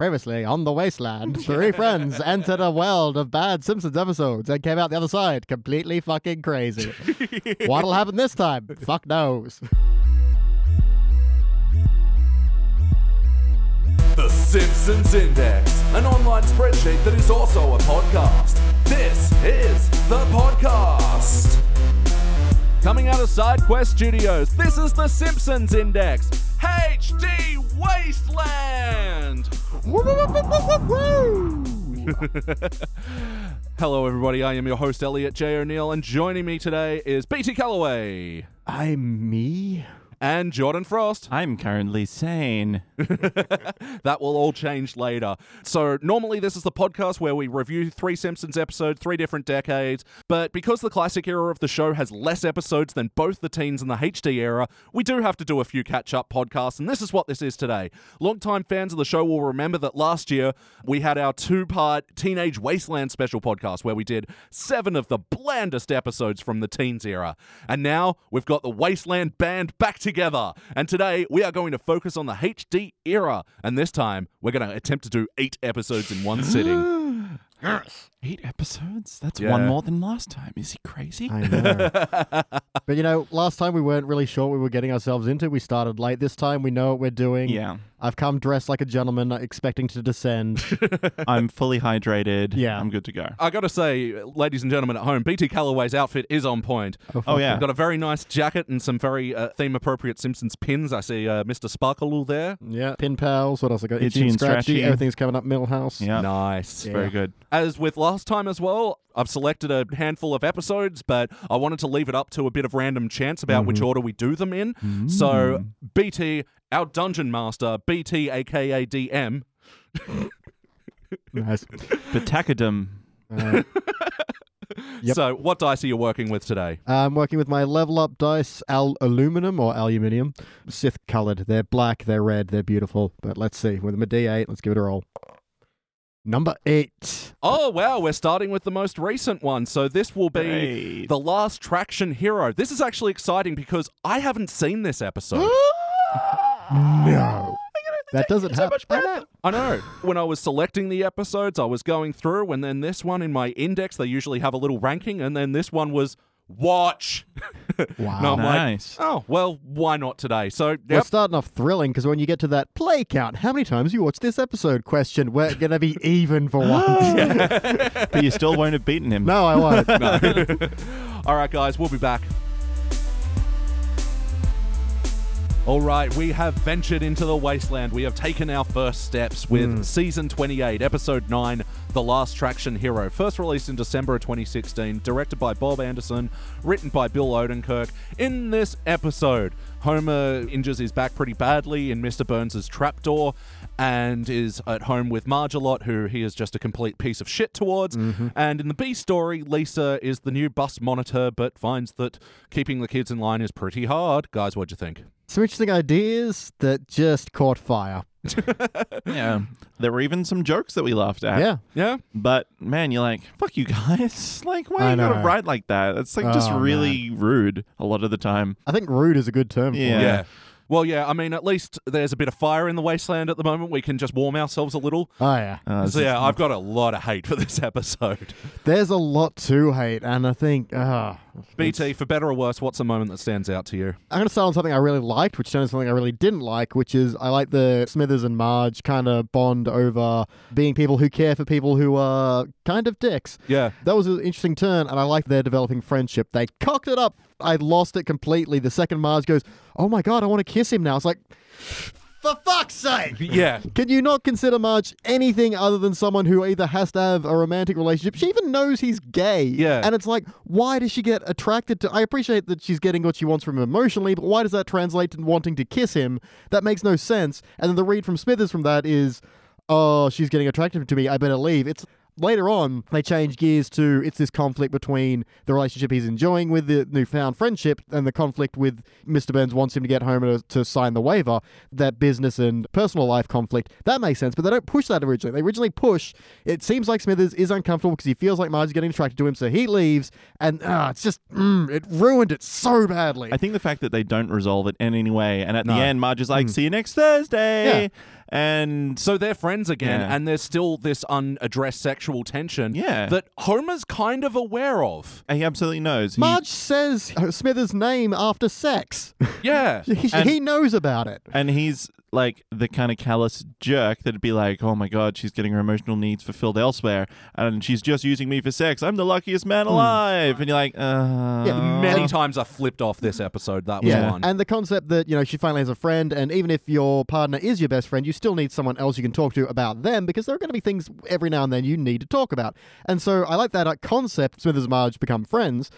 Previously on the wasteland, three friends entered a world of bad Simpsons episodes and came out the other side completely fucking crazy. What'll happen this time? Fuck knows. The Simpsons Index, an online spreadsheet that is also a podcast. This is the podcast. Coming out of SideQuest Studios, this is The Simpsons Index, HD Wasteland. Woo, woo, woo, woo, woo, woo, woo. Hello, everybody. I am your host, Elliot J. O'Neill, and joining me today is BT Calloway I'm me? and Jordan Frost. I'm currently sane. That will all change later. So, normally, this is the podcast where we review three Simpsons episodes, three different decades. But because the classic era of the show has less episodes than both the teens and the HD era, we do have to do a few catch up podcasts. And this is what this is today. Longtime fans of the show will remember that last year we had our two part Teenage Wasteland special podcast where we did seven of the blandest episodes from the teens era. And now we've got the Wasteland Band back together. And today we are going to focus on the HD era. And this time we're going to attempt to do eight episodes in one sitting. Eight episodes? That's Yeah. one more than last time. Is he crazy? I know. but you know, last time we weren't really sure what we were getting ourselves into. We started late. This time we know what we're doing. yeah. I've come dressed like a gentleman, expecting to descend. I'm fully hydrated. Yeah. I'm good to go. I got to say, ladies and gentlemen at home, BT Calloway's outfit is on point. Oh, yeah. We've got a very nice jacket and some very uh, theme appropriate Simpsons pins. I see uh, Mr. Sparkle there. yeah. Pin pals. What else I got? Itchy and scratchy. Everything's coming up. Millhouse. Yeah. Nice. Yeah. Very good. As with last time as well, I've selected a handful of episodes, but I wanted to leave it up to a bit of random chance about which order we do them in. So, BT, our dungeon master, BT aka DM, Nice. Batacadum. Uh, Yep. So, what dice are you working with today? I'm working with my level up dice, al- aluminum or aluminium, Sith colored. They're black, they're red, they're beautiful. But let's see, with my D8, let's give it a roll. Number eight. Oh, wow, we're starting with the most recent one. So, this will be Great. The Last Traction Hero. This is actually exciting because I haven't seen this episode. No. That doesn't happen. I know. When I was selecting the episodes, I was going through, and then this one in my index, they usually have a little ranking, and then this one was watch. Wow. No, I'm Nice. like, oh, well, why not today? So, We're yep. starting off thrilling because when you get to that play count, how many times you watched this episode question, we're going to be even for once. but you still won't have beaten him. No, I won't. All right, guys, we'll be back. All right, we have ventured into the wasteland. We have taken our first steps with season 28, episode 9, The Last Traction Hero. First released in December of 2016, directed by Bob Anderson, written by Bill Odenkirk. In this episode, Homer injures his back pretty badly in Mr. Burns' trapdoor and is at home with Marge a lot, who he is just a complete piece of shit towards. And in the B story, Lisa is the new bus monitor, but finds that keeping the kids in line is pretty hard. Guys, what'd you think? Some interesting ideas that just caught fire. Yeah. There were even some jokes that we laughed at. Yeah. Yeah, But man, you're like, fuck you guys. Like, why I you gotta know. write like that? It's like just Oh, really rude a lot of the time. I think rude is a good term for Yeah. it. Well, yeah. I mean, at least there's a bit of fire in the wasteland at the moment. We can just warm ourselves a little. Oh, yeah. Uh, So yeah, I've got a lot of hate for this episode. There's a lot to hate, and I think uh, BT, for better or worse, what's a moment that stands out to you? I'm going to start on something I really liked, which turned into something I really didn't like, which is I like the Smithers and Marge kind of bond over being people who care for people who are kind of dicks. Yeah. That was an interesting turn, and I like their developing friendship. They cocked it up. I lost it completely. The second Marge goes, "Oh my god, I want to kiss him now." It's like, for fuck's sake. Yeah. Can you not consider Marge anything other than someone who either has to have a romantic relationship? She even knows he's gay. Yeah. And it's like, why does she get attracted to I appreciate that she's getting what she wants from him emotionally, but why does that translate to wanting to kiss him? That makes no sense. And then the read from Smithers from that is, Oh, she's getting attracted to me, I better leave. It's later on, they change gears to it's this conflict between the relationship he's enjoying with the newfound friendship and the conflict with Mr. Burns wants him to get home to, to sign the waiver, that business and personal life conflict. That makes sense, but they don't push that originally. They originally push, it seems like Smithers is uncomfortable because he feels like Marge is getting attracted to him, so he leaves, and ah, it's just, mm, it ruined it so badly. I think the fact that they don't resolve it in any way, and at No. Mm. the end, Marge is like, "See you next Thursday," Yeah. and So they're friends again, Yeah. and there's still this unaddressed sexual tension Yeah. that Homer's kind of aware of. he absolutely knows. He- Marge says Smithers' name after sex. Yeah. he, And- he knows about it. and he's like the kind of callous jerk that'd be like, "Oh my god, she's getting her emotional needs fulfilled elsewhere, and she's just using me for sex. I'm the luckiest man alive." And you're like, uh, Hmm. Yeah, Many times I flipped off this episode. That was Yeah, one. and the concept that you know she finally has a friend, and even if your partner is your best friend, you still need someone else you can talk to about them because there are going to be things every now and then you need to talk about. And so I like that uh, concept. Smithers and Marge become friends,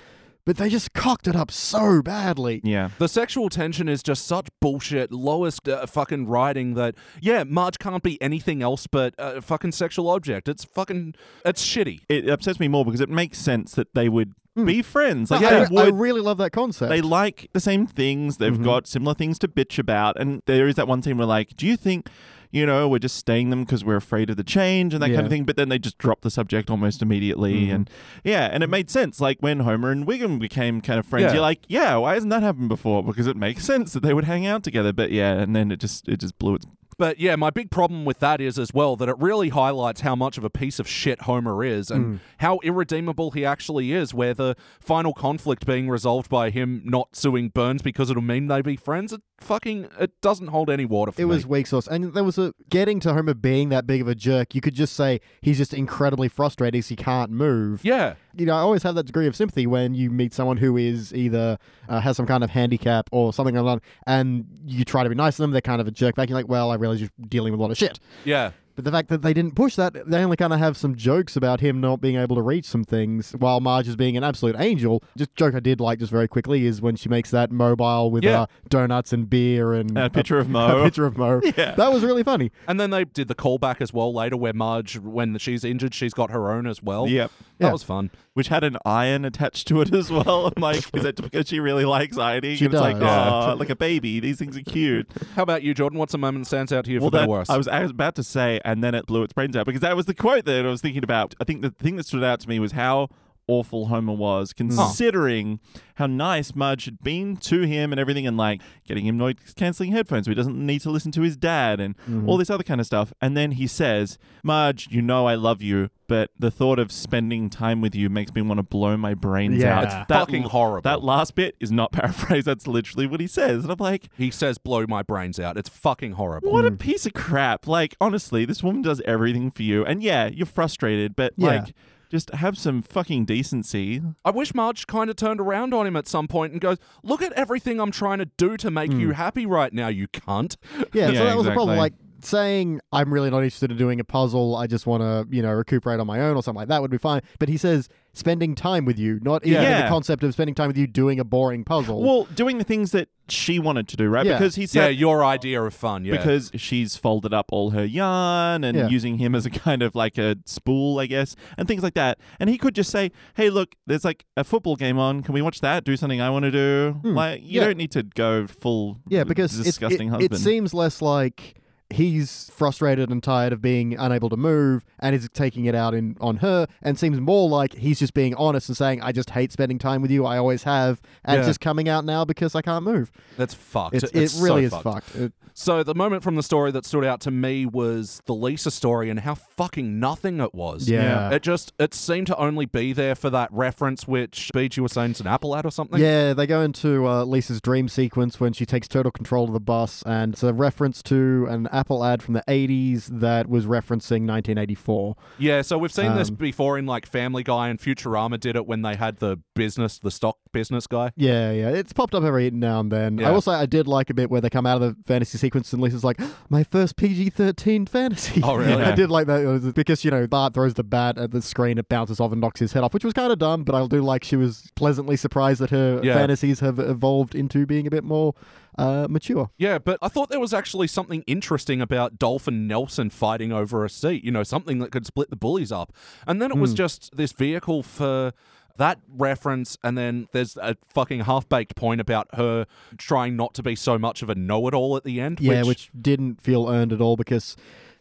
but they just cocked it up so badly. yeah. The sexual tension is just such bullshit, lowest uh, fucking writing that, yeah, Marge can't be anything else but a fucking sexual object. It's fucking, it's shitty. It upsets me more because it makes sense that they would be friends. Like Hmm. I- they I, I would really love that concept. They like the same things. They've Mm-hmm. got similar things to bitch about. And there is that one scene where, like, do you think, you know, we're just staying them because we're afraid of the change and that kind Yeah. Mm-hmm. of thing? But then they just drop the subject almost immediately. And yeah, and it made sense. Like when Homer and Wiggum became kind of friends, Yeah. you're like, yeah, why hasn't that happened before? Because it makes sense that they would hang out together. But yeah, and then it just it just blew its. But yeah, my big problem with that is as well that it really highlights how much of a piece of shit Homer is Hmm. and how irredeemable he actually is, where the final conflict being resolved by him not suing Burns because it'll mean they be friends, it fucking, it doesn't hold any water for It me. was weak sauce. And there was a getting to Homer being that big of a jerk, you could just say he's just incredibly frustrated because he can't move. yeah. You know, I always have that degree of sympathy when you meet someone who is either uh, has some kind of handicap or something like that, and you try to be nice to them, they're kind of a jerk back. You're like, well, I realize you're dealing with a lot of shit. Yeah. But the fact that they didn't push that, they only kind of have some jokes about him not being able to reach some things while Marge is being an absolute angel. Just joke I did like just very quickly is when she makes that mobile with Yeah. uh, donuts and beer and And a picture of Mm, a Mo. picture of Mo. Yeah. That was really funny. And then they did the callback as well later, where Marge, when she's injured, she's got her own as well. Yep. That Yeah. was fun. Which had an iron attached to it as well. I'm like, is that because she really likes ironing? She and it's like, does. Yeah. oh, like a baby. These things are cute. How about you, Jordan? What's a moment that stands out to you well, for better that, or worse? I was, I was about to say, and then it blew its brains out because that was the quote that I was thinking about. I think the thing that stood out to me was how awful Homer was, Hmm. considering how nice Marge had been to him and everything, and like getting him noise canceling headphones so he doesn't need to listen to his dad and Mm-hmm. all this other kind of stuff. And then he says, Marge, you know I love you, but the thought of spending time with you makes me want to blow my brains Yeah. out. It's that fucking l- horrible. That last bit is not paraphrased. That's literally what he says. And I'm like, he says, blow my brains out. It's fucking horrible. what a Mm. piece of crap. Like, honestly, this woman does everything for you. And yeah, you're frustrated, but Yeah. like, just have some fucking decency. I wish Marge kind of turned around on him at some point and goes, look at everything I'm trying to do to make Hmm. you happy right now, you cunt. Yeah, so Yeah, that was the problem. Like exactly. saying I'm really not interested in doing a puzzle. I just want to, you know, recuperate on my own or something like that would be fine. But he says spending time with you, not even Yeah. the concept of spending time with you doing a boring puzzle. Well, doing the things that she wanted to do, right? Yeah. Because he Yeah, said. your idea of fun. Yeah. Because she's folded up all her yarn and Yeah. using him as a kind of like a spool, I guess, and things like that. And he could just say, "Hey, look, there's like a football game on. Can we watch that? Do something I want to do." Like, you Hmm. Yeah. don't need to go full yeah, because it- disgusting it, it, husband. seems less like he's frustrated and tired of being unable to move and is taking it out in on her and seems more like he's just being honest and saying I just hate spending time with you I always have and it's Yeah. just coming out now because I can't move that's fucked. it's, It's it really so is fucked, It- So the moment from the story that stood out to me was the Lisa story and how fucking nothing it was. Yeah. It just it seemed to only be there for that reference which Beach you were saying it's an apple ad or something. Yeah, they go into uh, Lisa's dream sequence when she takes total control of the bus, and it's a reference to an Apple ad from the 80s that was referencing 1984. Yeah, so we've seen this Um, before in like Family Guy and Futurama did it when they had the business the stock business guy. Yeah, yeah, it's popped up every now and then. Yeah. I will say I did like a bit where they come out of the fantasy sequence, and Lisa's like, "My first PG-13 fantasy." Oh, really? I did like that it was- because you know Bart throws the bat at the screen, it bounces off and knocks his head off, which was kind of dumb. But I do like she was pleasantly surprised that her Yeah. fantasies have evolved into being a bit more uh, mature. Yeah, but I thought there was actually something interesting about Dolphin Nelson fighting over a seat, you know, something that could split the bullies up. And then it was just this vehicle for that reference, and then there's a fucking half baked point about her trying not to be so much of a know it all at the end. Yeah, which didn't feel earned at all because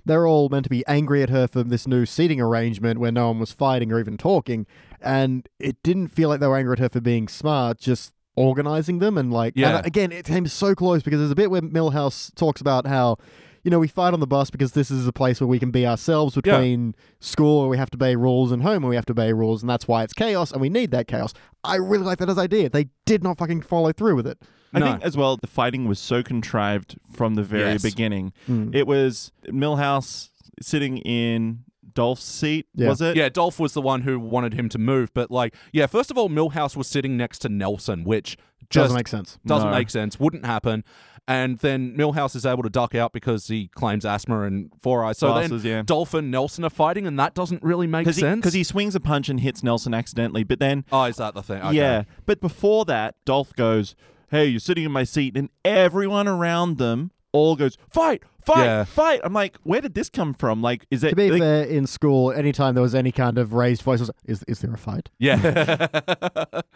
they're all meant to be angry at her for this new seating arrangement where no one was fighting or even talking. And it didn't feel like they were angry at her for being smart, just organizing them. And like, and Yeah. again, it came so close because there's a bit where Millhouse talks about how. You know, we fight on the bus because this is a place where we can be ourselves between school where we have to obey rules and home where we have to obey rules, and that's why it's chaos and we need that chaos. I really like that as idea. They did not fucking follow through with it. I No. think as well, the fighting was so contrived from the very Yes. beginning. Mm. It was Millhouse sitting in Dolph's seat, Yeah. was it? Yeah, Dolph was the one who wanted him to move, but like, yeah, first of all, Millhouse was sitting next to Nelson, which just Doesn't make sense. doesn't No. make sense, wouldn't happen. And then Millhouse is able to duck out because he claims asthma and four eyes. So Glasses, then yeah. Dolphin Nelson are fighting, and that doesn't really make Because he, sense. 'cause he swings a punch and hits Nelson accidentally, but then oh, is that the thing? Okay. Yeah. But before that, Dolph goes, Hey, you're sitting in my seat. And everyone around them all goes, Fight, fight, Yeah. fight. I'm like, Where did this come from? Like, is it. To be like- fair, in school, anytime there was any kind of raised voices, is, is there a fight? yeah.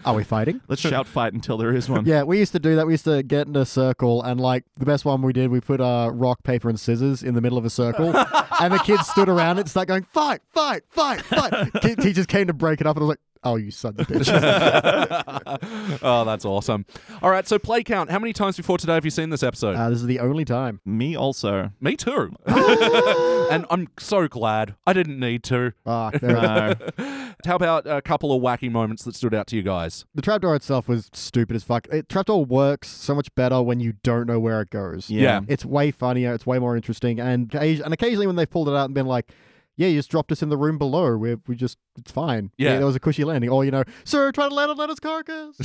Are we fighting? Let's shout fight until there is one. Yeah, we used to do that. We used to get in a circle, and like the best one we did, we put uh, rock, paper, and scissors in the middle of a circle, and the kids stood around it, and started going fight, fight, fight, fight. Ki- Teachers came to break it up, and I was like, "Oh, you son of a bitch!" oh, that's awesome. All right, so play count. How many times before today have you seen this episode? uh, this is the only time. Me also. Me too. Ah! and I'm so glad I didn't need to. Ah, there are- No. How about a couple of wacky moments that stood out to you guys? the trapdoor itself was stupid as fuck. It, trapdoor works so much better when you don't know where it goes. yeah. It's way funnier. It's way more interesting. And occa- and occasionally when they've pulled it out and been like, "Yeah, you just dropped us in the room below. We we just it's fine. Yeah. there was a cushy landing. Or you know, sir, try to land on Leonard's carcass.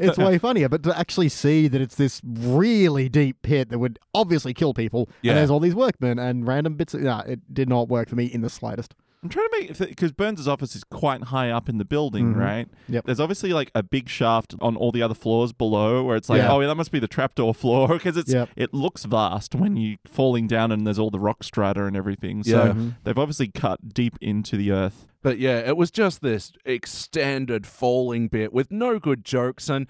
it's way funnier. But to actually see that it's this really deep pit that would obviously kill people, Yeah. and there's all these workmen and random bits. Of, nah, it did not work for me in the slightest. I'm trying to make because Burns' office is quite high up in the building, right? Mm-hmm. Yep. There's obviously like a big shaft on all the other floors below, where it's like, Yeah. oh, yeah, that must be the trapdoor floor because it's Yep. it looks vast when you falling down and there's all the rock strata and everything. So Yeah. Mm-hmm. they've obviously cut deep into the earth. But yeah, it was just this extended falling bit with no good jokes. And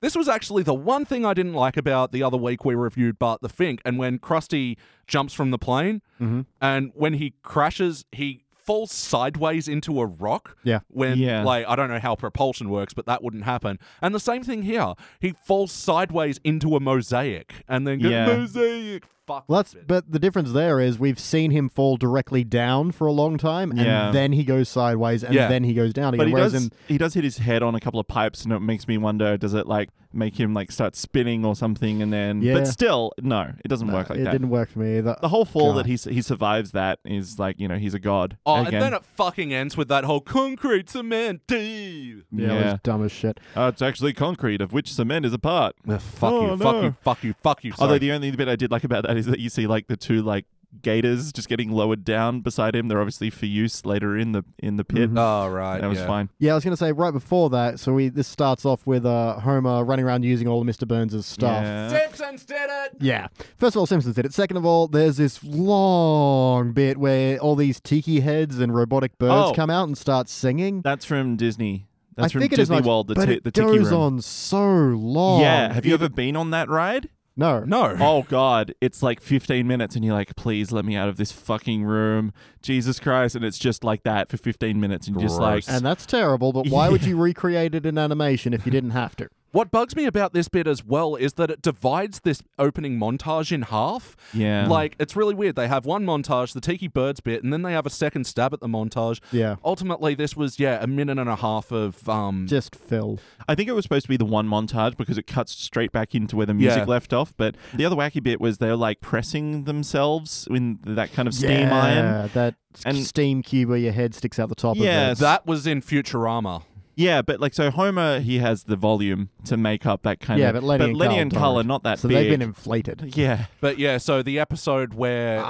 this was actually the one thing I didn't like about the other week we reviewed Bart the Fink. And when Krusty jumps from the plane Mm-hmm. and when he crashes, he falls sideways into a rock. Yeah. When, Yeah. like, I don't know how propulsion works, but that wouldn't happen. And the same thing here. He falls sideways into a mosaic and then goes, Yeah. mosaic. Fuck. Well, that's this bit." but the difference there is we've seen him fall directly down for a long time, and Yeah. then he goes sideways, and Yeah. then he goes down again. But he Whereas does in he does hit his head on a couple of pipes, and it makes me wonder: does it like make him like start spinning or something? And then, Yeah. but still, no, it doesn't work like it that. didn't work for me. either. The whole fall God. that he s- he survives that is like you know he's a god. Oh, again. and then it fucking ends with that whole concrete cement. dude. Yeah, it was dumb as shit. Uh, it's actually concrete, of which cement is a part. Uh, fuck Oh, you, fuck no. you, fuck you, fuck you. Although Sorry. the only bit I did like about that is that you see like the two like gators just getting lowered down beside him. They're obviously for use later in the in the pit. oh, right. That was yeah. fine. Mm-hmm. Yeah, I was going to say right before that. So we this starts off with uh, Homer running around using all of Mr. Burns' stuff. Yeah. Simpsons did it. Yeah. First of all, Simpsons did it. Second of all, there's this long bit where all these tiki heads and robotic birds Oh. come out and start singing. That's from Disney. I That's from figured as Disney much, World. The, but ti- it the tiki goes room. on so long. Yeah. Have you ever been on that ride? No. No. Oh God! It's like 15 minutes, and you're like, "Please let me out of this fucking room, Jesus Christ!" And it's just like that for 15 minutes, and you're just like, Gross. And that's terrible. But why would you recreate it in animation if you didn't have to? What bugs me about this bit as well is that it divides this opening montage in half. Yeah. Like, it's really weird. They have one montage, the Tiki Birds bit, and then they have a second stab at the montage. Yeah. Ultimately, this was, yeah, a minute and a half of. um. Just Phil. I think it was supposed to be the one montage because it cuts straight back into where the Yeah. music left off. But the other wacky bit was they're like pressing themselves in that kind of steam yeah, iron. That And- steam cube where your head sticks out the top Yeah, of it. that was in Futurama. Yeah, but like so Homer he has the volume to make up that kind Yeah, of but Lenny and Carl don't. Carl are not that So big. they've been inflated. yeah. But yeah, so the episode where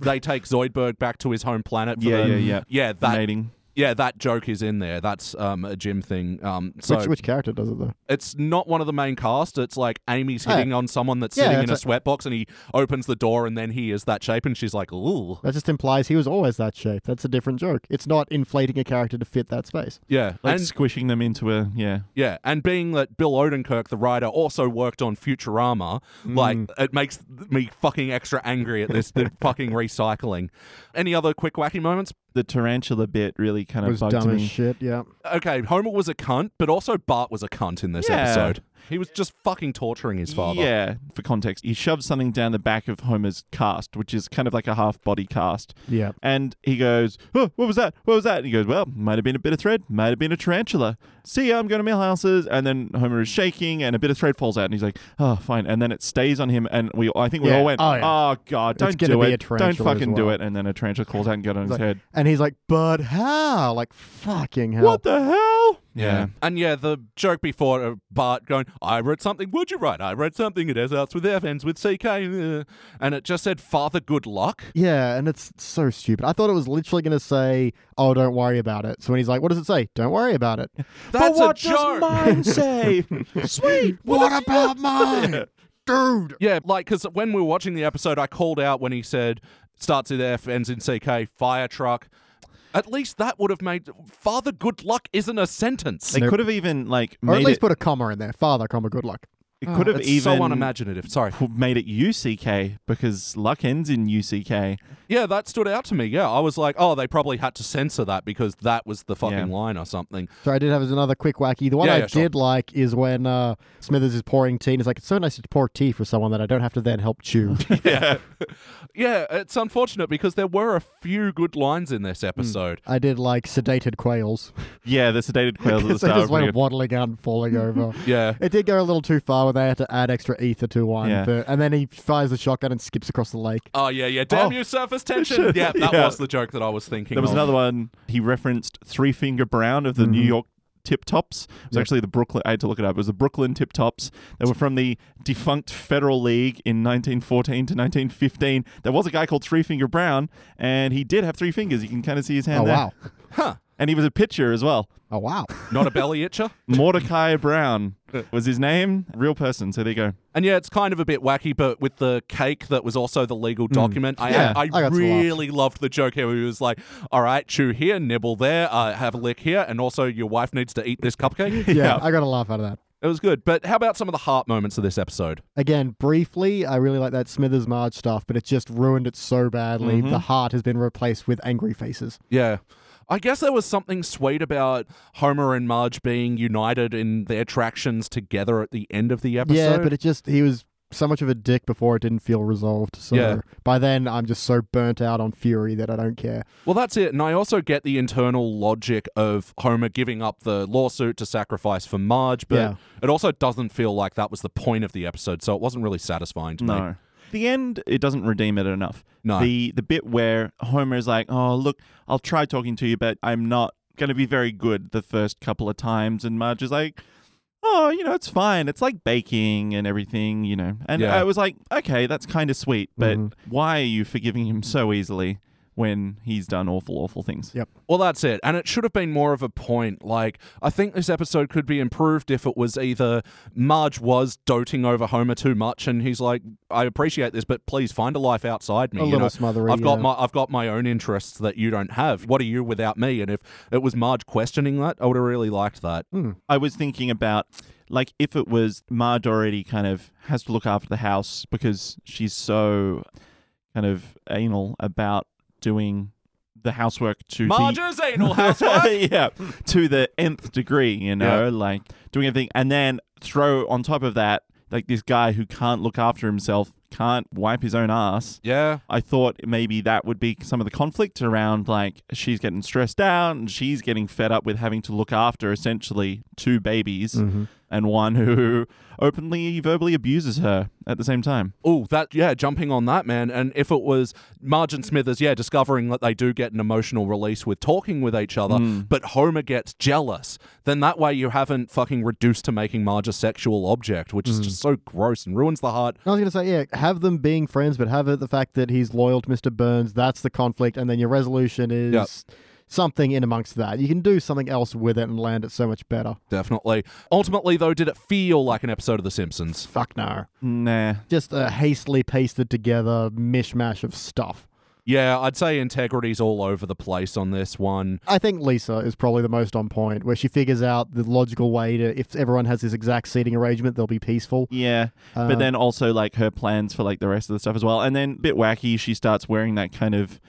they take Zoidberg back to his home planet for Yeah, the, yeah, yeah. Yeah, that Mating. yeah, that joke is in there. That's um, a Jim thing. Um, so which, which character does it though? it's not one of the main cast. It's like Amy's Yeah. hitting on someone that's Yeah, sitting in it's a a- sweatbox, and he opens the door, and then he is that shape, and she's like, "Ooh, That just implies he was always that shape. That's a different joke. It's not inflating a character to fit that space. yeah." Like and squishing them into a yeah. Yeah, and being that Bill Odenkirk, the writer, also worked on Futurama, Mm. like it makes me fucking extra angry at this the fucking recycling. Any other quick wacky moments? The tarantula bit really kind It of was bugged dumb me. as shit. Yeah. Okay, Homer was a cunt, but also Bart was a cunt in this Yeah. episode. He was just fucking torturing his father. Yeah, for context, he shoves something down the back of Homer's cast, which is kind of like a half body cast. Yeah. And he goes, oh, What was that? What was that? And he goes, Well, might have been a bit of thread, might have been a tarantula. See ya, I'm going to mill houses. And then Homer is shaking and a bit of thread falls out. And he's like, Oh, fine. And then it stays on him. And we, I think we Yeah. all went, Oh, Oh, yeah. God, It's don't gonna do be a it. Don't tarantula as fucking do well." it. And then a tarantula calls out and got on his like, head. And he's like, but how? Like, fucking hell. What the hell? Yeah. And yeah, the joke before of Bart going, I wrote something, would you write? I wrote something, it has outs with F, ends with CK. uh," And it just said, Father, good luck. Yeah, and it's so stupid. I thought it was literally going to say, "Oh, don't worry about it." So when he's like, "What does it say? Don't worry about it." But That's what a joke. does mine say? Sweet. what about mine, dude? Yeah, like because when we were watching the episode, I called out when he said starts with F, ends in CK, fire truck. At least that would have made Father Good Luck isn't a sentence. They Nope. could have even like Or made at least it. put a comma in there. Father, comma, good luck. it could have it's even so unimaginative. Sorry. made it UCK because luck ends in UCK. Yeah, that stood out to me. Yeah, I was like, oh, they probably had to censor that because that was the fucking Yeah. line or something. So I did have another quick wacky. The one Yeah, I yeah, sure. did like is when uh, Smithers is pouring tea. and He's like, "It's so nice to pour tea for someone that I don't have to then help chew." Yeah, yeah, it's unfortunate because there were a few good lines in Hmm. this episode. I did like sedated quails. Yeah, the sedated quails at the they start. just were pretty went waddling out and falling over. Yeah, It did go a little too far where they had to add extra ether to one. Yeah. but- and then he fires the shotgun and skips across the lake. oh yeah, yeah. Damn Oh. you, surface tension. Yeah, that Yeah. was the joke that I was thinking. good. There was of. another one. He referenced Three Finger Brown of the New Mm-hmm. York Tip Tops. It was Yeah. actually the Brooklyn. I had to look it up. It was the Brooklyn Tip Tops. They were from the defunct Federal League in 1914 to 1915. There was a guy called Three Finger Brown, and he did have three fingers. You can kind of see his hand Oh there. wow! And he was a pitcher as well. Oh wow! not a belly itcher. Mordecai Brown was his name. Real person. So there you go. And yeah, it's kind of a bit wacky, but with the cake that was also the legal document, I, Hmm. Yeah, I, I got to really loved the joke here where he was like, all right, chew here, nibble there, uh, have a lick here, and also your wife needs to eat this cupcake. yeah, Yeah. I got a laugh out of that. it was good. But how about some of the heart moments of this episode? Again, briefly, I really like that Smithers Marge stuff, but it just ruined it so badly. The heart has been replaced with angry faces. Yeah. I guess there was something sweet about Homer and Marge being united in their attractions together at the end of the episode. Yeah, but it just he was so much of a dick before it didn't feel resolved. So Yeah. by then I'm just so burnt out on fury that I don't care. Well, that's it. And I also get the internal logic of Homer giving up the lawsuit to sacrifice for Marge, but Yeah. it also doesn't feel like that was the point of the episode, so it wasn't really satisfying to me. No. The end, it doesn't redeem it enough. No. The the bit where Homer's like, "Oh, look, I'll try talking to you, but I'm not going to be very good the first couple of times," and Marge is like, "Oh, you know, it's fine. It's like baking and everything, you know." And Yeah. I was like, "Okay, that's kind of sweet, but Mhm. why are you forgiving him so easily when he's done awful, awful things?" Yep. Well, that's it. And it should have been more of a point. Like, I think this episode could be improved if it was either Marge was doting over Homer too much and he's like, I appreciate this, but please find a life outside me. A you little know? smothery, I've got yeah. my I've got my own interests that you don't have. What are you without me? And if it was Marge questioning that, I would have really liked that. Hmm. I was thinking about like if it was Marge already kind of has to look after the house because she's so kind of anal about doing the housework to the Marge's anal housewife. yeah, to the nth degree, you know, Yeah. like doing everything, and then throw on top of that like this guy who can't look after himself, can't wipe his own ass. Yeah. I thought maybe that would be some of the conflict around like she's getting stressed out and she's getting fed up with having to look after essentially two babies Mm-hmm. and one who openly verbally abuses her at the same time. Oh, that yeah, jumping on that man. And if it was Marge and Smithers, yeah, discovering that they do get an emotional release with talking with each other, but Homer gets jealous, then that way you haven't fucking reduced to making Marge a sexual object, which is just so gross and ruins the heart. I was going to say, yeah, have them being friends, but have it the fact that he's loyal to Mr. Burns. That's the conflict. And then your resolution is something in amongst that. You can do something else with it and land it so much better. Definitely. Ultimately, though, did it feel like an episode of The Simpsons? Fuck no. Nah. Just a hastily pasted together mishmash of stuff. Yeah, I'd say integrity's all over the place on this one. I think Lisa is probably the most on point, where she figures out the logical way to if everyone has this exact seating arrangement, they'll be peaceful. Yeah. Uh, but then also like her plans for like the rest of the stuff as well. And then bit wacky, she starts wearing that kind of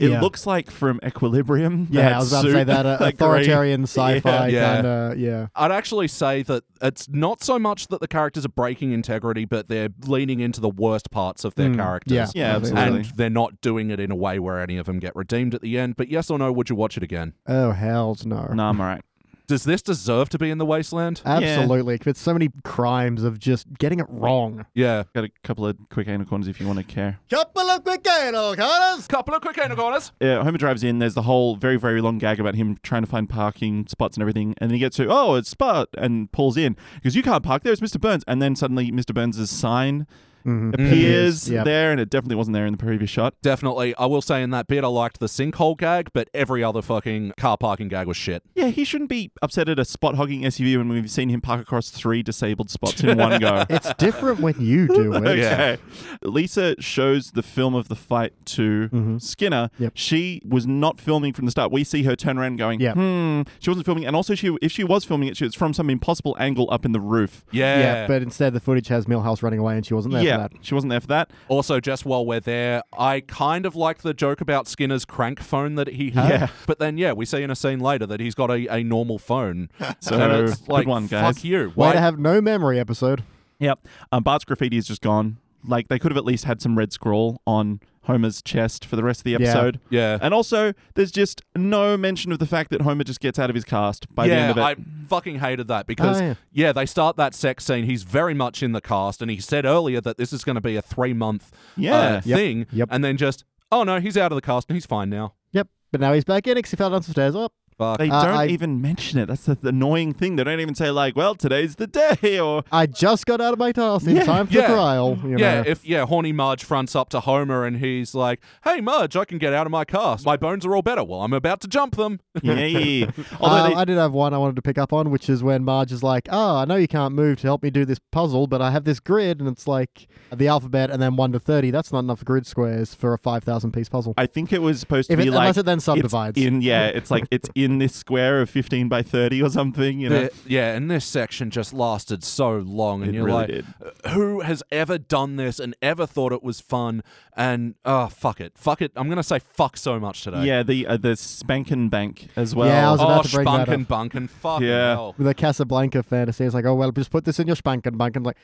it Yeah. looks like from Equilibrium. Yeah, I was about to say suit, that uh, that green- authoritarian sci-fi Yeah. kind of yeah. I'd actually say that it's not so much that the characters are breaking integrity, but they're leaning into the worst parts of their characters. Hmm. Yeah, Yeah, Lovely. absolutely. And they're not doing it in a way where any of them get redeemed at the end. But yes or no, would you watch it again? Oh hell's no. Nah, I'm all right. Does this deserve to be in the wasteland? Absolutely, it's so many crimes of just getting it wrong. Yeah. Got a couple of quick anal corners if you want to care. Couple of quick anal corners. Couple of quick anal corners. Uh, Homer drives in. There's the whole very, very long gag about him trying to find parking spots and everything. And then he gets to, oh, it's spot, and pulls in. Because you can't park there. It's Mr. Burns. And then suddenly Mr. Burns' sign appears Appears, yep. there, and it definitely wasn't there in the previous shot. Definitely. I will say in that bit, I liked the sinkhole gag, but every other fucking car parking gag was shit. Yeah, he shouldn't be upset at a spot hogging SUV when we've seen him park across three disabled spots in one go. It's different when you do it. Okay. Lisa shows the film of the fight to Skinner. Mm-hmm. Yep. She was not filming from the start. We see her turn around going, Yep. hmm. She wasn't filming. And also, she if she was filming it, she was from some impossible angle up in the roof. Yeah. Yeah, but instead the footage has Millhouse running away, and she wasn't there yeah. for that. She wasn't there for that. Also, just while we're there, I kind of like the joke about Skinner's crank phone that he had. Yeah. But then, yeah, we see in a scene later that he's got a, a normal phone. So, and it's good like, one, guys. fuck you. Way Why? to have no memory episode. Yep. Um, Bart's graffiti is just gone. Like, they could have at least had some red scroll on Homer's chest for the rest of the Yeah. episode. yeah. And also, there's just no mention of the fact that Homer just gets out of his cast by the yeah, end of it. I fucking hated that because, Oh, yeah. yeah. they start that sex scene. He's very much in the cast, and he said earlier that this is going to be a three month Yeah. Yep, thing. yep. And then just, oh no, he's out of the cast and he's fine now. Yep, but now he's back in because he fell down some stairs. Oh, Fuck. They Uh, don't I- even mention it. That's the, the annoying thing. They don't even say like, "Well, today's the day," or I just got out of my task in Yeah, time for yeah. the trial. You yeah, know. if yeah, horny Marge fronts up to Homer and he's like, "Hey, Marge, I can get out of my cast. My bones are all better. Well, I'm about to jump them." yeah. Although Um, they, I did have one I wanted to pick up on, which is when Marge is like, "Oh, I know you can't move to help me do this puzzle, but I have this grid, and it's like the alphabet, and then one to thirty. That's not enough grid squares for a five thousand piece puzzle. I think it was supposed If to it, be like unless it then it's subdivides. in yeah, it's like it's in this square of fifteen by thirty or something. You know, The- yeah, and this section just lasted so long, and It you're really like, "Uh, did. "Who has ever done this and ever thought it was fun?" And oh, fuck it, fuck it. I'm gonna say fuck so much today. yeah, the uh, the spankin bank as well. Yeah, I was Oh, about to bring that spunk up. and bunk and fuck. Yeah. Hell. with a Casablanca fantasy. It's like, oh well, just put this in your spankin' bank and like.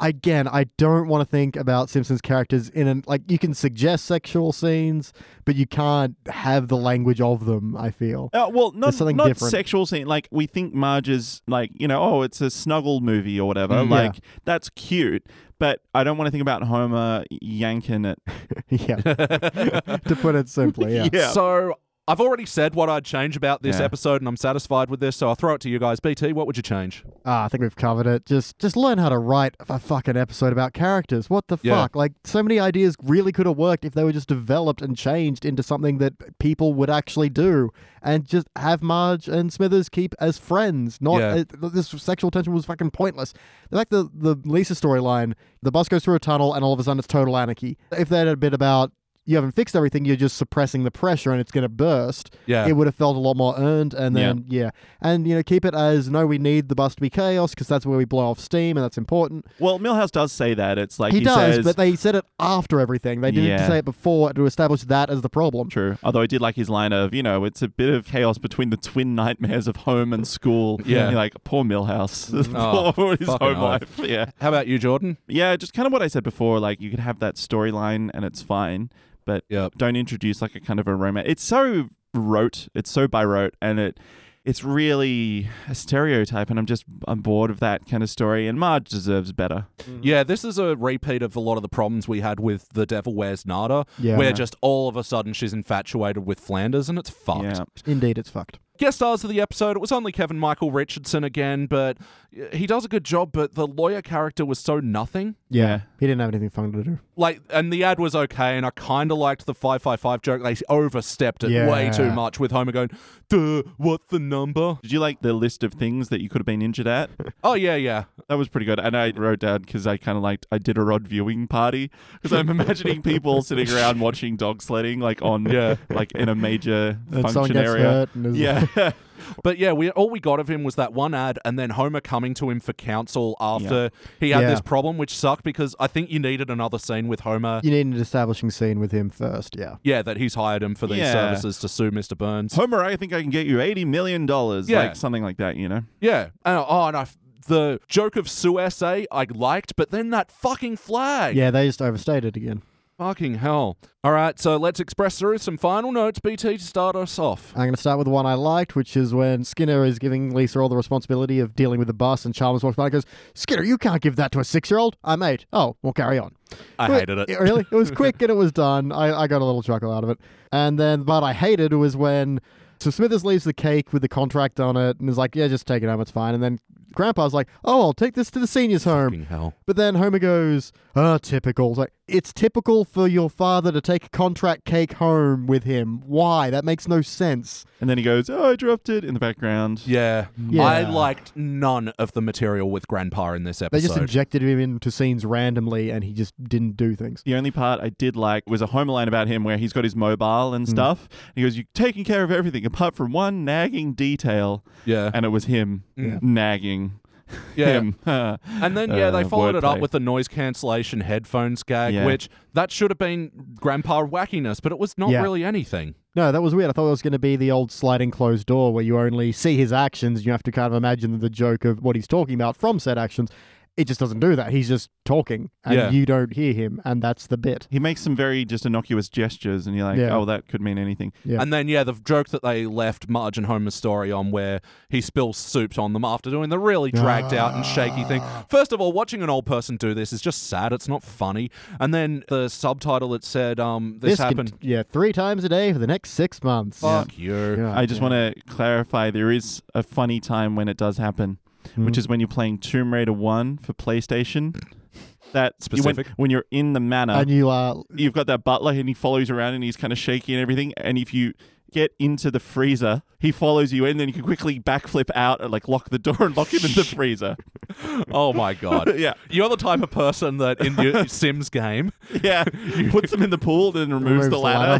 Again, I don't want to think about Simpsons characters in an like you can suggest sexual scenes, but you can't have the language of them. I feel Uh, well, not There's something not different. sexual scene. Like we think Marge is like you know, oh, it's a snuggle movie or whatever. Mm. Yeah. like that's cute, but I don't want to think about Homer yanking it. yeah, to put it simply, yeah. Yeah. So. I've already said what I'd change about this Yeah. episode, and I'm satisfied with this. So I'll throw it to you guys. BT, what would you change? Ah, I think we've covered it. Just just learn how to write a fucking episode about characters. What the Yeah. fuck? Like so many ideas really could have worked if they were just developed and changed into something that people would actually do. And just have Marge and Smithers keep as friends. Not Yeah. uh, this sexual tension was fucking pointless. The fact the the Lisa storyline, the bus goes through a tunnel and all of a sudden it's total anarchy. If that had been about you haven't fixed everything, you're just suppressing the pressure and it's going to burst Yeah. it would have felt a lot more earned. And Yeah. then, yeah. And, you know, keep it as no, we need the bus to be chaos because that's where we blow off steam and that's important. Well, Milhouse does say that. It's like he, he, does, says, but they said it after everything. They didn't Yeah. say it before to establish that as the problem. True. Although I did like his line of, you know, it's a bit of chaos between the twin nightmares of home and school. Yeah. You're like, poor Millhouse. Oh, poor his fucking home hell. life. Yeah. How about you, Jordan? Yeah, just kind of what I said before. Like, you could have that storyline and it's fine, but Yep. don't introduce like a kind of a romance. It's so rote. It's so by rote, and it it's really a stereotype. And I'm just I'm bored of that kind of story. And Marge deserves better. Yeah, this is a repeat of a lot of the problems we had with The Devil Wears Nada, Yeah. where just all of a sudden she's infatuated with Flanders and it's fucked. Yeah. Indeed, it's fucked. Guest stars of the episode, it was only Kevin Michael Richardson again, but he does a good job, but the lawyer character was so nothing. Yeah. He didn't have anything fun to do. Like, and the ad was okay, and I kind of liked the 555 joke. They overstepped it way Yeah. too much with Homer going, duh, what's the number? Did you like the list of things that you could have been injured at? Oh, yeah, yeah. That was pretty good. And I wrote down because I kind of liked, I did a Rod viewing party because I'm imagining people sitting around watching dog sledding, like on, Yeah. like in a major And someone function gets area. hurt and is- Yeah. But yeah, we all we got of him was that one ad, and then Homer coming to him for counsel after he had Yeah. this problem, which sucked because I think you needed another scene with Homer. You need an establishing scene with him first, yeah. Yeah, that he's hired him for these Yeah. services to sue Mr. Burns. Homer, I think I can get you $80 million. Yeah. Like something like that, you know? Yeah. And, oh, and I f the joke of Sue SA I liked, but then that fucking flag. Yeah, they just overstayed it again. Fucking hell. All right, so let's express through some final notes, BT, to start us off. I'm going to start with the one I liked, which is when Skinner is giving Lisa all the responsibility of dealing with the bus, and Chalmers walks by and goes, Skinner, you can't give that to a six year old. I'm eight. Oh, we'll carry on. I Quick- hated it. really? It was quick and it was done. I, I got a little chuckle out of it. And then the part I hated was when so Smithers leaves the cake with the contract on it and is like, yeah, just take it home, it's fine. And then Grandpa's like, oh, I'll take this to the seniors home. Fucking hell. But then Homer goes, ah, typical. It's like, it's typical for your father to take a contract cake home with him. Why? That makes no sense. And then he goes, Oh, I dropped it in the background. Yeah. Yeah. I liked none of the material with Grandpa in this They episode. just injected him into scenes randomly and he just didn't do things. The only part I did like was a home line about him where he's got his mobile Mm. and stuff. He goes, You're taking care of everything apart from one nagging detail. yeah. And it was him Yeah. nagging yeah. him. And then yeah, Uh, they followed it up wordplay. with the noise cancellation headphones gag, Yeah. which that should have been grandpa wackiness, but it was not Yeah. really anything. No, that was weird. I thought it was going to be the old sliding closed door where you only see his actions and you have to kind of imagine the joke of what he's talking about from said actions. It just doesn't do that. He's just talking and Yeah. you don't hear him, and that's the bit. He makes some very just innocuous gestures, and you're like, Yeah. Oh, that could mean anything. Yeah. And then yeah, the joke that they left Marge and Homer's story on where he spills soups on them after doing the really dragged out and shaky thing. Ah. First of all, watching an old person do this is just sad. It's not funny. And then the subtitle that said, um, this, can- happened. yeah, three times a day for the next six months. Fuck you. Yeah, I just yeah. want to clarify there is a funny time when it does happen, which is when you're playing Tomb Raider 1 for PlayStation. That you- when- Specific. When, you're in the manor, uh, And you uh, are. you've got that butler and he follows you around and he's kind of shaky and everything. And if you get into the freezer, he follows you in, then you can quickly backflip out and like lock the door and lock him in the freezer. Oh my god. Yeah. You're the type of person that in your Sims game Yeah. Puts him in the pool and removes the ladder.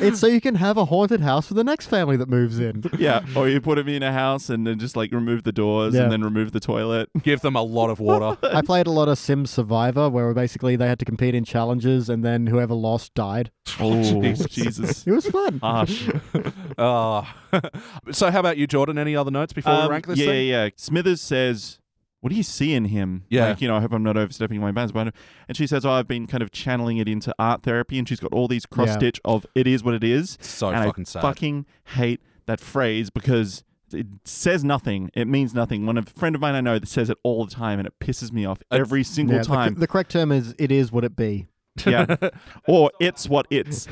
It's so you can have a haunted house for the next family that moves in. Yeah. Yeah. Or you put him in a house and then just like remove the doors Yeah. and then remove the toilet. give them a lot of water. I played a lot of Sims Survivor where basically they had to compete in challenges and then whoever lost died. Oh, Jesus. It was fun. Harsh. Oh. so how about you, Jordan? Any other notes before Um, we rank this yeah, thing? yeah, yeah. Smithers says, "What do you see in him?" Yeah. like you know, I hope I'm not overstepping my bounds. But I know- and she says, "Oh, I've been kind of channeling it into art therapy," and she's got all these cross stitch of "It is what it is." So and fucking I sad. fucking hate that phrase because. It says nothing. It means nothing. One of, friend of mine I know that says it all the time, and it pisses me off every single Yeah, the, time. the correct term is it is what it be. yeah, or it's what it's.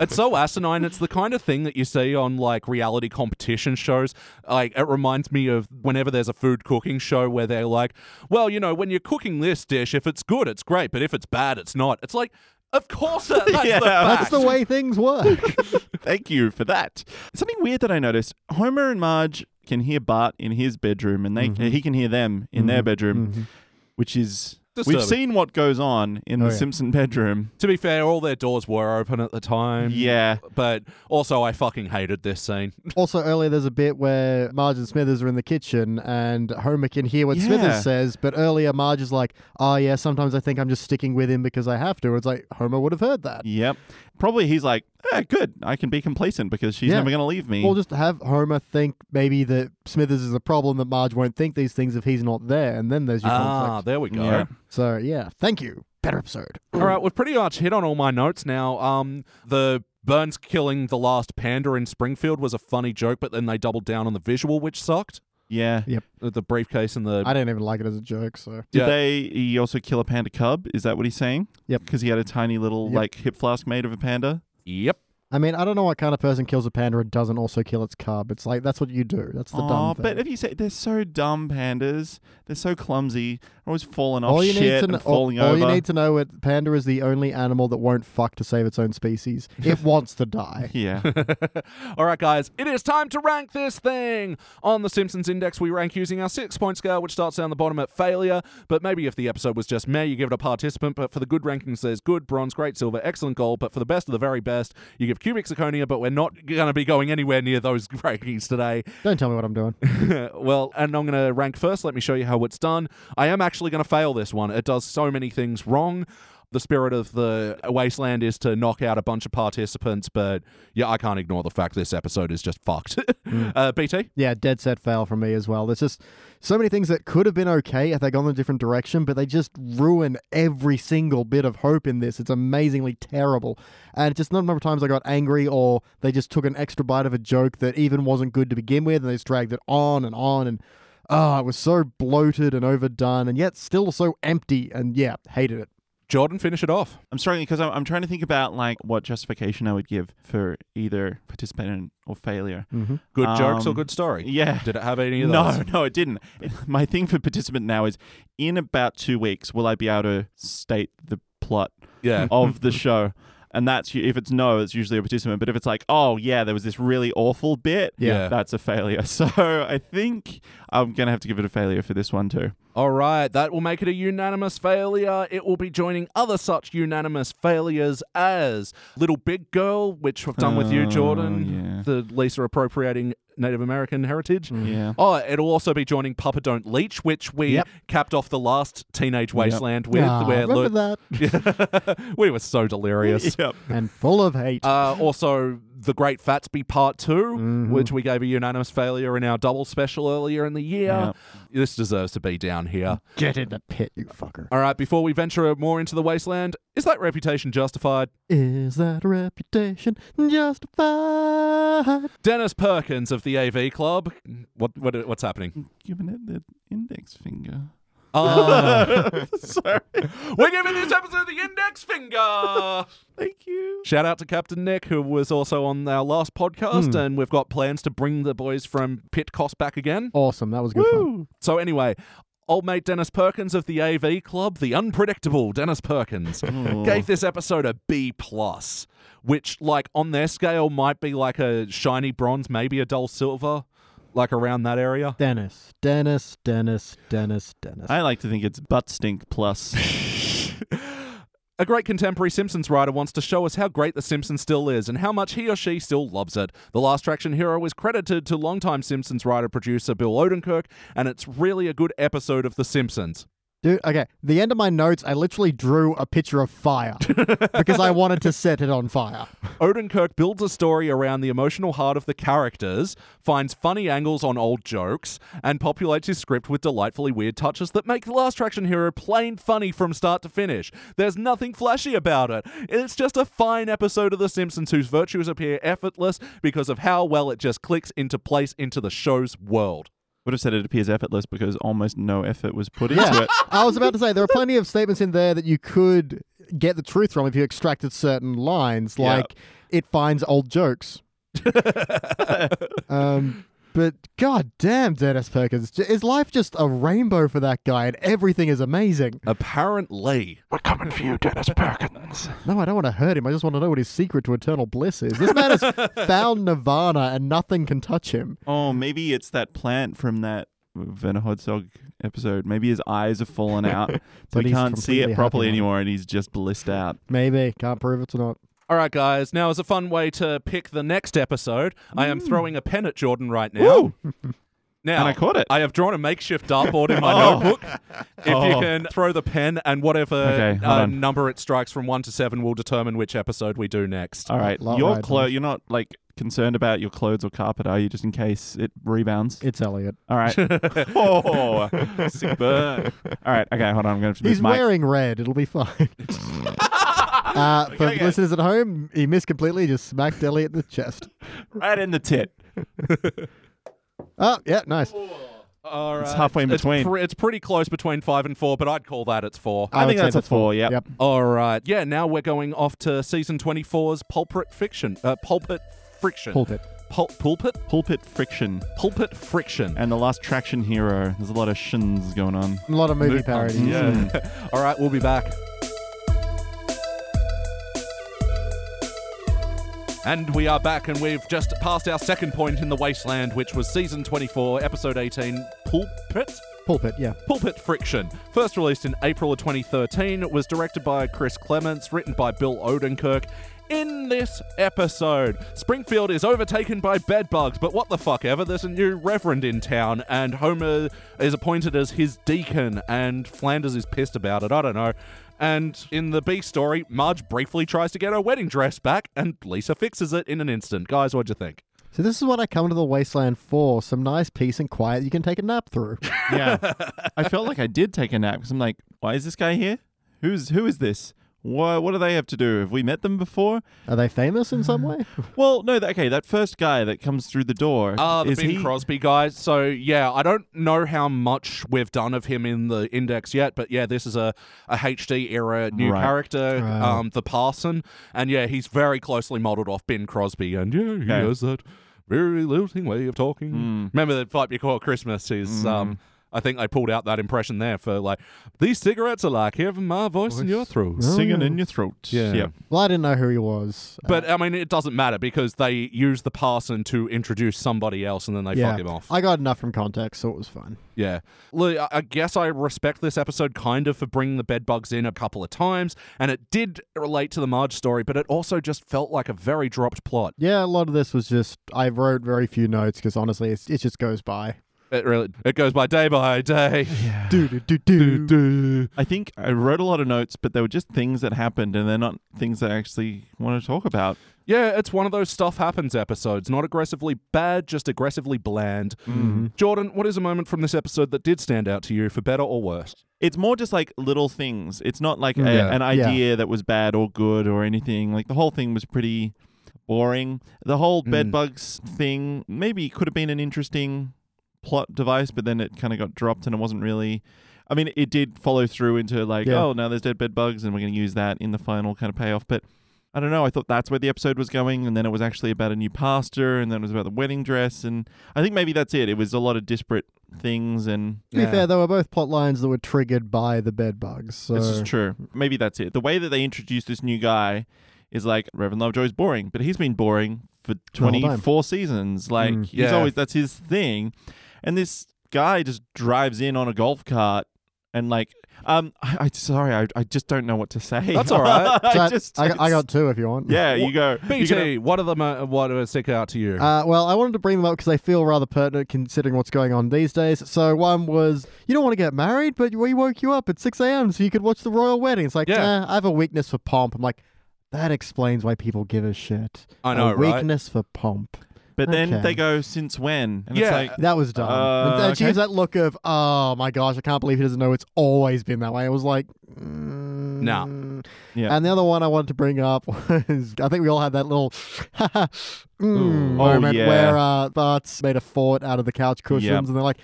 It's so asinine. It's the kind of thing that you see on like reality competition shows. Like it reminds me of whenever there's a food cooking show where they're like, well, you know, when you're cooking this dish, if it's good, it's great, but if it's bad, it's not. It's like, of course, that, that's Yeah, the fact. That's the way things work. Thank you for that. Something weird that I noticed: Homer and Marge can hear Bart in his bedroom, and they Mm-hmm. he can hear them in their bedroom, which is Disturbing. we've seen what goes on in Oh, the yeah. Simpson bedroom. To be fair, all their doors were open at the time. Yeah, But also, I fucking hated this scene. also, earlier there's a bit where Marge and Smithers are in the kitchen and Homer can hear what Yeah. Smithers says, but earlier Marge is like, oh, yeah, sometimes I think I'm just sticking with him because I have to. It's like, Homer would have heard that. yep. Probably he's like, ah, good. I can be complacent because she's Yeah. never going to leave me. Or just have Homer think maybe that Smithers is a problem that Marge won't think these things if he's not there, and then there's your Ah, conflict. there we go. Yeah. So, yeah, thank you. Better episode. All right, we've pretty much hit on all my notes now. Um, the Burns killing the last panda in Springfield was a funny joke, but then they doubled down on the visual, which sucked. yeah. Yeah. The- The briefcase and the I don't even like it as a joke, so. Did Yeah. they? He also kill a panda cub. Is that what he's saying? Yep. Because he had a tiny little Yep. like hip flask made of a panda. yep. I mean, I don't know what kind of person kills a panda and doesn't also kill its cub. It's like that's what you do. That's the Aw, dumb thing. but if you say they're so dumb, pandas, they're so clumsy, always falling off all you Oh, shit need to and know, all, falling all over. you need to know, it panda is the only animal that won't fuck to save its own species. It wants to die. yeah. All right, guys, it is time to rank this thing. On the Simpsons Index, we rank using our six point scale, which starts down the bottom at failure. But maybe if the episode was just me, you give it a participant. But for the good rankings, there's good, bronze, great, silver, excellent gold. But for the best of the very best, you give cubic zirconia. But we're not going to be going anywhere near those rankings today. Don't tell me what I'm doing. well, and I'm going to rank first. Let me show you how it's done. I am actually going to fail this one. It does so many things wrong. The spirit of the wasteland is to knock out a bunch of participants, but yeah, I can't ignore the fact this episode is just fucked. Hmm. uh, BT? Yeah, dead set fail from me as well. There's just so many things that could have been okay if they'd gone in a different direction, but they just ruin every single bit of hope in this. It's amazingly terrible. And just not a number of times I got angry or they just took an extra bite of a joke that even wasn't good to begin with and they just dragged it on and on and oh, it was so bloated and overdone and yet still so empty and yeah, hated it. Jordan, finish it off. I'm struggling because I'm, I'm trying to think about like what justification I would give for either participant or failure. Good jokes or Um, good story? yeah. Did it have any of No, those? no, it didn't. My thing for participant now is in about two weeks, will I be able to state the plot Yeah. of the show? And that's u- if it's no, it's usually a participant. But if it's like, oh, yeah, there was this really awful bit, Yeah. that's a failure. So I think I'm going to have to give it a failure for this one too. All right, that will make it a unanimous failure. It will be joining other such unanimous failures as Little Big Girl, which we've done with you, Oh, Jordan, yeah. Mm. the Lisa appropriating Native American heritage. Yeah. Oh, it'll also be joining Papa Don't Leech, which we Yep. capped off the last Teenage Wasteland with. Ah, where remember Lu- that? we were so delirious. Yep. and full of hate. Uh, also, The Great Fatsby Part 2, which we gave a unanimous failure in our double special earlier in the year. Yep. This deserves to be down here. Get in the pit, you fucker. All right, before we venture more into the wasteland, is that reputation justified? Is that reputation justified? Dennis Perkins of the AV Club. What, what what's happening? Giving it the index finger. Ah, Sorry. we're giving this episode the index finger. Thank you. Shout out to Captain Nick, who was also on our last podcast, and we've got plans to bring the boys from Pit Cost back again. Awesome. That was good fun. So anyway, old mate Dennis Perkins of the AV Club, the unpredictable Dennis Perkins, gave this episode a B plus, which like on their scale might be like a shiny bronze, maybe a dull silver, like around that area. Dennis, Dennis, Dennis, Dennis, Dennis. I like to think it's butt stink plus. A great contemporary Simpsons writer wants to show us how great The Simpsons still is and how much he or she still loves it. The Last Action Hero is credited to longtime Simpsons writer producer Bill Odenkirk, and it's really a good episode of The Simpsons. Dude, okay. The end of my notes, I literally drew a picture of fire because I wanted to set it on fire. Odenkirk builds a story around the emotional heart of the characters, finds funny angles on old jokes, and populates his script with delightfully weird touches that make The Last Action Hero plain funny from start to finish. There's nothing flashy about it. It's just a fine episode of The Simpsons whose virtues appear effortless because of how well it just clicks into place into the show's world. Would have said it appears effortless because almost no effort was put into Yeah. it. I was about to say there are plenty of statements in there that you could get the truth from if you extracted certain lines, Yeah. like it finds old jokes. um, but god damn, Dennis Perkins, J- is life just a rainbow for that guy, and everything is amazing. Apparently. We're coming for you, Dennis Perkins. No, I don't want to hurt him. I just want to know what his secret to eternal bliss is. This man has found Nirvana, and nothing can touch him. Oh, maybe it's that plant from that Werner Herzog episode. Maybe his eyes have fallen out, so But he he's can't see completely it properly happy now. anymore, and he's just blissed out. Maybe can't prove it's not. All right, guys, now is a fun way to pick the next episode. I am throwing a pen at Jordan right now. Woo! Now, And I caught it. I have drawn a makeshift dartboard in my Oh. notebook. If you Oh. can throw the pen and whatever Okay, hold uh, on. number it strikes from one to seven will determine which episode we do next. All right, Lot your right, clo- You're not like concerned about your clothes or carpet, are you? Just in case it rebounds. It's Elliot. All right. oh, sick burn. All right. Okay, hold on. I'm going to He's move my wearing red. It'll be fine. uh, for Okay, okay. listeners at home, he missed completely. He just smacked Elliot in the chest. right in the tit. Oh, yeah, nice. All It's right. halfway in between. It's, pre- it's pretty close between five and four, but I'd call that it's four. I, would think say that's a four. Yeah. Yep. All right. Yeah, now we're going off to season 24's Pulpit Fiction. Uh, pulpit Friction. Pulpit. Pul- pulpit? Pulpit friction Pulpit Friction. and the last traction hero. There's a lot of shins going on. A lot of movie Moot points. parodies. Yeah. All right, we'll be back. And we are back, and we've just passed our second point in the wasteland, which was season 24, episode 18, Pulpit Pulpit, yeah. Pulpit Friction, first released in April of 2013, it was directed by Chris Clements, written by Bill Odenkirk. In this episode, Springfield is overtaken by bedbugs, but what the fuck ever, there's a new reverend in town, and Homer is appointed as his deacon, and Flanders is pissed about it, I don't know. And in the B story, Marge briefly tries to get her wedding dress back, and Lisa fixes it in an instant. Guys, what'd you think? So this is what I come to the wasteland for. Some nice peace and quiet you can take a nap through. Yeah. I felt like I did take a nap because I'm like, why is this guy here? Who's who is this? Why, what do they have to do? Have we met them before? Are they famous in some way? Well, no. That, okay, that first guy that comes through the door. Ah, the is Bing he- Crosby guy. So yeah, I don't know how much we've done of him in the index yet, but yeah, this is a, a HD era new Right. character, Ah. um, the parson, and yeah, he's very closely modelled off Ben Crosby, and yeah, he Okay. Hmm. has that very lilting way of talking. Remember that fight before Christmas is. Um, I think I pulled out that impression there for like these cigarettes are like having my voice, in your throat. singing in your throat? Yeah. Yep. Well, I didn't know who he was. Uh, But I mean, it doesn't matter because they use the parson to introduce somebody else, and then they yeah. fuck him off. I got enough from context, so it was fine. Yeah. Look, I- I guess I respect this episode kind of for bringing the bedbugs in a couple of times, and it did relate to the Marge story, but it also just felt like a very dropped plot. Yeah, a lot of this was just I wrote very few notes because honestly, it's, it just goes by. It really it goes by day by day. Do do do do. I think I wrote a lot of notes, but they were just things that happened, and they're not things that I actually want to talk about. Yeah, it's one of those stuff happens episodes. Not aggressively bad, just aggressively bland. Mm-hmm. Jordan, what is a moment from this episode that did stand out to you for better or worse? It's more just like little things. It's not like a, Yeah. an Mm, Yeah. idea that was bad or good or anything. Like the whole thing was pretty boring. The whole Mm. bedbugs thing maybe could have been an interesting plot device, but then it kind of got dropped and it wasn't really. I mean, it did follow through into like, Yeah. oh, now there's dead bedbugs and we're going to use that in the final kind of payoff. But I don't know. I thought that's where the episode was going, and then it was actually about a new pastor, and then it was about the wedding dress, and I think maybe that's it. It was a lot of disparate things, and To be fair, they were both plot lines that were triggered by the bed bugs. So this is true. Maybe that's it. The way that they introduce this new guy is like Reverend Lovejoy's boring, but he's been boring for whole time. 24 seasons. Like Mm. he's Yeah. always that's his thing. And this guy just drives in on a golf cart and like um I, I sorry, I, I just don't know what to say. That's all right. I So just I, I it's- got two if you want. Yeah, you go. you BT, what are the mo- what are stick out to you? Uh, well, I wanted to bring them up because they feel rather pertinent considering what's going on these days. So one was, you don't want to get married, but we woke you up at 6 a.m. so you could watch the royal wedding. It's like, Yeah. nah, I have a weakness for pomp. I'm like, that explains why people give a shit. I know, a right? weakness for pomp. but then okay. they go since when? And Yeah. it's like That was dumb. Uh, and she okay. gives that look of, oh my gosh, I can't believe he doesn't know it's always been that way. I was like, mm, Nah. Yeah. And the other one I wanted to bring up was, I think we all had that little mm, moment Oh, yeah. where uh, Bart's made a fort out of the couch cushions Yep. and they're like,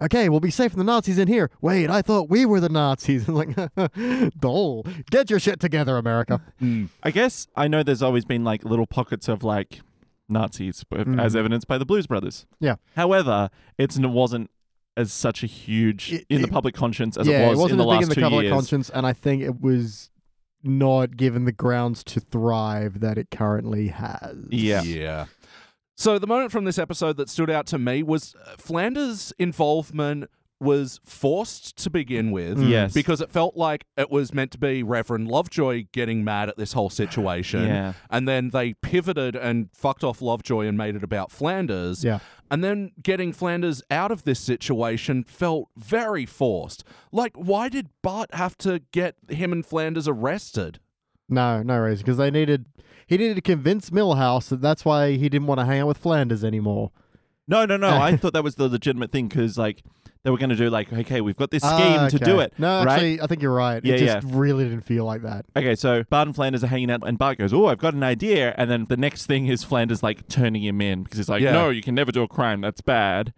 okay, we'll be safe from the Nazis in here. Wait, I thought we were the Nazis. I'm like, dole, get your shit together, America. Mm. I guess I know there's always been like little pockets of like Nazis, but as evidenced by the Blues Brothers. Mm-hmm. Yeah. However, it's, it wasn't as such a huge It- in the it- public conscience as yeah, it was wasn't in the as last big in the two cover years. conscience, and I think it was not given the grounds to thrive that it currently has. Yeah. Yeah. So the moment from this episode that stood out to me was uh, Flanders' involvement was forced to begin with. Yes. Because it felt like it was meant to be Reverend Lovejoy getting mad at this whole situation. Yeah. And then they pivoted and fucked off Lovejoy and made it about Flanders. Yeah. And then getting Flanders out of this situation felt very forced. Like, why did Bart have to get him and Flanders arrested? No, no reason because they needed he needed to convince Millhouse that that's why he didn't want to hang out with Flanders anymore. No, no, no. I thought that was the legitimate thing because like they were going to do like, okay, we've got this scheme Ah, to do okay. it. No, right? actually, I think you're right. Yeah, it just really didn't feel like that. Okay, so Bart and Flanders are hanging out, and Bart goes, "Oh, I've got an idea," and then the next thing is Flanders like turning him in because he's like, Yeah. "No, you can never do a crime. That's bad."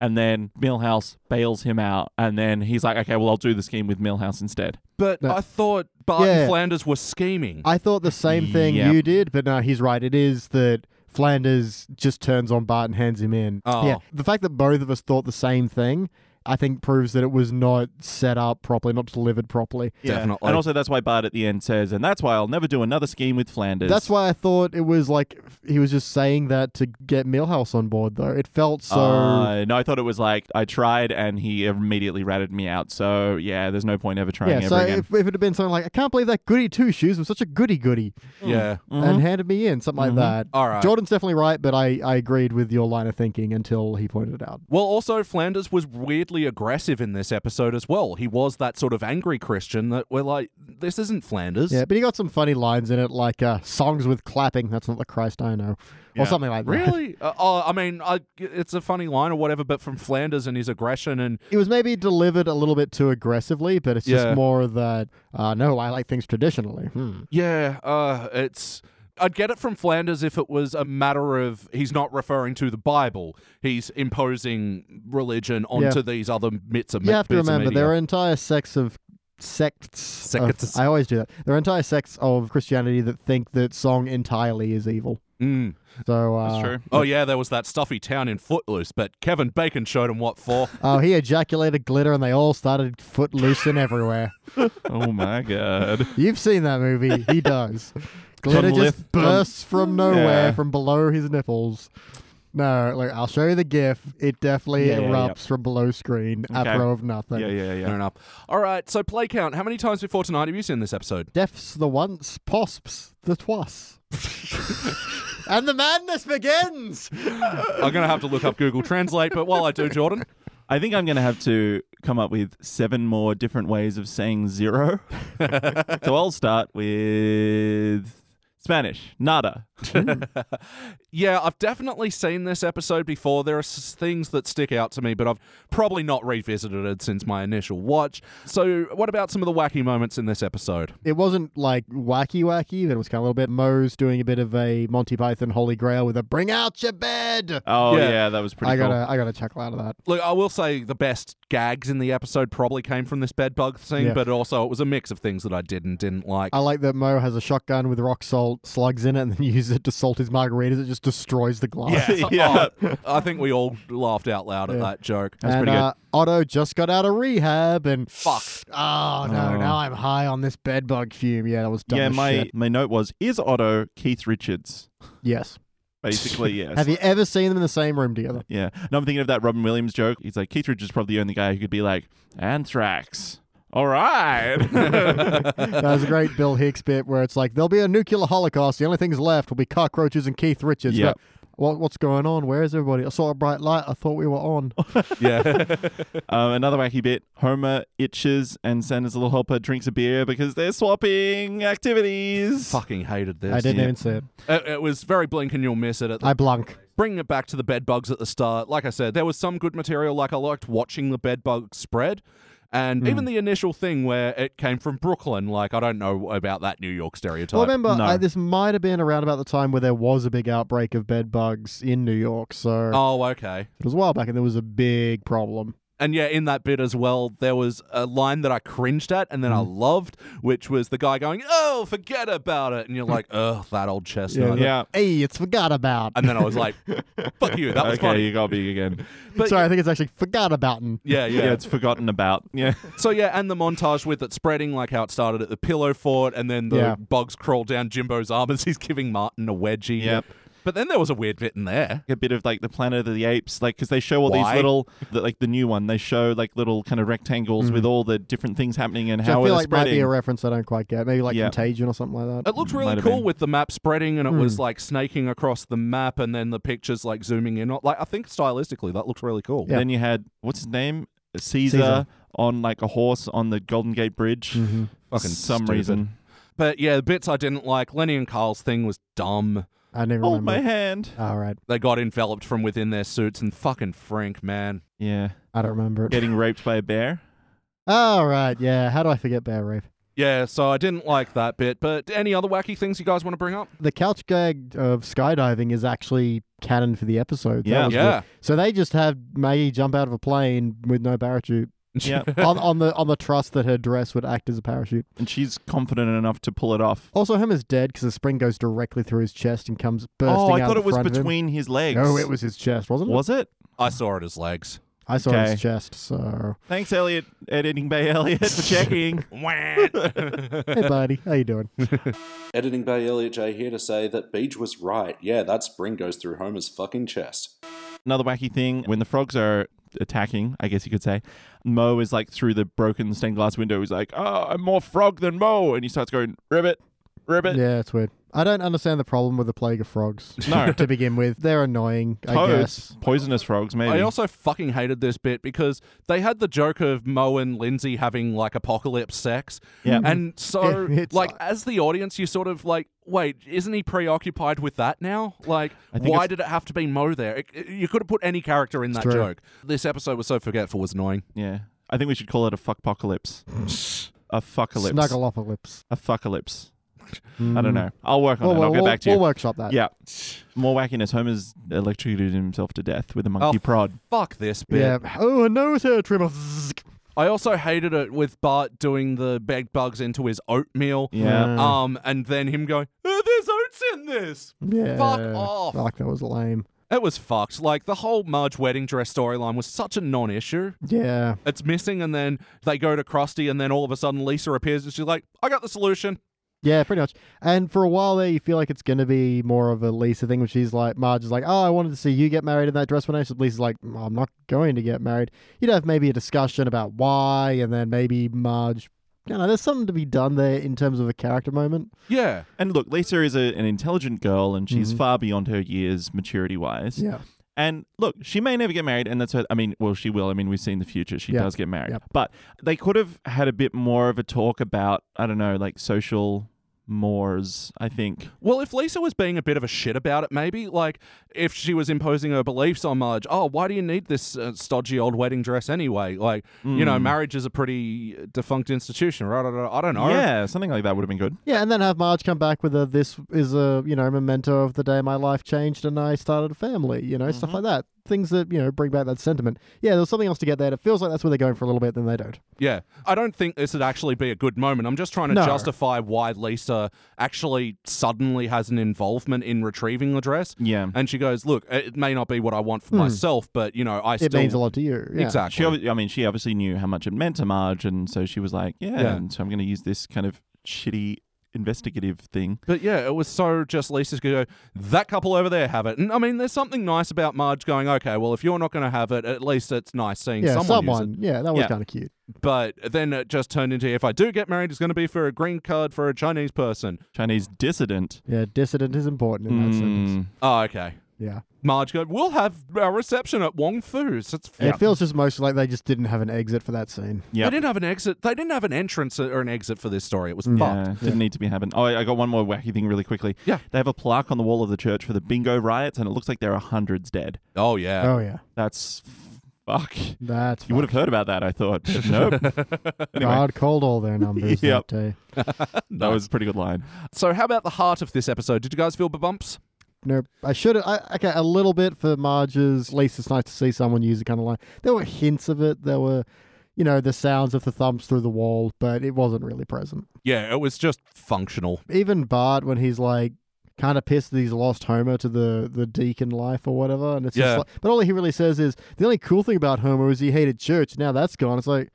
And then Millhouse bails him out. And then he's like, okay, well, I'll do the scheme with Millhouse instead. But No. I thought Bart Yeah. and Flanders were scheming. I thought the same thing Yep. you did, but no, he's right. It is that Flanders just turns on Bart and hands him in. Oh. Yeah, the fact that both of us thought the same thing, I think, proves that it was not set up properly, not delivered properly. Definitely. And also, that's why Bart at the end says, and that's why I'll never do another scheme with Flanders. That's why I thought it was like he was just saying that to get Millhouse on board, though. It felt so. Uh, no, I thought it was like I tried and he immediately ratted me out. So yeah, there's no point ever trying yeah, ever so again. if, if it had been something like, I can't believe that goody two shoes was such a goody goody yeah. Mm. Mm-hmm. and handed me in, something like that. All right. Jordan's definitely right, but I, I agreed with your line of thinking until he pointed it out. Well, also, Flanders was weirdly aggressive in this episode as well. He was that sort of angry Christian that we're like, this isn't Flanders. Yeah, but he got some funny lines in it, like uh, songs with clapping. That's not the Christ I know, or something like that. Really? uh, oh, I mean, I, it's a funny line or whatever, but from Flanders and his aggression and It was maybe delivered a little bit too aggressively, but it's Yeah. just more that uh, no, I like things traditionally. Hmm. yeah, uh, it's. I'd get it from Flanders if it was a matter of he's not referring to the Bible. He's imposing religion onto Yeah. these other myths of You have to remember there are entire sects of sects. Sects. Of, I always do that. There are entire sects of Christianity that think that song entirely is evil. Mm. So uh, That's true. Oh, yeah, there was that stuffy town in Footloose, but Kevin Bacon showed him what for. Oh, he ejaculated glitter, and they all started foot loosing everywhere. oh my god. You've seen that movie. He does. Glitter Come just lift- come- bursts from nowhere, Yeah. from below his nipples. No, like I'll show you the GIF. It definitely Yeah, yeah, erupts from below screen, Okay. apropos of nothing. Yeah, yeah, Fair yeah. enough. All right, so play count. How many times before tonight have you seen this episode? Death's the once, posps the twice. and the madness begins. I'm going to have to look up Google Translate, but while I do, Jordan. I think I'm gonna have to come up with seven more different ways of saying zero. so I'll start with Spanish. Nada. Yeah, I've definitely seen this episode before. There are s- things that stick out to me, but I've probably not revisited it since my initial watch. So, what about some of the wacky moments in this episode? It wasn't like wacky wacky, but it was kind of a little bit Moe's doing a bit of a Monty Python Holy Grail with a bring out your bed. Oh Yeah. yeah, that was pretty I cool. gotta I gotta chuckle out of that. Look, I will say the best gags in the episode probably came from this bedbug thing, Yeah. Uh, but also it was a mix of things that I did and didn't like. I like that Mo has a shotgun with rock salt slugs in it and then uses it to salt his margaritas. It just destroys the glass. Yeah. Yeah. Oh, I think we all laughed out loud at that joke. That's and, pretty good. Uh, Otto just got out of rehab and Fuck. Oh no, Oh. now I'm high on this bedbug fume. Yeah, that was dumb. yeah, as my, shit. my note was is Otto Keith Richards. yes. Basically, yes. Have you ever seen them in the same room together? Yeah. And I'm thinking of that Robin Williams joke. He's like, Keith Richards is probably the only guy who could be like, anthrax. All right. That was a great Bill Hicks bit where it's like there'll be a nuclear holocaust. The only things left will be cockroaches and Keith Richards. Yep. But What, what's going on? Where is everybody? I saw a bright light. I thought we were on. uh, Yeah. um, another wacky bit Homer itches and Santa's little helper drinks a beer because they're swapping activities. Fucking hated this. I didn't yeah. even see it. It, it was very blink and you'll miss it. At the, I blunk. bringing it back to the bed bugs at the start, like I said, there was some good material. Like I liked watching the bed bugs spread. Hmm. And even the initial thing where it came from Brooklyn, like I don't know about that New York stereotype. Well, remember, no. I, this might have been around about the time where there was a big outbreak of bed bugs in New York. So oh, okay. it was a while back, and there was a big problem. And yeah, in that bit as well, there was a line that I cringed at and then I Hmm. loved, which was the guy going, "Oh, forget about it," and you're like, "Ugh, that old chestnut." Yeah. Hey, it's forgot about. And then I was like, "Fuck you, that was okay, funny." you got me again. but- Sorry, I think it's actually forgot about. and- Yeah, yeah. Yeah. it's forgotten about. Yeah. So yeah, and the montage with it spreading, like how it started at the pillow fort, and then the Yeah. bugs crawl down Jimbo's arm as he's giving Martin a wedgie. Yep. But then there was a weird bit in there. A bit of like the Planet of the Apes, like because they show all Why? these little, the, like the new one, they show like little kind of rectangles with all the different things happening and Mm-hmm. Which how I feel it's like might spreading. be a reference I don't quite get. Maybe like Yeah. Contagion or something like that. It looked Mm, Might really have cool been. Mm. with the map spreading, and it was like snaking across the map, and then the pictures like zooming in. Like I think stylistically, that looked really cool. Yeah. Then you had what's his name, Caesar, Caesar. Mm, on like a horse on the Golden Gate Bridge. Mm-hmm. Fucking some stupid. reason. But yeah, the bits I didn't like. Lenny and Carl's thing was dumb. I never Hold remember. my hand. All right, They got enveloped from within their suits, and fucking Frank, man. Yeah, I don't remember it. getting raped by a bear. All right, yeah. How do I forget Bear Rape? Yeah, so I didn't like that bit. But any other wacky things you guys want to bring up? The couch gag of skydiving is actually canon for the episode. That Yeah. was the- Yeah. so they just have Maggie jump out of a plane with no parachute Yeah. on, on the on the trust that her dress would act as a parachute. and she's confident enough to pull it off. Also, Homer's dead because the spring goes directly through his chest and comes bursting Oh, I out thought the it was front of him. between his legs. No, it was his chest, wasn't it? Was it? I saw it as legs. I saw Okay. his chest. So, Thanks, Elliot, editing bay Elliot, for checking. hey, buddy, how you doing? Editing Bay Elliot J here to say that Beach was right. Yeah, that spring goes through Homer's fucking chest. Another wacky thing when the frogs are attacking, I guess you could say, Mo is like through the broken stained glass window. He's like, "Oh, I'm more frog than Mo," and he starts going, "Ribbit, ribbit." yeah, it's weird. I don't understand the problem with the plague of frogs. No. to begin with, they're annoying. I guess. Toads, poisonous frogs, maybe. I also fucking hated this bit because they had the joke of Mo and Lindsay having like apocalypse sex. Yeah. And so Yeah, it's- like as the audience you sort of like wait, isn't he preoccupied with that now? Like think why it's- did it have to be Mo there? It- it- you could have put any character in that true. joke. This episode was so forgetful was annoying. yeah, I think we should call it a fuckpocalypse. a fuckalypse. Snuggleopolis. A fuckalypse. I don't know. I'll work on Hmm. Well, it. Oh, well, I'll get we'll, back to you. we'll workshop that. Yeah. More wackiness. Homer's electrocuted himself to death with a monkey Oh, prod. Fuck this bit. Yeah. Oh, a nose hair trimmer. I also hated it with Bart doing the bed bugs into his oatmeal. Yeah. Um, and then him going, "Uh, there's oats in this. Yeah. Fuck off. Fuck, that was lame. It was fucked. Like the whole Marge wedding dress storyline was such a non-issue. Yeah. It's missing, and then they go to Krusty, and then all of a sudden Lisa appears, and she's like, "I got the solution." Yeah, pretty much. And for a while there, you feel like it's going to be more of a Lisa thing, when she's like, Marge is like, oh, I wanted to see you get married in that dress one day. So Lisa's like, "Mm, I'm not going to get married. You'd have maybe a discussion about why, and then maybe Marge. You know, there's something to be done there in terms of a character moment. Yeah, And look, Lisa is a, an intelligent girl and Mm-hmm. she's far beyond her years maturity wise. Yeah. And look, she may never get married, and that's her. I mean, well, she will. I mean, we've seen the future. She Yeah. does get married. Yeah. But they could have had a bit more of a talk about, I don't know, like social mores, I think. Well, if Lisa was being a bit of a shit about it, maybe like if she was imposing her beliefs on Marge, oh, why do you need this uh, stodgy old wedding dress anyway? Like, you know, marriage is a pretty defunct institution, right? I don't know. Yeah, something like that would have been good. Yeah, and then have Marge come back with a this is a, you know, memento of the day my life changed and I started a family, you know, stuff like that. Things that, you know, bring back that sentiment. Yeah, there's something else to get there. and It feels like that's where they're going for a little bit, then they don't. Yeah. I don't think this would actually be a good moment. I'm just trying to No. justify why Lisa actually suddenly has an involvement in retrieving the dress. Yeah. And she goes, look, it may not be what I want for myself, but, you know, I Hmm. It still. means a lot to you. Yeah. Exactly. She, obvi- I mean, she obviously knew how much it meant to Marge, and so she was like, "Yeah, Yeah. And so I'm going to use this kind of shitty investigative thing." But yeah, it was so just Lisa's going to go, that couple over there have it. And I mean, there's something nice about Marge going, okay, well, if you're not going to have it, at least it's nice seeing Yeah, someone. someone. Use Yeah, that was Yeah. kind of cute. it. But then it just turned into if I do get married, it's going to be for a green card for a Chinese person. Chinese dissident. Yeah, dissident is important in that sentence. Mm. Oh, okay. Yeah. Marge go, we'll have our reception at Wong Fu's. It's It feels just mostly like they just didn't have an exit for that scene. Yep. They didn't have an exit. They didn't have an entrance or an exit for this story. It was Yeah, fucked. didn't need to be happening. Oh, I I got one more wacky thing really quickly. Yeah. They have a plaque on the wall of the church for the bingo riots, and it looks like there are hundreds dead. Oh yeah. Oh yeah. That's fuck. That's You would have heard about that, I thought. but nope. anyway. God called all their numbers Yep. that day. That was a pretty good line. So how about the heart of this episode? Did you guys feel the bumps? Nope. I should have. I, okay, a little bit for Marge's. At least it's nice to see someone use it kind of line. There were hints of it. There were, you know, the sounds of the thumbs through the wall, but it wasn't really present. Yeah, it was just functional. Even Bart, when he's like kind of pissed that he's lost Homer to the the deacon life or whatever, and it's Yeah. just like, but all he really says is the only cool thing about Homer is he hated church. Now that's gone. It's like.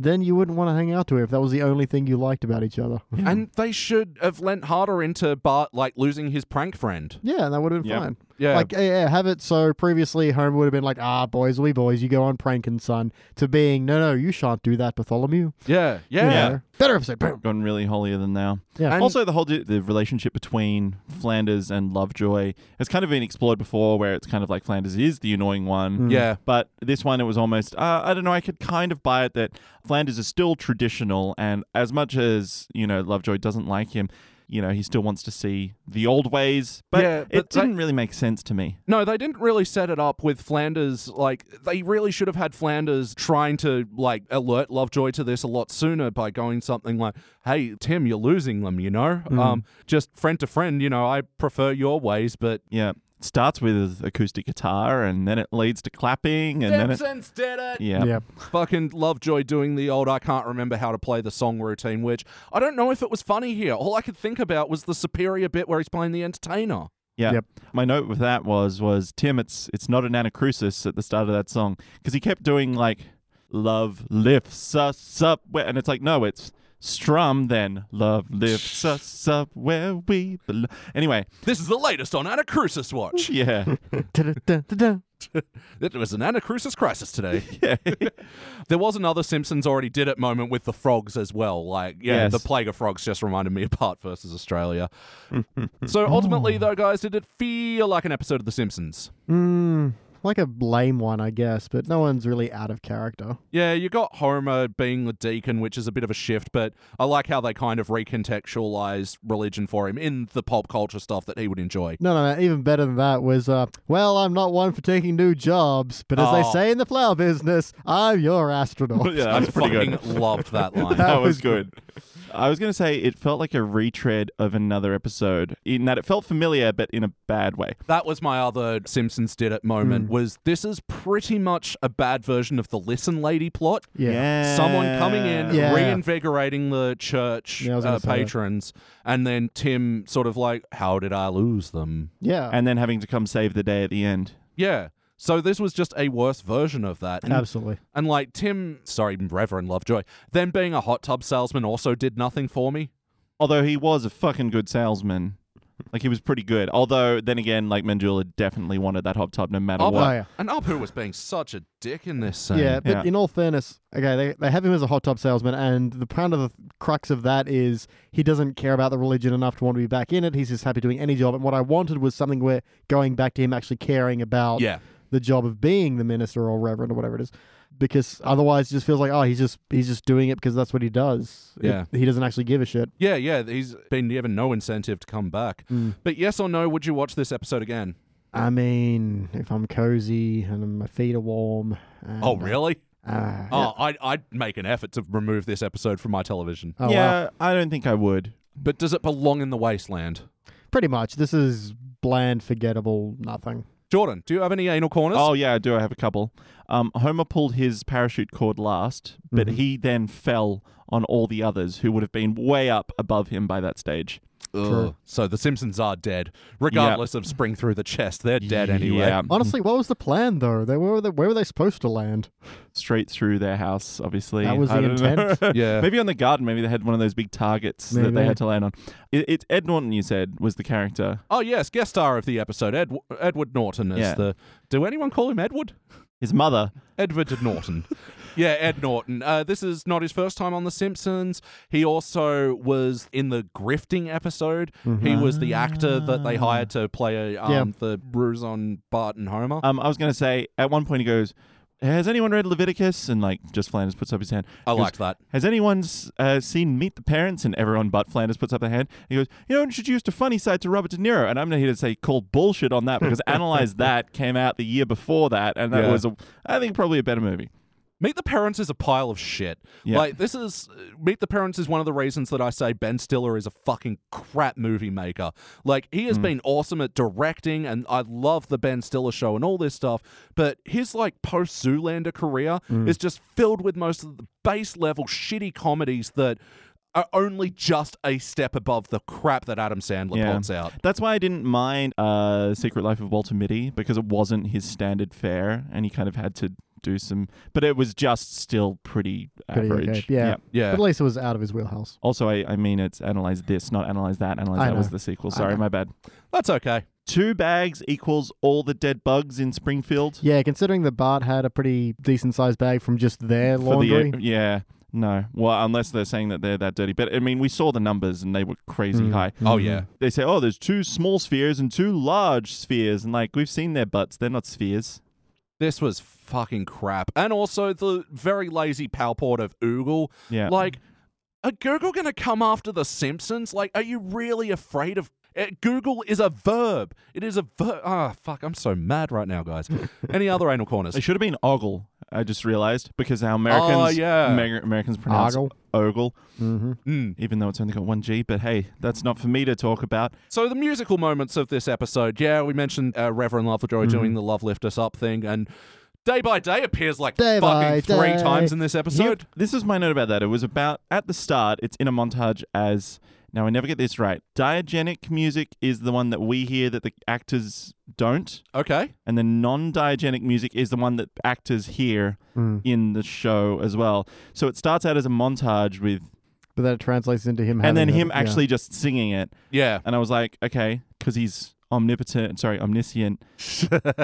Then you wouldn't want to hang out to him if that was the only thing you liked about each other. And they should have lent harder into Bart like losing his prank friend. Yeah, and that would have been Yeah. fine. Yeah. Like, yeah, yeah, have it so previously Homer would have been like, ah, boys, we boys, you go on pranking, son, to being, no, no, you shan't do that, Bartholomew. Yeah. You Yeah. know? Better episode, boom. Gone really holier than thou. Yeah. And- also, the whole di- the relationship between Flanders and Lovejoy has kind of been explored before, where it's kind of like Flanders is the annoying one, Yeah. But this one, it was almost, uh, I don't know, I could kind of buy it that Flanders is still traditional. And as much as, you know, Lovejoy doesn't like him, you know, he still wants to see the old ways. But, Yeah, but it that- didn't really make sense to me. No, they didn't really set it up with Flanders. Like, they really should have had Flanders trying to, like, alert Lovejoy to this a lot sooner by going something like, hey, Tim, you're losing them, you know? Hmm. Um, just friend to friend, you know, I prefer your ways, but. Yeah. It starts with acoustic guitar and then it leads to clapping and then it Simpsons did it! yeah. Yeah. Fucking Lovejoy doing the old I can't remember how to play the song routine, which I don't know if it was funny here. All I could think about was the superior bit where he's playing the entertainer. Yeah. Yep. My note with that was was Tim. It's it's not an anacrusis at the start of that song because he kept doing like love lifts us up where, and it's like no, it's strum then love lifts us up where we belong. Anyway, This is the latest on Anacrusis Watch. yeah, Da-da-da-da-da. it was an Anacrusis crisis today. yeah, There was another Simpsons already did it moment with the frogs as well. Like, yeah, Yes. the plague of frogs just reminded me of Part versus Australia. so ultimately, though, guys, did it feel like an episode of The Simpsons? Mm, like a lame one, I guess, but no one's really out of character. Yeah, you got Homer being the deacon, which is a bit of a shift, but I like how they kind of recontextualize religion for him in the pop culture stuff that he would enjoy. No, no, no. Even better than that was, uh, well, I'm not one for taking new jobs, but as Oh. they say in the flower business, I'm your astronaut. yeah. I That's pretty fucking good. loved that line. That That was was good. I was gonna say it felt like a retread of another episode in that it felt familiar but in a bad way. That was my other Simpsons did it moment. Hmm. Was this is pretty much a bad version of the listen lady plot. Yeah. Someone coming in, Yeah. reinvigorating the church Yeah, I was gonna uh, say that. patrons, and then Tim sort of like, "How did I lose them?" Yeah. and then having to come save the day at the end. Yeah. So this was just a worse version of that, and, Absolutely. and like Tim, sorry, Reverend Lovejoy, then being a hot tub salesman also did nothing for me. Although he was a fucking good salesman. Like he was pretty good. Although then again, like Manjula definitely wanted that hot tub no matter Apu, what. Oh, yeah. And Apu was being such a dick in this scene. Yeah, but Yeah. in all fairness, okay, they, they have him as a hot tub salesman, and the kind of the crux of that is he doesn't care about the religion enough to want to be back in it. He's just happy doing any job. And what I wanted was something where going back to him actually caring about Yeah. the job of being the minister or reverend or whatever it is, because otherwise it just feels like oh he's just he's just doing it because that's what he does. It- Yeah. he doesn't actually give a shit. Yeah, yeah, he's been given no incentive to come back. Mm. But yes or no, would you watch this episode again? I mean, if I'm cozy and my feet are warm. And, Oh, really? Uh, Oh, I'd, I'd make an effort to remove this episode from my television. oh, wow. yeah, I don't think I would. But does it belong in the wasteland? pretty much. This is bland, forgettable, nothing. Mm-hmm. Jordan, do you have any anal corners? Oh yeah, I do. I have a couple. Um, Homer pulled his parachute cord last, but Mm-hmm. he then fell on all the others who would have been way up above him by that stage. Ugh. So the Simpsons are dead, regardless of spring through the chest. They're dead anyway. Yeah, Honestly, what was the plan though? They where were they, where were they supposed to land? straight through their house. Obviously, That was I the don't know. intent. Yeah. Maybe on the garden. Maybe they had one of those big targets that they Maybe. had to land on. It, it's Ed Norton. You said was the character. Oh yes, guest star of the episode, Ed- Edward Norton is Yeah. the. Do anyone call him Edward? His mother. Edward Norton. yeah, Ed Norton. Uh, this is not his first time on The Simpsons. He also was in the grifting episode. He was the actor that they hired to play um, Yeah. the ruse on Bart and Homer. Um, I was gonna say at one point he goes, "Has anyone read Leviticus?" And like, just Flanders puts up his hand. I He goes, liked that. Has anyone s- uh, seen Meet the Parents? And everyone but Flanders puts up their hand. He goes, "You know, introduced a funny side to Robert De Niro." And I'm here to say call bullshit on that because Analyze That came out the year before that, and that Yeah. was, a, I think, probably a better movie. Meet the Parents is a pile of shit. Yeah. Like this is uh, Meet the Parents is one of the reasons that I say Ben Stiller is a fucking crap movie maker. Like he Hmm. has been awesome at directing and I love the Ben Stiller show and all this stuff, but his like post Zoolander career Hmm. is just filled with most of the base level shitty comedies that are only just a step above the crap that Adam Sandler Yeah. puts out. That's why I didn't mind uh, Secret Life of Walter Mitty because it wasn't his standard fare, and he kind of had to do some, but it was just still pretty Pretty average. okay. Yeah. Yeah. But at least it was out of his wheelhouse. Also, I, I mean, it's analyze this, not analyze that. Analyze I that was know. the sequel. I Sorry, know. my bad. That's okay. Two bags equals all the dead bugs in Springfield. Yeah, considering that Bart had a pretty decent sized bag from just their for the- e-, laundry. yeah. No. Well, unless they're saying that they're that dirty. But I mean, we saw the numbers and they were crazy Mm, high. Oh yeah. They say, oh, there's two small spheres and two large spheres. And like, we've seen their butts. They're not spheres. This was fucking crap. And also the very lazy palport of Oogle. Yeah. Like, Are Google going to come after The Simpsons? Like, are you really afraid of. Uh, Google is a verb. It is a verb. Ah, fuck. I'm so mad right now, guys. Any other anal corners? It should have been ogle. I just realized because now Americans, Oh, yeah. Mm. Amer- Americans pronounce Ogle. Mm-hmm. ogle, even though it's only got one G. But hey, that's not for me to talk about. So the musical moments of this episode, yeah, we mentioned uh, Reverend Lovejoy doing the "Love Lift Us Up" thing, and day by day appears like Day by fucking three day. times in this episode. Yep. This is my note about that. It was about at the start. It's in a montage as now. I never get this right. Diagenic music is the one that we hear that the actors don't, Okay, and the non-diagenic music is the one that actors hear Mm. in the show as well. So it starts out as a montage with, But then it translates into him and then having a- him yeah. actually just singing it. yeah, And I was like, okay, because he's omnipotent, sorry, omniscient.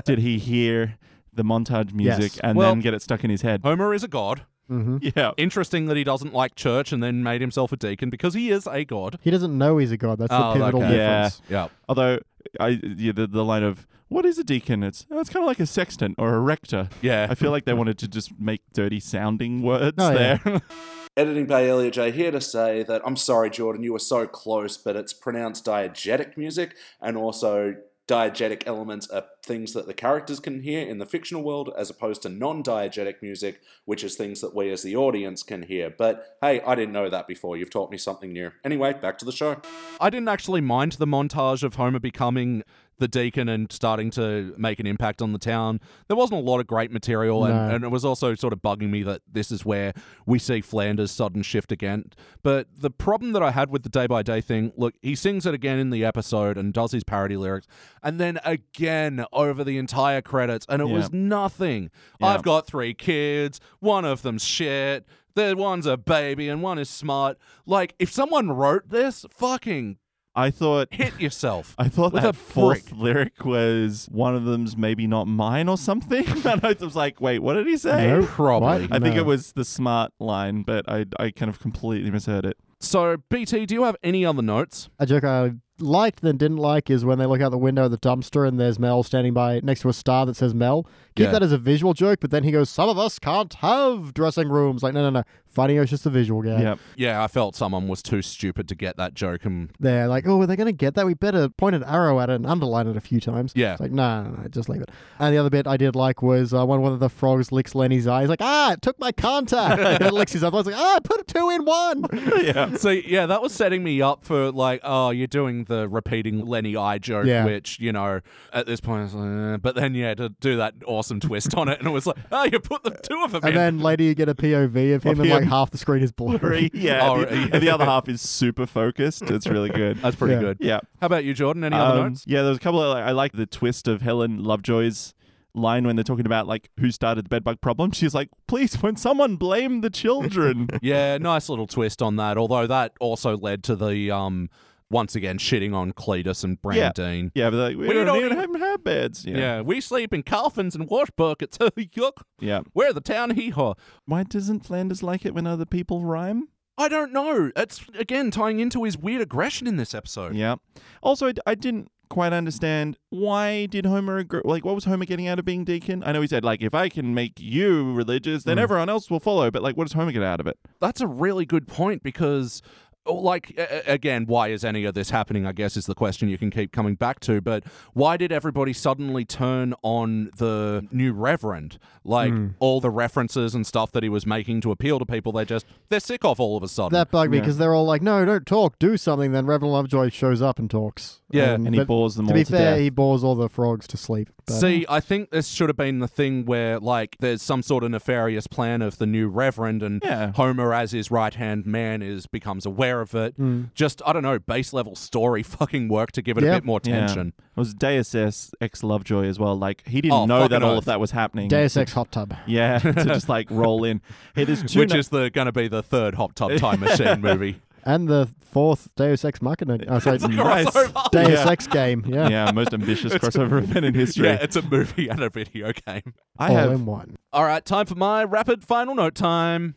Did he hear the montage music Yes. and Well- then get it stuck in his head? Homer is a god. Yeah. Interesting that he doesn't like church and then made himself a deacon because he is a god. He doesn't know he's a god. That's the Oh, pivotal okay. Yeah. difference. Yeah, Although, I yeah, the, the line of, what is a deacon? It's, oh, it's kind of like a sextant or a rector. Yeah. I feel like they wanted to just make dirty sounding words Oh, yeah. there. Editing Bay Elliot J here to say that I'm sorry, Jordan, you were so close, but it's pronounced diegetic music, and also diegetic elements are things that the characters can hear in the fictional world, as opposed to non diegetic music, which is things that we as the audience can hear. But hey, I didn't know that before. You've taught me something new. Anyway, back to the show. I didn't actually mind the montage of Homer becoming the deacon and starting to make an impact on the town. There wasn't a lot of great material, and, No. and it was also sort of bugging me that this is where we see Flanders' sudden shift again. But the problem that I had with the day by day thing look, he sings it again in the episode and does his parody lyrics, and then again over the entire credits, and it Yeah. was nothing. Yeah. I've got three kids, one of them's shit. The one's a baby and one is smart. Like, if someone wrote this, fucking I thought. hit yourself. I thought With a that fourth brick. lyric was one of them's maybe not mine or something. and I was like, wait, what did he say? No. Probably. What? I think No. it was the smart line, but I, I kind of completely misheard it. So, BT, do you have any other notes? A joke I liked then didn't like is when they look out the window of the dumpster and there's Mel standing by next to a star that says Mel. Keep Yeah. that as a visual joke, but then he goes, "Some of us can't have dressing rooms." Like, no, no, no. Funny, it's just a visual gag. Yep. Yeah, I felt someone was too stupid to get that joke. And They're like, "Oh, are they going to get that? We better point an arrow at it and underline it a few times." Yeah. It's like, no, no, no, just leave it. And the other bit I did like was uh, when one of the frogs licks Lenny's eye. He's like, "Ah, it took my contact." and it licks his other. It's like, "Ah, I put two in one." yeah. so, yeah, that was setting me up for like, oh, you're doing the repeating Lenny I joke, Yeah. which you know, at this point, I was like, eh. but then yeah, to do that awesome twist on it, and it was like, oh, you put the two of them And in. then later you get a POV of him, and him. like half the screen is blurry. Yeah. Oh, the, right. and the other half is super focused. It's really good. That's pretty Yeah. good. yeah. How about you, Jordan? Any other Um, notes? Yeah, there was a couple of like, I like the twist of Helen Lovejoy's line when they're talking about like who started the bedbug problem. She's like, please, when someone blame the children. Yeah, nice little twist on that. Although that also led to the um, once again shitting on Cletus and Yeah. Brandine. yeah, but like, we, don't, even have, have beds. Yeah. Yeah. yeah. we sleep in coffins and wash buckets. Yuck. We're the town hee haw. Why doesn't Flanders like it when other people rhyme? I don't know. It's again tying into his weird aggression in this episode. Yeah. Also, I, d- I didn't quite understand why did Homer agree? Like, what was Homer getting out of being deacon? I know he said like, if I can make you religious, then everyone else will follow. But like, what does Homer get out of it? That's a really good point because, oh, like, a- a- again, why is any of this happening? I guess is the question you can keep coming back to. But why did everybody suddenly turn on the new reverend? Like all the references and stuff that he was making to appeal to people, they just they're sick of all of a sudden. That bugged me because they're all like, "No, don't talk, do something." Then Reverend Lovejoy shows up and talks. Yeah. And he but bores them To all be to fair, death. he bores all the frogs to sleep. But See, I think this should have been the thing where, like, there's some sort of nefarious plan of the new reverend, and Yeah. Homer, as his right hand man, is becomes aware of it. Just, I don't know, base level story fucking work to give it Yeah. a bit more tension. Yeah. It was Deus Ex ex Lovejoy as well. Like he didn't Oh, know that fucking all oath. of that was happening. Deus Ex hot tub. yeah, to just like roll in. Hey, there's two. Which no- is the going to be the third Hop Tub Time Machine movie. And the fourth Deus Ex Machina. Oh, sorry, nice. Crossover. Deus Yeah. Ex game. Yeah. yeah, most ambitious crossover event in history. Yeah, it's a movie and a video game. I All have in one. All right, time for my rapid final note time.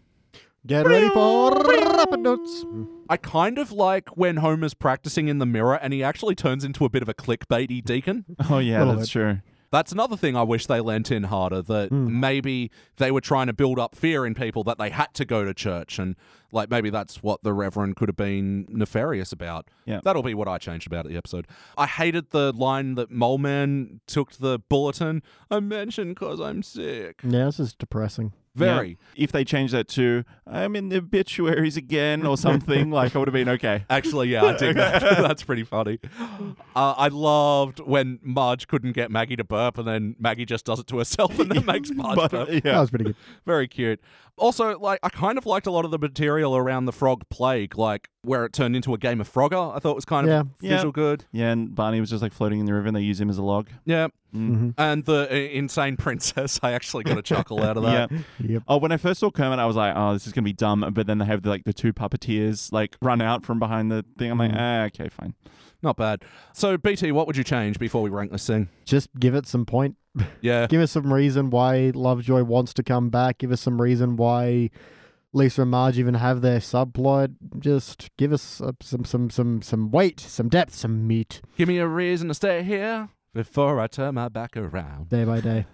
Get ready for rapid notes. Mm, I kind of like when Homer's practicing in the mirror and he actually turns into a bit of a clickbaity deacon. Oh yeah, Little that's bit. true. That's another thing I wish they lent in Hmm. harder that maybe they were trying to build up fear in people that they had to go to church. And Like maybe that's what the Reverend could have been nefarious about. Yeah. That'll be what I changed about the episode. I hated the line that Mole Man took to the bulletin. I mentioned because I'm sick. Yeah, this is depressing. Very. Yeah. If they change that to I'm in the obituaries again or something, like I would have been okay. Actually, yeah, I dig that. That's pretty funny. Uh, I loved when Marge couldn't get Maggie to burp, and then Maggie just does it to herself, and then makes Marge burp. But, That yeah. was pretty good. Very cute. Also, like I kind of liked a lot of the material around the frog plague, like where it turned into a game of Frogger. I thought was kind of Yeah. Yeah. visual good. yeah, and Barney was just like floating in the river and they use him as a log. Yeah. Mm-hmm. And the uh, insane princess, I actually got a chuckle out of that. Yeah. Yep. Oh, when I first saw Kermit, I was like, "Oh, this is gonna be dumb." But then they have the, like the two puppeteers like run out from behind the thing. Mm. I'm like, "Ah, okay, fine." Not bad. So, BT, what would you change before we rank this thing? Just give it some point. Yeah. Give us some reason why Lovejoy wants to come back. Give us some reason why Lisa and Marge even have their subplot. Just give us uh, some some some some weight, some depth, some meat Give me a reason to stay here before I turn my back around. day by day.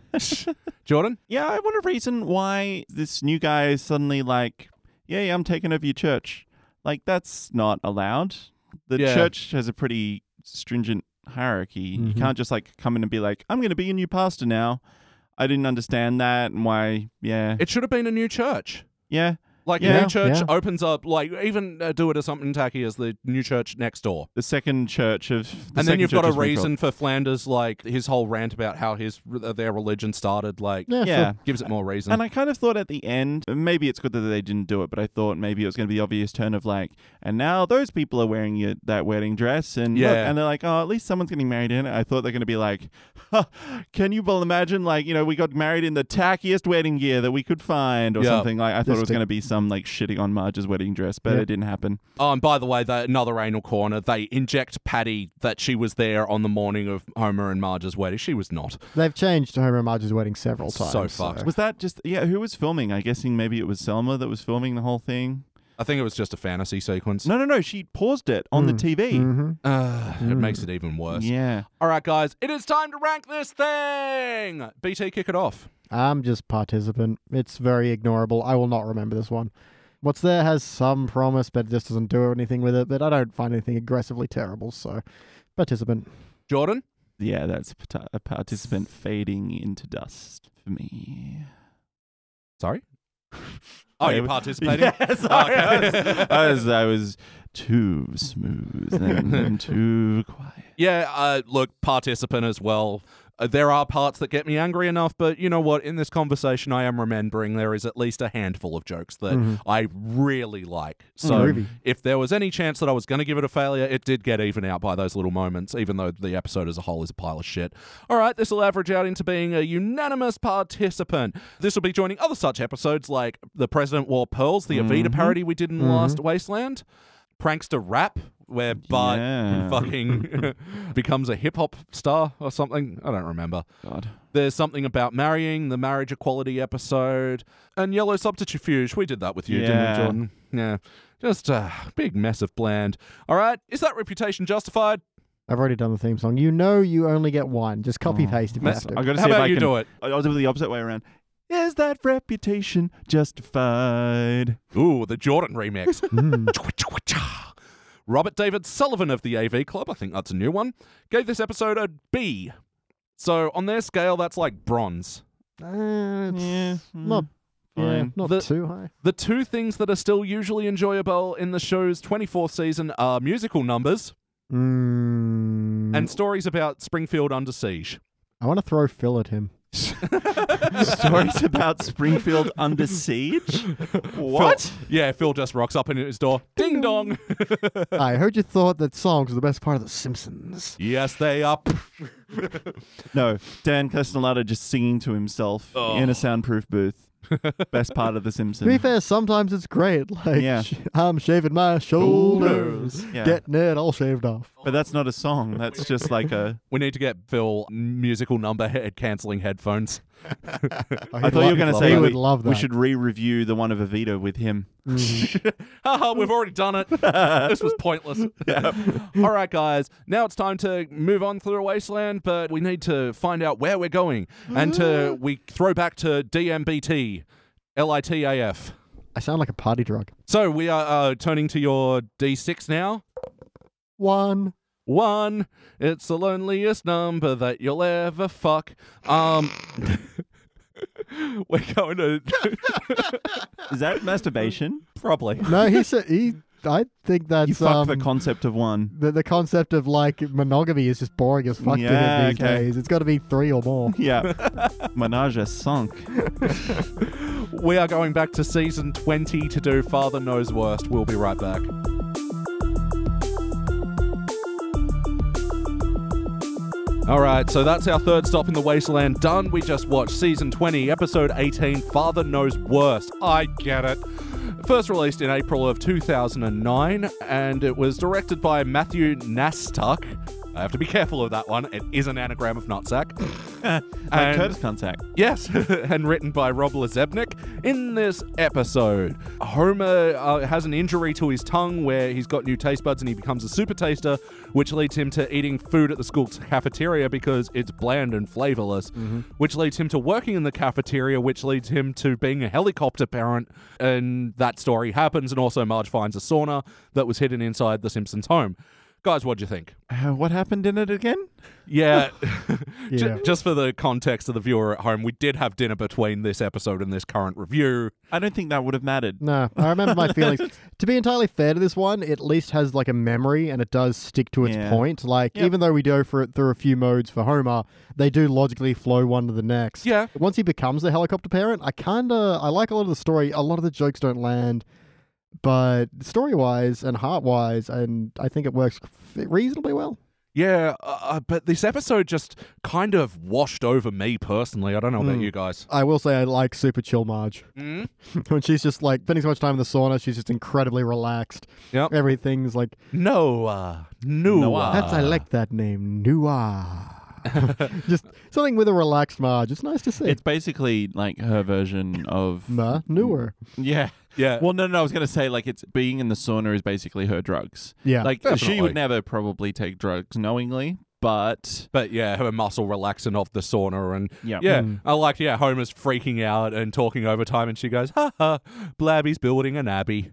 Jordan? Yeah, I want a reason why this new guy is suddenly like, "Yay, I'm taking over your church." Like that's not allowed. The Yeah. church has a pretty stringent hierarchy. You Mm-hmm. Mhm. can't just like come in and be like, "I'm gonna be a new pastor now." I didn't understand that and why. Yeah, It should have been a new church. yeah. Like, Yeah, new church yeah. opens up, like, even uh, do it as something tacky as the new church next door. The second church of, the and then second you've got church a of Springfield. reason for Flanders, like his whole rant about how his uh, their religion started, like Yeah, Yeah. sure. gives it more reason. And I kind of thought at the end, maybe it's good that they didn't do it, but I thought maybe it was going to be the obvious turn of like, and now those people are wearing your, that wedding dress, and look," Yeah. and they're like, oh, at least someone's getting married in it. I thought they're going to be like, "Huh, can you well imagine, like, you know, we got married in the tackiest wedding gear that we could find, or Yeah. something like. I thought it was Just a- going to be some like shitting on Marge's wedding dress, but Yeah. it didn't happen. Oh, and by the way, the, another anal corner. They inject Patty that she was there on the morning of Homer and Marge's wedding. She was not. They've changed Homer and Marge's wedding several So times. fucked. Was that just yeah? Who was filming? I guessing maybe it was Selma that was filming the whole thing. I think it was just a fantasy sequence. No, no, no. She paused it on Mm. the TV. Mhm. Uh, It makes it even worse. Yeah. All right, guys, it is time to rank this thing. BT, kick it off. I'm just participant. It's very ignorable. I will not remember this one. What's there has some promise, but it just doesn't do anything with it. But I don't find anything aggressively terrible, so participant. Jordan, Yeah, that's pata- a participant fading into dust for me. sorry. Oh, I you was- participating? Yeah, sorry. I, Okay. was, I, was, I was too smooth and, and too quiet. Yeah, uh, look, participant as well. Uh, there are parts that get me angry enough, but you know what? In this conversation, I am remembering there is at least a handful of jokes that I really like. So Groovy. if there was any chance that I was going to give it a failure, it did get even out by those little moments, even though the episode as a whole is a pile of shit. All right, this will average out into being a unanimous participant. This will be joining other such episodes like The President Wore Pearls, the Avita parody we did in Last Wasteland, Prankster Rap, where Bart Yeah. fucking becomes a hip hop star or something. I don't remember. God. There's something about marrying, the marriage equality episode, and Yellow Subterfuge. We did that with you, didn't Yeah. we, Jordan? Yeah. Just a big mess of bland. All right. Is that reputation justified? I've already done the theme song. You know you only get one. Just copy paste if you That's- have I to. got to How see if about I you can. do it? I was the opposite way around. Is that reputation justified? Ooh, the Jordan remix. Hmm. Mm. Robert David Sullivan of the AV Club, I think that's a new one, gave this episode a B. So on their scale, that's like bronze. Uh, it's Yeah. not, mm, yeah, fine. not The- too high. The two things that are still usually enjoyable in the show's 24th season are musical numbers Mm, and stories about Springfield under siege. I want to throw Phil at him. Stories about Springfield under siege? What? Phil- yeah, Phil just rocks up in his door. Ding dong. I heard you thought that songs were the best part of The Simpsons. yes, they are. No, Dan Castellaneta just singing to himself Oh. in a soundproof booth. Best part of The To be Simpsons. fair, sometimes it's great. Like, Yeah. sh- I'm shaving my shoulders, Yeah. getting it all shaved off. But that's not a song. That's just like a. We need to get Phil musical number head canceling headphones. I thought you were going to say he we, would love that. we should re-review the one of Evita with him. Haha, we've already done it. this was pointless. All right, guys. Now it's time to move on through the wasteland, but we need to find out where we're going. And to we throw back to DMBT, LITAF. I sound like a party drug. So we are uh, turning to your D6 now. One. One, it's the loneliest number that you'll ever fuck. Um, we're going to Is that masturbation? probably. No, he said he. I think that's you fuck um, the concept of one. the, the concept of like monogamy is just boring as fuck Yeah, to it these okay. days. It's got to be three or more. Yeah. Menage a sunk. We are going back to season 20 to do Father Knows Worst. We'll be right back. All right, so that's our third stop in the wasteland done. We just watched season 20, episode 18, Father Knows Worst. I get it. First released in April of 2009, and it was directed by Matthew Nastuck. I have to be careful of that one. It is an anagram of nutsack. Like And- Curtis contact. Yes, and written by Rob Lazebnik. In this episode, Homer uh, has an injury to his tongue where he's got new taste buds and he becomes a super taster, which leads him to eating food at the school cafeteria because it's bland and flavorless, which leads him to working in the cafeteria, which leads him to being a helicopter parent. And that story happens, and also Marge finds a sauna that was hidden inside the Simpsons home. Guys, what'd you think? Uh, what happened in it again? Yeah. J- Yeah. just for the context of the viewer at home, we did have dinner between this episode and this current review. I don't think that would have mattered. No, I remember my feelings. to be entirely fair to this one, it at least has like a memory and it does stick to its Yeah. point. Like Yep. even though we go for it through a few modes for Homer, they do logically flow one to the next. Yeah. Once he becomes the helicopter parent, I kind of I like a lot of the story. A lot of the jokes don't land, but story wise and heart wise, and I think it works f- reasonably well. Yeah, uh, uh, but this episode just kind of washed over me personally. I don't know about you guys. I will say I like super chill Marge. Mm? when she's just like spending so much time in the sauna, she's just incredibly relaxed. Yep. Everything's like Noah. Noah. Noah. That's I like that name, Noir. Just something with a relaxed marge. It's nice to see. It's basically like her version of Ma newer. yeah. Yeah. Well, no, no, I was gonna say like it's being in the sauna is basically her drugs. Yeah. Like she Definitely. would never probably take drugs knowingly, but but yeah, her muscle relaxing off the sauna and yeah, yeah, Mm. I liked yeah Homer's freaking out and talking overtime, and she goes, "Ha ha, Blabby's building an abbey."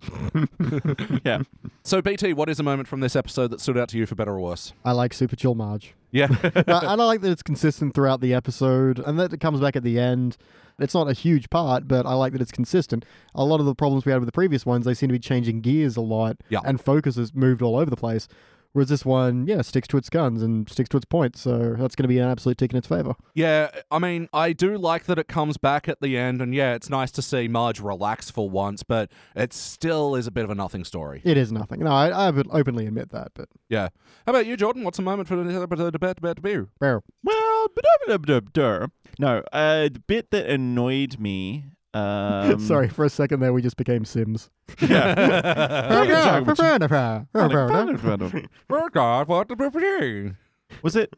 yeah. so BT, what is a moment from this episode that stood out to you for better or worse? I like super chill marge. Yeah, Uh, and I like that it's consistent throughout the episode and that it comes back at the end. It's not a huge part, but I like that it's consistent. A lot of the problems we had with the previous ones, they seem to be changing gears a lot Yeah. and focus has moved all over the place. Whereas this one, yeah, sticks to its guns and sticks to its points. So that's going to be an absolute tick in its favor. Yeah, I mean, I do like that it comes back at the end, and yeah, it's nice to see Marge relax for once, but it still is a bit of a nothing story. It is nothing. No, I, I would openly admit that, but Yeah. How about you, Jordan? What's a moment for the debate about about beer? rare. Well, ba-da-ba-da-ba-da. no, uh, the bit that annoyed me. Um, Sorry, for a second there, we just became Sims. What are you talking about? That's Oh God, what the beer? was it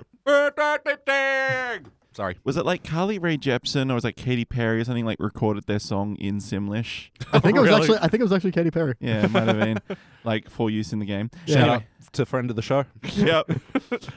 Sorry. was it like Carly Rae Jepsen or was it like Katy Perry or something like recorded their song in Simlish? I think it was Really? actually. I think it was actually Katy Perry. Yeah, it might have been like for use in the game. Yeah. Shout out to friend of the show. Yep. Yeah,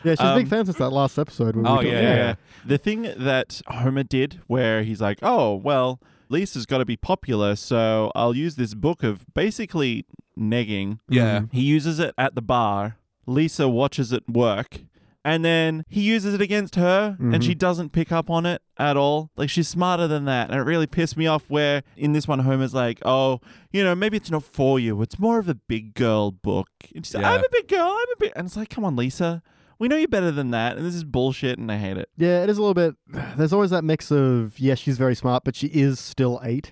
she's a big Um, fan since that last episode. When Oh, we talked- yeah, yeah. The thing that Homer did, where he's like, "Oh, well, Lisa's got to be popular, so I'll use this book of basically negging." Yeah. He uses it at the bar. Lisa watches it work, and then he uses it against her, and she doesn't pick up on it at all. Like she's smarter than that, and it really pissed me off. Where in this one, Homer's like, "Oh, you know, maybe it's not for you. It's more of a big girl book." And she's like, Yeah. "I'm a big girl. I'm a big," and it's like, "Come on, Lisa." We know you're better than that, and this is bullshit, and I hate it. yeah. It is a little bit. There's always that mix of yeah, she's very smart, but she is still eight.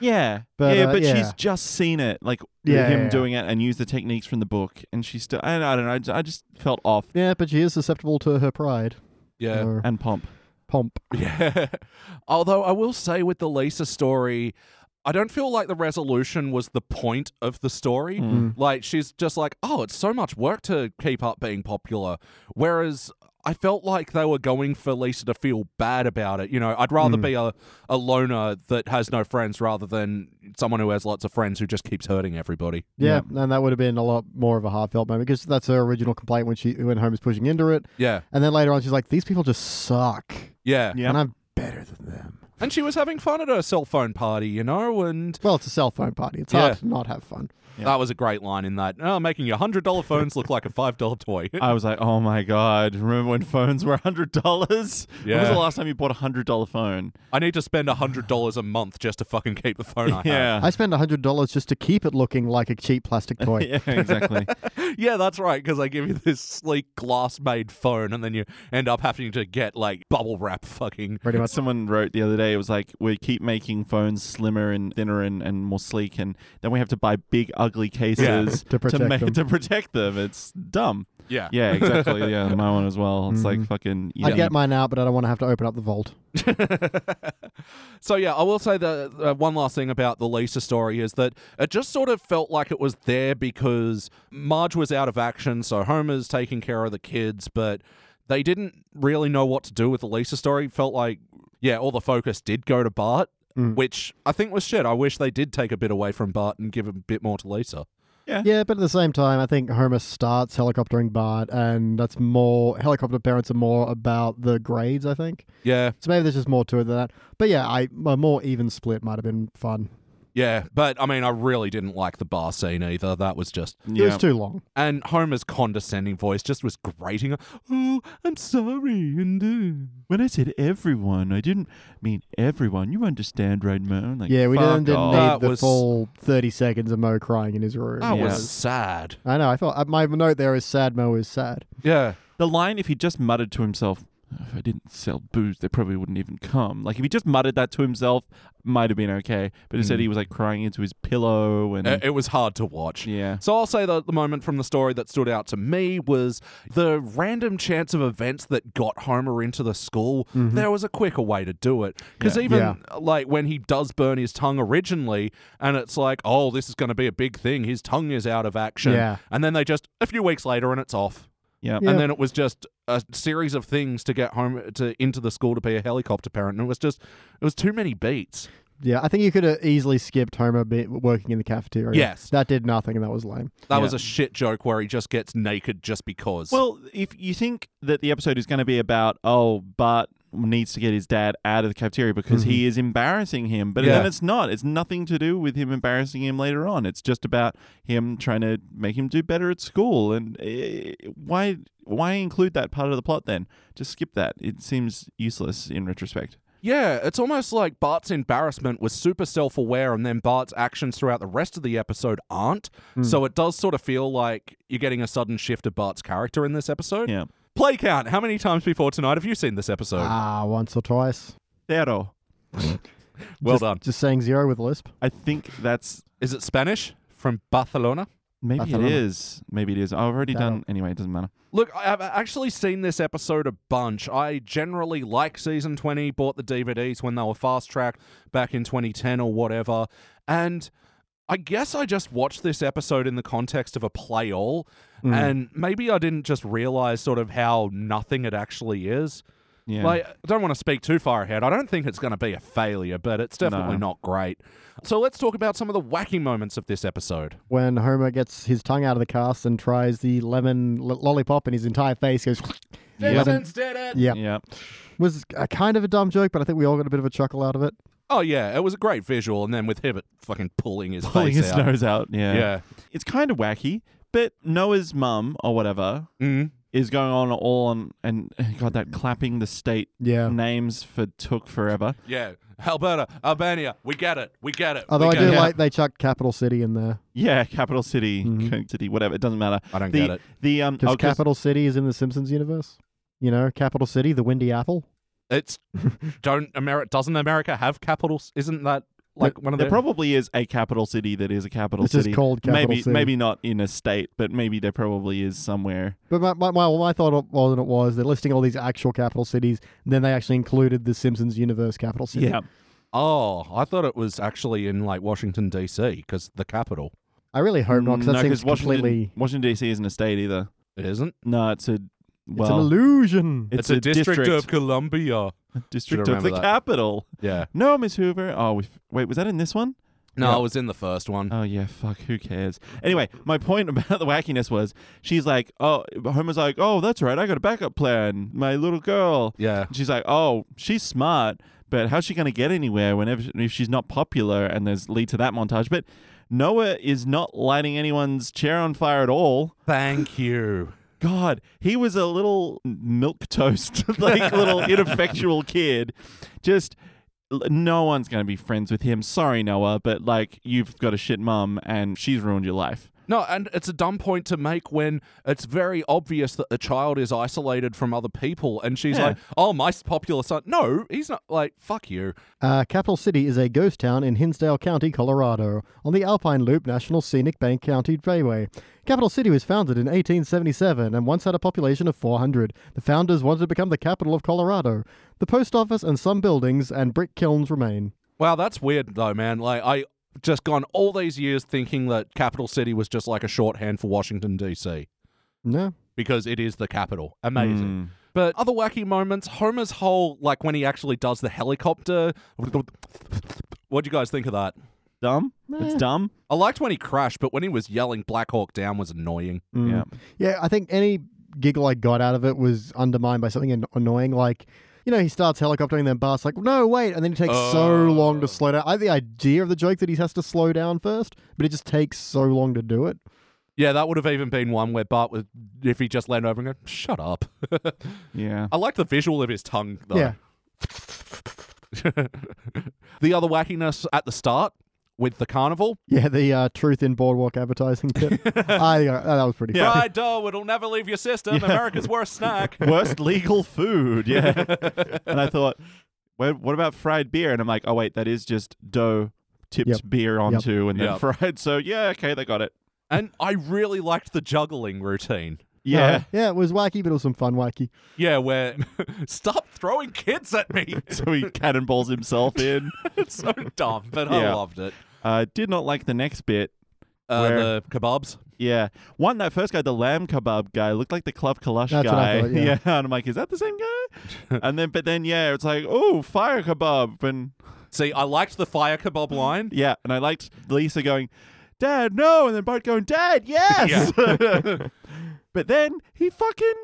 Yeah, But, yeah, uh, but yeah. she's just seen it, like Yeah, him yeah, yeah. doing it, and used the techniques from the book, and she still. I, I don't know. I just, I just felt off Yeah, but she is susceptible to her pride Yeah. or and pomp. pomp. Yeah. Although I will say with the Lisa story, I don't feel like the resolution was the point of the story. Like she's just like, oh, it's so much work to keep up being popular. Whereas I felt like they were going for Lisa to feel bad about it. You know, I'd rather be a, a loner that has no friends rather than someone who has lots of friends who just keeps hurting everybody. Yeah, and that would have been a lot more of a heartfelt moment because that's her original complaint when she when Homer's pushing into it, Yeah. and then later on she's like, "These people just suck, Yeah. Yeah. and I'm better than them." And she was having fun at her cell phone party, you know, and Well, it's a cell phone party. It's Yeah. hard to not have fun. that was a great line in that. Oh, making your $100 phones look like a $5 toy. I was like, oh my god! Remember when phones were hundred dollars? When was Yeah. the last time you bought a hundred dollar phone? I need to spend $100 a month just to fucking keep the phone I have. Yeah, I spend $100 just to keep it looking like a cheap plastic toy. yeah, exactly. Yeah, that's right, because I give you this sleek glass made phone, and then you end up having to get like bubble wrap fucking. Pretty much. Someone wrote the other day, it was like, we keep making phones slimmer and thinner and, and more sleek, and then we have to buy big, ugly cases Yeah. To protect ma- them. to protect them. It's dumb. Yeah. Yeah, exactly. Yeah, my one as well. It's like fucking. You Mm-hmm. I know, get mine out, but I don't want to have to open up the vault. So, yeah, I will say that uh, one last thing about the Lisa story is that it just sort of felt like it was there because Marge was out of action, so Homer's taking care of the kids, but they didn't really know what to do with the Lisa story. It felt like, yeah, all the focus did go to Bart. Which I think was shit. I wish they did take a bit away from Bart and give a bit more to Lisa. Yeah, but at the same time, I think Homer starts helicoptering Bart, and that's more helicopter parents are more about the grades, I think. Yeah, So maybe there's just more to it than that. But yeah, I a more even split might have been fun. Yeah, but I mean, I really didn't like the bar scene either. That was just. It Yeah. was too long. And Homer's condescending voice just was grating. Oh, I'm sorry. And, uh, When I said everyone, I didn't mean everyone. You understand, right, man? Like, Yeah, we didn't, fuck didn't off. need That the was- full 30 seconds of Mo crying in his room. that Yeah. was sad. I know. I thought uh, my note there is sad. Mo is sad. Yeah. The line, if he just muttered to himself, if I didn't sell booze, they probably wouldn't even come. Like, if he just muttered that to himself, might have been okay. But instead, he was like crying into his pillow and. Uh, It, it was hard to watch. yeah. So I'll say that the moment from the story that stood out to me was the random chance of events that got Homer into the school. There was a quicker way to do it. Because even Mm-hmm. Yeah. like when he does burn his tongue originally, and it's like, oh, this is going to be a big thing. His tongue is out of action. Yeah. And then they just, a few weeks later, and it's off. Yeah. Yeah. And then it was just a series of things to get home to into the school to be a helicopter parent. And it was just, it was too many beats. Yeah, I think you could have easily skipped Homer be- working in the cafeteria. Yes. That did nothing, and that was lame. That Yeah. was a shit joke where he just gets naked just because. Well, if you think that the episode is going to be about, oh, Bart needs to get his dad out of the cafeteria because he is embarrassing him, but then Yeah. it's not. It's nothing to do with him embarrassing him later on. It's just about him trying to make him do better at school. And eh, why why include that part of the plot then? Just skip that. It seems useless in retrospect. Yeah, it's almost like Bart's embarrassment was super self aware, and then Bart's actions throughout the rest of the episode aren't. Hmm. So it does sort of feel like you're getting a sudden shift of Bart's character in this episode. Yeah. Play count. How many times before tonight have you seen this episode? Ah, once or twice. Zero. well Just- done. Just saying zero with a lisp. I think that's Is it Spanish from Barcelona? maybe it Barcelona. is. Maybe it is. I've already Zero. done anyway, it doesn't matter. Look, I've actually seen this episode a bunch. I generally like season 20, bought the DVDs when they were fast tracked back in 2010 or whatever. And I guess I just watched this episode in the context of a play all. Hmm. And maybe I didn't just realize sort of how nothing it actually is. Yeah. Like, I don't want to speak too far ahead. I don't think it's going to be a failure, but it's definitely No. not great. So let's talk about some of the wacky moments of this episode. When Homer gets his tongue out of the cast and tries the lemon lo- lollipop, and his entire face goes. Lemon. Yeah. yeah. Was a kind of a dumb joke, but I think we all got a bit of a chuckle out of it. Oh, yeah, it was a great visual. And then with Hibbert fucking pulling his Pulling face his out. nose out. Yeah. Yeah. it's kind of wacky, but Noah's mum or whatever Mm. is going on all on and oh God that clapping the state Yeah. names for took forever. Yeah. Alberta, Albania, we get it. We get it. Although we I get do it. like they chucked Capital City in there. Yeah, capital city, Mm-hmm. Coke city, whatever. It doesn't matter. I don't the, get it. The um, Because oh, 'cause- Capital City is in the Simpsons universe. You know, Capital City, the Windy Apple. It's don't America doesn't America have capitals? Isn't that like one of there the probably is a capital city that is a capital It's just city. called capital maybe, city. maybe not in a state, but maybe there probably is somewhere. But my, my, my, my thought of- was, it was they're listing all these actual capital cities, and then they actually included the Simpsons universe capital city. Yeah, Oh, I thought it was actually in like Washington D.C. because the capital I really hope not, because that Mm, no, seems 'cause Washington, completely. Washington D.C. isn't a state either. it isn't. No, it's a well, it's an illusion. it's, a, district, of Columbia. district Should of the remember that. capital. Yeah. No, Miss Hoover. Oh, we wait. Was that in this one? No, I was in the first one. Oh yeah, fuck. Who cares? Anyway, my point about the wackiness was she's like, oh, Homer's like, oh, that's right. I got a backup plan. My little girl. Yeah. And she's like, oh, she's smart, but how's she gonna get anywhere whenever if she's not popular? And there's lead to that montage. But Noah is not lighting anyone's chair on fire at all. Thank you. God, he was a little milk toast, like little ineffectual kid. Just l- no one's going to be friends with him. Sorry, Noah, but like you've got a shit mum and she's ruined your life. No, and it's a dumb point to make when it's very obvious that the child is isolated from other people, and she's Yeah. like, "Oh, my popular son." No, he's not. Like, fuck you. Uh, Capital City is a ghost town in Hinsdale County, Colorado, on the Alpine Loop National Scenic Bank County Railway. Capital City was founded in 1877 and once had a population of 400. The founders wanted to become the capital of Colorado. The post office and some buildings and brick kilns remain. Wow, that's weird though, man. Like, I just gone all these years thinking that capital city was just like a shorthand for Washington D.C. No. because it is the capital. Amazing. But other wacky moments, Homer's whole like when he actually does the helicopter. What do you guys think of that? Dumb. It's dumb. I liked when he crashed, but when he was yelling Black Hawk Down was annoying. Mm. Yeah. Yeah, I think any giggle I got out of it was undermined by something an- annoying, like. You know, he starts helicoptering, then Bart's like, no, wait. And then he takes so long Oh. to slow down. I had the idea of the joke that he has to slow down first, but it just takes so long to do it. Yeah, that would have even been one where Bart would, if he just leaned over and go, shut up. Yeah. I like the visual of his tongue, though. Yeah. the other wackiness at the start with the carnival. Yeah, the uh, truth in boardwalk advertising kit. I, uh, that was pretty funny. Fried dough, it'll never leave your system. America's worst snack. Worst legal food. Yeah. and I thought, "Wha- what about fried beer? And I'm like, oh wait, that is just dough tipped Yep. beer onto and then Yep. fried. So yeah, okay, they got it. And I really liked the juggling routine. Yeah. yeah, it was wacky, but it was some fun wacky. Yeah, where stop throwing kids at me. Uh, so he cannonballs himself in. it's so dumb, but I Yeah. loved it. Uh, did not like the next bit. Uh, Where- the kebabs. Yeah. One, that first guy, the lamb kebab guy, looked like the Club Kalush That's what I guy. thought, yeah. And I'm like, is that the same guy? and then, but then, yeah, it's like, oh, fire kebab. And See, I liked the fire kebab line. yeah. And I liked Lisa going, Dad, no. And then Bart going, Dad, yes. but then he fucking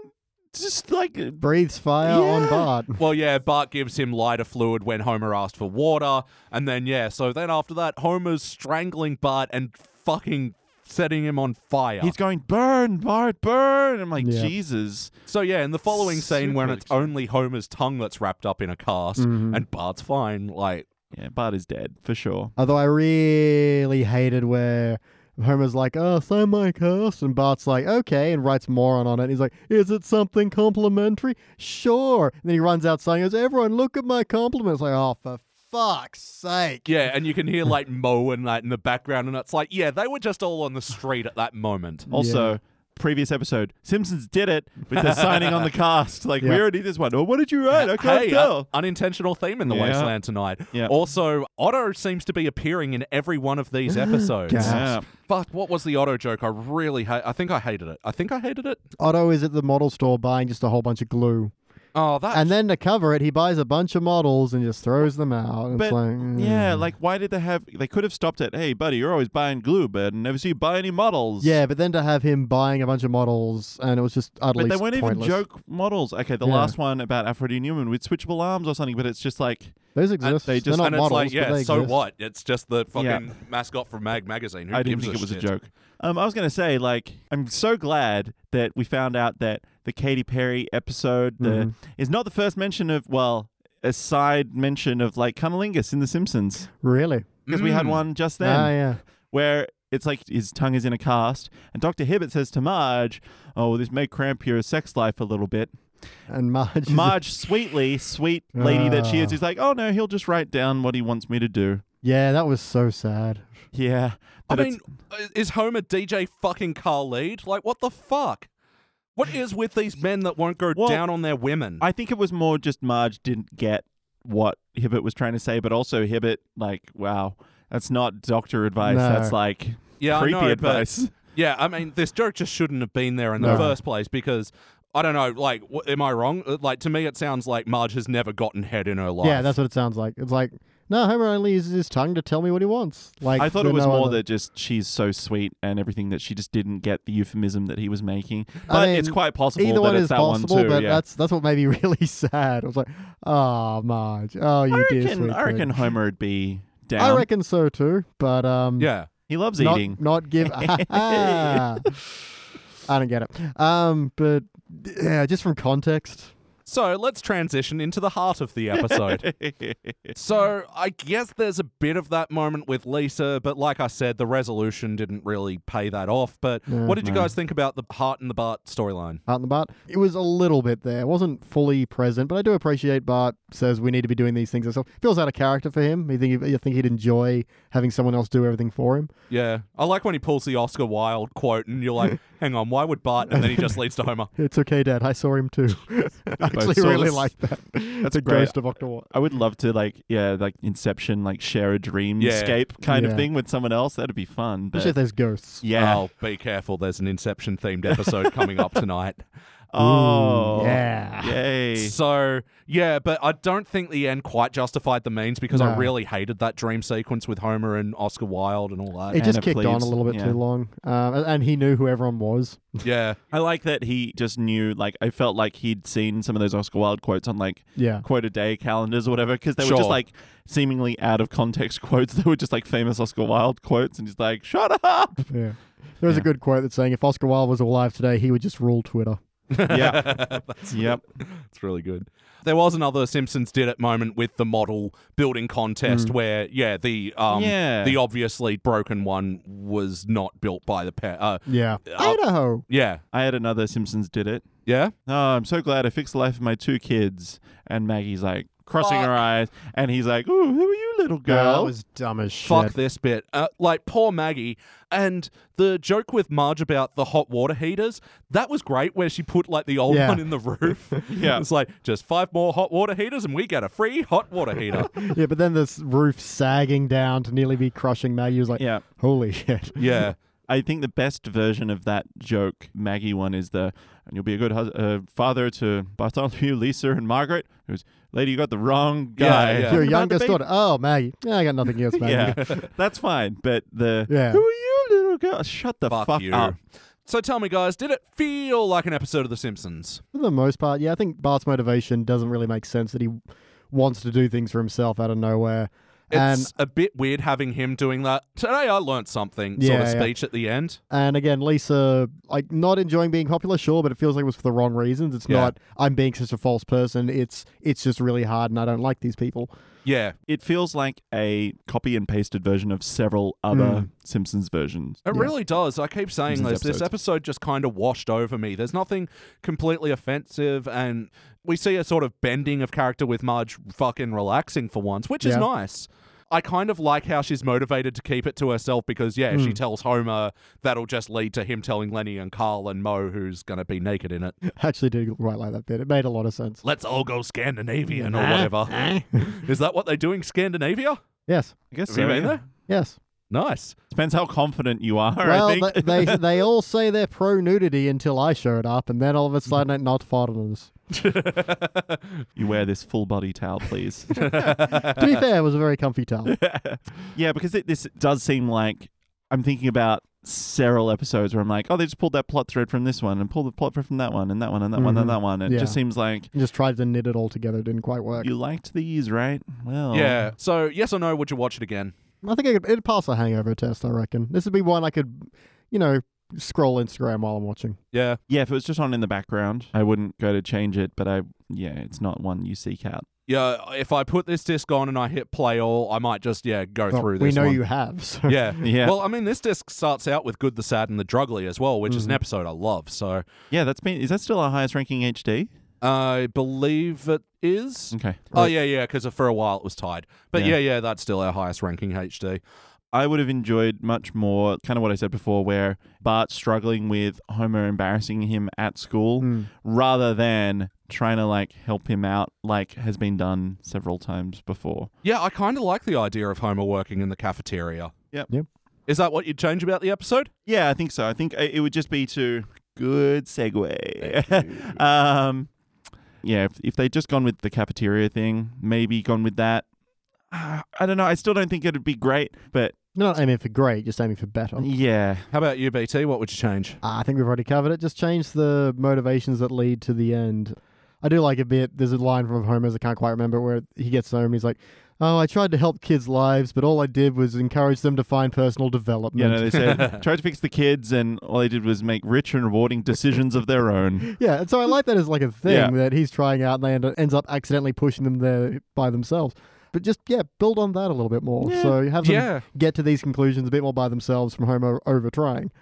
just like, Breathes fire on Yeah. Bart. Well, yeah, Bart gives him lighter fluid when Homer asked for water. And then, yeah, so then after that, Homer's strangling Bart and fucking setting him on fire. he's going, burn, Bart, burn. I'm like, Yeah. Jesus. so, yeah, in the following scene, when Super it's only Homer's tongue that's wrapped up in a cast and Bart's fine, like, Yeah, Bart is dead for sure. Although I really hated where Homer's like, oh, sign my cast. And Bart's like, okay, and writes moron on it. And he's like, is it something complimentary? Sure. And then he runs outside and goes, everyone, look at my compliments. Like, oh, for fuck's sake. yeah, and you can hear like Mo and like in the background, and it's like, yeah, they were just all on the street at that moment. Also, previous episode, Simpsons did it with the signing on the cast. Like, Yeah. we already did this one. Oh, what did you write? I can't hey, tell. un- unintentional theme in the Yeah. wasteland tonight. Yeah. Also, Otto seems to be appearing in every one of these episodes. Gasp. Yeah. Fuck, what was the Otto joke? I really hate. I think I hated it. I think I hated it. Otto is at the model store buying just a whole bunch of glue. Oh, that. And then to cover it, he buys a bunch of models and just throws them out. It's But like, mm. yeah, like why did they have? They could have stopped at, "Hey, buddy, you're always buying glue, but I never see you buy any models." Yeah, but then to have him buying a bunch of models and it was just utterly but they weren't pointless. even joke models. Okay, the Yeah. last one about Aphrodite Newman with switchable arms or something, but it's just like, Those exist. Uh, They're they just- not and it's models. like, but yeah, they so exist. what? It's just the fucking Yeah. mascot from Mag Magazine. Who I didn't gives think it was shit? a joke. Um, I was gonna say, like, I'm so glad that we found out that the Katy Perry episode the, Mhm. is not the first mention of, well, a side mention of like cunnilingus in The Simpsons Really? because we had Mm. one just then. Ah, yeah. where it's like his tongue is in a cast, and Dr. Hibbert says to Marge, Oh, this may cramp your sex life a little bit. And Marge. is- Marge, sweetly, sweet lady that Ah. she is, is like, Oh, no, he'll just write down what he wants me to do. yeah, that was so sad. Yeah. I But mean, uh, is Homer DJ fucking Khalid? Like, what the fuck? What is with these men that won't go Well, down on their women? I think it was more just Marge didn't get what Hibbert was trying to say, but also Hibbert, like, wow, that's not doctor advice. No. That's like yeah, creepy I know, but- advice. Yeah, I mean, this joke just shouldn't have been there in the No. first place because I don't know. Like, wh- am I wrong? Uh, Like to me, it sounds like Marge has never gotten head in her life. Yeah, that's what it sounds like. It's like no, Homer only uses his tongue to tell me what he wants. Like I thought there are it was no more other- that just she's so sweet and everything that she just didn't get the euphemism that he was making. But I mean, it's quite possible Either that one it's is that possible, one too. but yeah. that's that's what made me really sad. I was like, oh, Marge, oh, you I dear reckon, sweet I reckon thing." Homer would be down. I reckon so too, but um, Yeah. he loves not, eating. Not give. I don't get it. Um, but yeah, just from context. So let's transition into the heart of the episode. so I guess there's a bit of that moment with Lisa, but like I said, the resolution didn't really pay that off. But what did you guys think about the heart and the Bart storyline? Out and the Bart. It was a little bit there. It wasn't fully present, but I do appreciate Bart says we need to be doing these things ourselves. Feels out of character for him. You think, you think he'd enjoy having someone else do everything for him. Yeah, I like when he pulls the Oscar Wilde quote, and you're like, "Hang on, why would Bart?" And then he just leads to Homer. It's okay, Dad. I saw him too. I actually saw really this. like that. That's the great. ghost of Octo. I would love to like yeah, like Inception, like share a dream Yeah. escape kind Yeah. of thing with someone else. That'd be fun. But Especially if there's ghosts. yeah. Oh, be careful! There's an Inception themed episode coming up tonight. Oh. yeah. Yay. So yeah, but I don't think the end quite justified the means because I No. really hated that dream sequence with Homer and Oscar Wilde and all that. It just Anna kicked on a Cleves, little bit yeah. too long. Um, and, and he knew who everyone was. yeah, I like that he just knew like I felt like he'd seen some of those Oscar Wilde quotes on like Yeah. quote a day calendars or whatever because they were Sure. just like seemingly out of context quotes. They were just like famous Oscar Wilde quotes and he's like, "Shut up." Yeah. There was a Yeah. good quote that's saying if Oscar Wilde was alive today, he would just rule Twitter. yeah. that's Yep. It's really good. There was another Simpsons did it moment with the model building Mm. contest where, yeah, the um, Yeah. the obviously broken one was not built by the pair. Uh, Yeah. I'll- Idaho. yeah, I had another Simpsons did it. yeah. Oh, I'm so glad I fixed the life of my two kids. And Maggie's like crossing her eyes, and he's like, "Ooh, who are you, little girl?" That was dumb as shit. Fuck this bit. Uh, like poor Maggie and the joke with Marge about the hot water heaters. That was great where she put like the old Yeah. one in the roof. Yeah. it's like just five more hot water heaters and we get a free hot water heater. yeah, but then this roof sagging down to nearly be crushing Maggie was like, Yeah. holy shit. yeah. I think the best version of that joke, Maggie one, is the and you'll be a good hus- uh, father to Bartholomew, Lisa, and Margaret. It was, lady, you got the wrong yeah. guy. Your Talking about the youngest baby- daughter. Oh, Maggie. Yeah, I got nothing against Maggie. Yeah, that's fine. But the Yeah. who are you, little girl? Shut the Fuck, fuck, you. up. So tell me, guys, did it feel like an episode of The Simpsons? For the most part, yeah, I think Bart's motivation doesn't really make sense that he wants to do things for himself out of nowhere. and It's a bit weird having him doing that. Today I learnt something sort of Yeah, yeah. speech at the end. And again, Lisa, like not enjoying being popular, sure, but it feels like it was for the wrong reasons. It's Yeah. not I'm being such a false person. It's it's just really hard, and I don't like these people. Yeah. It feels like a copy and pasted version of several Hmm. other Simpsons versions. It really does. I keep saying this. Simpsons This episodes. episode just kind of washed over me. There's nothing completely offensive, and we see a sort of bending of character with Marge fucking relaxing for once, which is Yeah. nice. I kind of like how she's motivated to keep it to herself because, yeah, if she tells Homer, that'll just lead to him telling Lenny and Carl and Mo who's going to be naked in it. I actually did quite like that bit. It made a lot of sense. Let's all go Scandinavian or whatever. is that what they're doing, Scandinavia? Yes, I guess Have you so, been yeah. there? yes. Nice. Depends how confident you are. I well, think. th- they they all say they're pro nudity until I showed up, and then all of Mm-hmm. a sudden, it not foreigners. you wear this full body towel, please. to be fair, it was a very comfy towel. yeah, because it, this does seem like I'm thinking about several episodes where I'm like, oh, they just pulled that plot thread from this one and pulled the plot thread from that one and that one and that one Mhm. and that one. It Yeah. just seems like Just tried to knit it all together. It didn't quite work. you liked these, right? Well, Yeah. So, yes or no, would you watch it again? I think I could, it'd pass a hangover test. I reckon this would be one I could, you know, scroll Instagram while I'm watching. Yeah. Yeah, if it was just on in the background, I wouldn't go to change it, but I, yeah, it's not one you seek out. Yeah, if I put this disc on and I hit play all, I might just yeah go Well, through we this. know one. you have. So. Yeah. Yeah. Hmm. Well, I mean, this disc starts out with "Good, the Sad, and the Drugly" as well, which is Mm-hmm. an episode I love. So Yeah, that's been, is that still our highest ranking HD? I believe it is. Okay. Oh yeah, yeah, because for a while it was tied. But yeah. Yeah. yeah, that's still our highest ranking HD. I would have enjoyed much more, kind of what I said before, where Bart struggling with Homer embarrassing him at school rather than trying to like help him out, like has been done several times before. Yeah, I kind of like the idea of Homer working in the cafeteria. Yep. Yep. Is that what you'd change about the episode? Yeah, I think so. I think i- it would just be to good segue. um, yeah, if, if they'd just gone with the cafeteria thing, maybe gone with that. uh, I don't know. I still don't think it'd be great, but You're not aiming for great, just aiming for better. yeah. How about you, BT? What would you change? Ah, I think we've already covered it. Just change the motivations that lead to the end. I do like a bit. There's a line from Homer's I can't quite remember where he gets home and he's like, "Oh, I tried to help kids' lives, but all I did was encourage them to find personal development." You know, they said tried to fix the kids, and all they did was make rich and rewarding decisions of their own. Yeah, and so I like that as like a thing Yeah. that he's trying out and they end up, ends up accidentally pushing them there by themselves. But just yeah, build on that a little bit more. Yeah. So you have them Yeah. get to these conclusions a bit more by themselves from Homer over trying.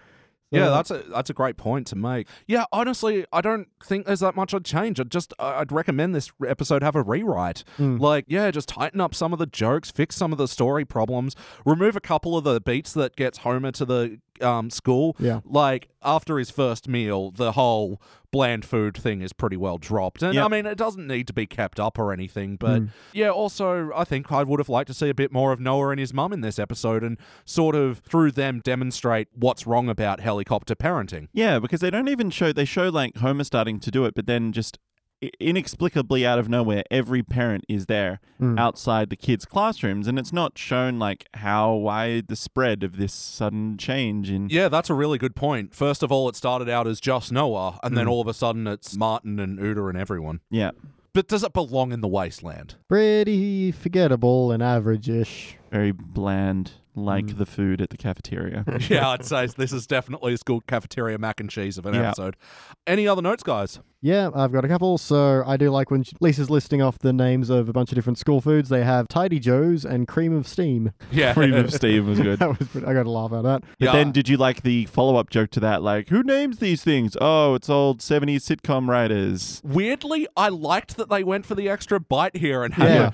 Yeah, So- that's a that's a great point to make. Yeah, honestly, I don't think there's that much I'd change. I'd just I- I'd recommend this episode have a rewrite. Like, yeah, just tighten up some of the jokes, fix some of the story problems, remove a couple of the beats that gets Homer to the um, school. Yeah. Like after his first meal, the whole bland food thing is pretty well dropped. And I Yep. mean, it doesn't need to be kept up or anything, but yeah, also I think I would have liked to see a bit more of Noah and his mum in this episode and sort of through them demonstrate what's wrong about helicopter parenting. Yeah, because they don't even show. They show like Homer starting to do it, but then just i- inexplicably out of nowhere, every parent is there outside the kids' classrooms, and it's not shown like how wide the spread of this sudden change in. Yeah, that's a really good point. First of all, it started out as just Noah, and then all of a sudden it's Martin and Uta and everyone. Yeah. But does it belong in the wasteland? Pretty forgettable and average-ish. very bland, like the food at the cafeteria. yeah, I'd say this is definitely a school cafeteria mac and cheese of an Yeah. episode. Any other notes, guys? Yeah, I've got a couple. So I do like when Lisa's listing off the names of a bunch of different school foods. They have Tidy Joe's and Cream of Steam. Yeah. Cream of steam was good. But That was pretty, I got a laugh at that. Yeah. then did you like the follow up joke to that? Like, who names these things? Oh, it's old 70s sitcom writers. Weirdly, I liked that they went for the extra bite here and had Yeah,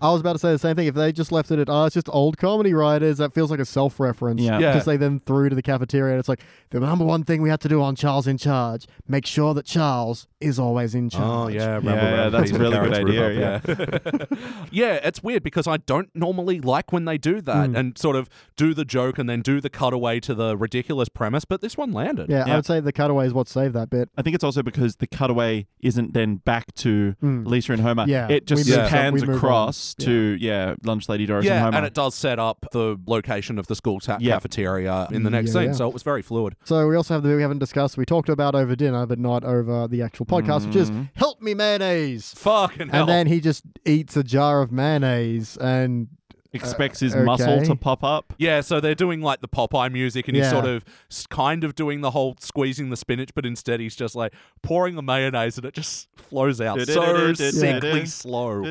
I was about to say the same thing. If they just left it at, oh, it's just old comedy writers, that feels like a self-reference. Yeah. Yeah. Because they then threw to the cafeteria, and it's like the number one thing we had to do on Charles in charge: make sure that Charles is always in Oh charge. yeah, Yeah, yeah, that's a really good idea, Yeah. yeah, it's weird because I don't normally like when they do that and sort of do the joke and then do the cutaway to the ridiculous premise, but this one landed. Yeah, I Yeah. would say the cutaway is what saved that bit. I think it's also because the cutaway isn't then back to Lisa and Homer. Hmm. Yeah, It just we move- pans we move across on. to, yeah, Lunch Lady Doris Yeah, and Homer. and it does set up the location of the school ta- Yeah. cafeteria in the next Yeah, scene, yeah. so it was very fluid. So we also have the bit we haven't discussed. We talked about over dinner, but not over the actual podcast, which is help me mayonnaise. Fucking hell. And then he just eats a jar of mayonnaise, and uh, Expects his okay. muscle to pop up. Yeah, so they're doing like the Popeye music, and he's Yeah. sort of s- kind of doing the whole squeezing the spinach, but instead he's just like pouring the mayonnaise, and it just flows out so Du-du-du-du-du-du. sickly slow.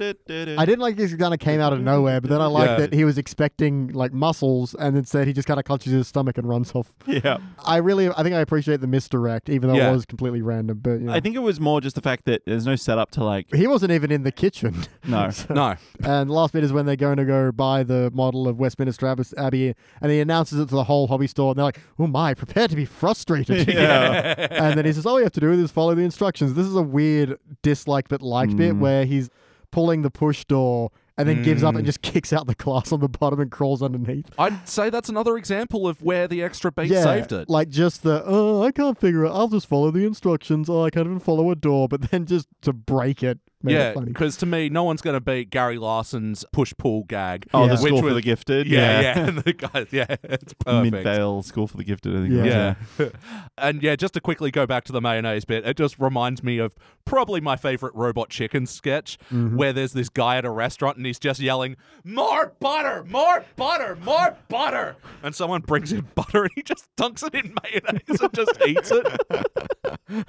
I didn't like this kind of came out of nowhere, but then I liked Yeah. that he was expecting like muscles, and instead he just kind of clutches his stomach and runs off. Yeah. I really, I think I appreciate the misdirect, even though Yeah. it was completely random. But you know. I think it was more just the fact that there's no setup to, like, he wasn't even in the kitchen. no. No, and the last bit is when they're going to go buy the model of Westminster Ab- Abbey, and he announces it to the whole hobby store, and they're like, "Oh my, prepare to be frustrated." Yeah. and then he says, "All you have to do is follow the instructions." This is a weird dislike but like Mm. bit where he's pulling the push door. And then gives Mm. up and just kicks out the glass on the bottom and crawls underneath. I'd say that's another example of where the extra beat saved it. Like just the oh, I can't figure it. I'll just follow the instructions. Oh, I can't even follow a door. But then just to break it, made yeah, it funny. because to me, no one's going to beat Gary Larson's push pull gag. Oh, Yeah. the school Which for was- the gifted. yeah, yeah, the guys, yeah, it's perfect. Midvale School for the Gifted. I think. it Yeah. was, Yeah. and yeah, just to quickly go back to the mayonnaise bit, it just reminds me of probably my favorite robot chicken sketch where there's this guy at a restaurant and he's just yelling, More butter, more butter, more butter. And someone brings him butter and he just dunks it in mayonnaise and just eats it.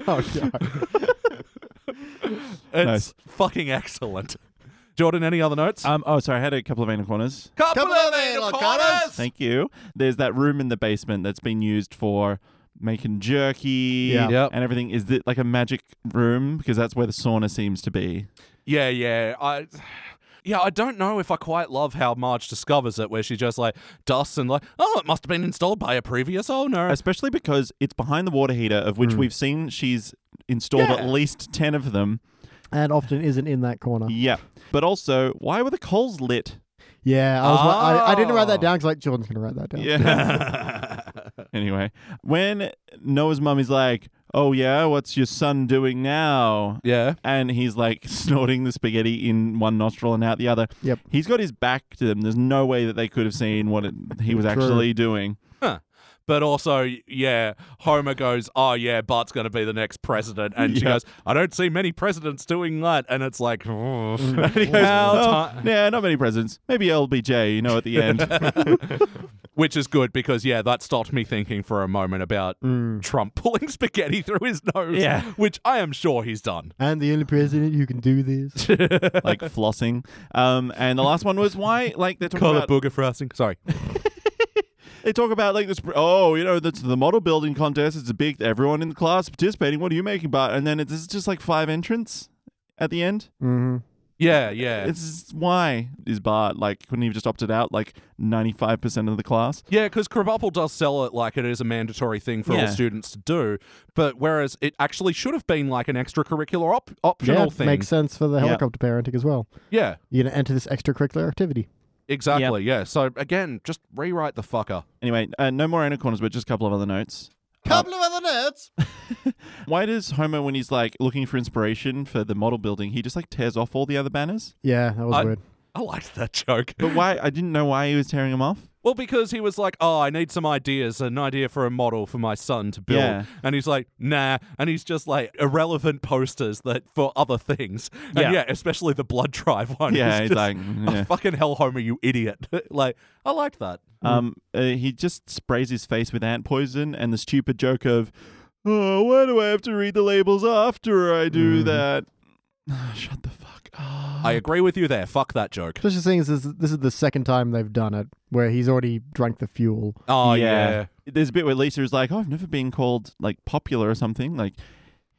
Oh, yeah. It's Nice. fucking excellent. Jordan, any other notes? Um. Oh, sorry. I had a couple of anal corners. Couple Couple of of anal anacondas. corners. Thank you. There's that room in the basement that's been used for making jerky Yeah. Yep. and everything. Is it like a magic room? Because that's where the sauna seems to be. Yeah, yeah. I yeah, I don't know if I quite love how Marge discovers it, where she just like dusts and like, oh, it must have been installed by a previous owner. Especially because it's behind the water heater, of which we've seen she's installed Yeah. at least 10 of them. and often isn't in that corner. Yeah. But also, why were the coals lit? Yeah, I, was, I, I didn't write Oh. that down because like Jordan's gonna write that down. Yeah. anyway, when Noah's mum is like, oh yeah, what's your son doing now? Yeah. And he's like snorting the spaghetti in one nostril and out the other. Yep. He's got his back to them. There's no way that they could have seen what it, he was True. actually doing. But also, yeah, Homer goes, "Oh yeah, Bart's going to be the next president," and she Yeah. goes, "I don't see many presidents doing that." And it's like, oh, And he goes, well, "Well, ti- yeah, not many presidents. Maybe LBJ, you know, at the end. which is good because yeah, that stopped me thinking for a moment about Trump pulling spaghetti through his nose, Yeah. which I am sure he's done. I'm the only president who can do this. like flossing. Um, and the last one was why, like, they're talking Call about it booger frosting. Sorry. They talk about like this. Oh, you know, that's the model building contest. It's a big. Everyone in the class participating. What are you making about? And then it's, it's just like five entrants at the end. Mm-hmm. Yeah, yeah. It's just- why is Bart like? Couldn't he have just opted out? Like ninety five percent of the class. Yeah, because Krabappel does sell it like it is a mandatory thing for all Yeah. students to do, but whereas it actually should have been like an extracurricular op- optional Yeah, thing. makes sense for the Yeah. helicopter parenting as well. Yeah, You're gonna enter this extracurricular activity. exactly. Yeah. So again, just rewrite the fucker. Anyway, uh, no more Anna corners, but just a couple of other notes. Couple of other nerds. Why does Homer, when he's like looking for inspiration for the model building, he just like tears off all the other banners? Yeah, that was I- weird. I liked that joke. But why? I didn't know why he was tearing them off. Well, because he was like, "Oh, I need some ideas, an idea for a model for my son to build," Yeah. and he's like, "Nah," and he's just like irrelevant posters that for other things. And yeah, Yeah. especially the blood drive one. Yeah, is he's just, like, "Oh, yeah. "Fucking hell, Homer, you idiot!" like, I liked that. Um, uh, he just sprays his face with ant poison, and the stupid joke of, "Oh, why do I have to read the labels after I do that?" Mm-hmm. Shut the fuck up. I agree with you there. Fuck that joke. Especially seeing as this, this is the second time they've done it, where he's already drunk the fuel. Oh There's a bit where Lisa is like, "Oh, I've never been called like popular or something like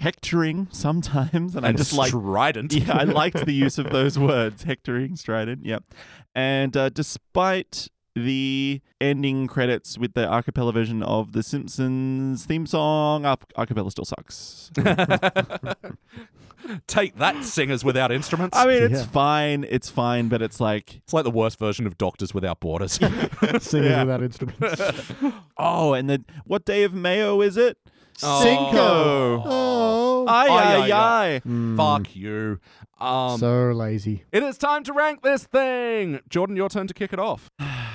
hectoring sometimes," and, I and just like. strident. yeah, I liked the use of those words, hectoring, strident. Yep. And uh, despite the ending credits with the a cappella version of the Simpsons theme song, a a cappella still sucks. Take that, singers without instruments. I mean, it's Yeah. fine. It's fine, but it's like, it's like the worst version of Doctors Without Borders. Singers Yeah. without instruments. oh, and then what day of Mayo is it? Oh. Cinco. Oh, Ay, Ay, ay, ay, ay. Fuck you. Um, so lazy. it is time to rank this thing. Jordan, your turn to kick it off.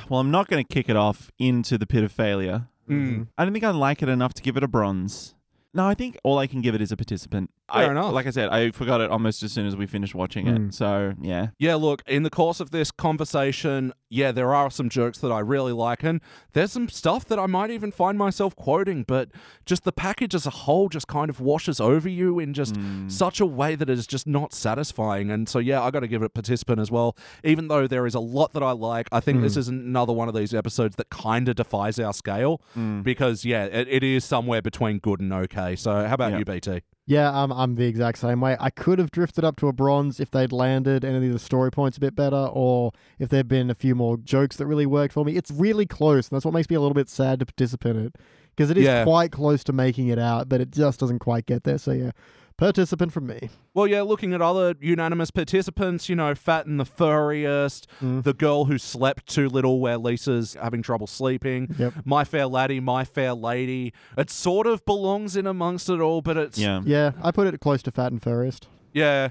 Well, I'm not going to kick it off into the pit of failure. Mm. I don't think I like it enough to give it a bronze. No, I think all I can give it is a participant. Fair I, enough. Like I said, I forgot it almost as soon as we finished watching it. Mm. So, yeah. Yeah, look, in the course of this conversation, yeah, there are some jokes that I really like, and there's some stuff that I might even find myself quoting, but just the package as a whole just kind of washes over you in just such a way that it is just not satisfying. And so, yeah, I got to give it participant as well. Even though there is a lot that I like, I think this is another one of these episodes that kind of defies our scale because, yeah, it, it is somewhere between good and okay. So, how about Yeah. you, BT? Yeah, I'm, I'm the exact same way. I could have drifted up to a bronze if they'd landed any of the story points a bit better, or if there'd been a few more jokes that really worked for me. It's really close, and that's what makes me a little bit sad to participate in it, because it is Yeah. quite close to making it out, but it just doesn't quite get there. So yeah, participant from me. Well, yeah, looking at other unanimous participants, you know, Fat and the Furriest, Mm. the girl who slept too little where Lisa's having trouble sleeping, Yep. My Fair Laddie, My Fair Lady. It sort of belongs in amongst it all, but it's. Yeah. Yeah, I put it close to fat and furriest. yeah.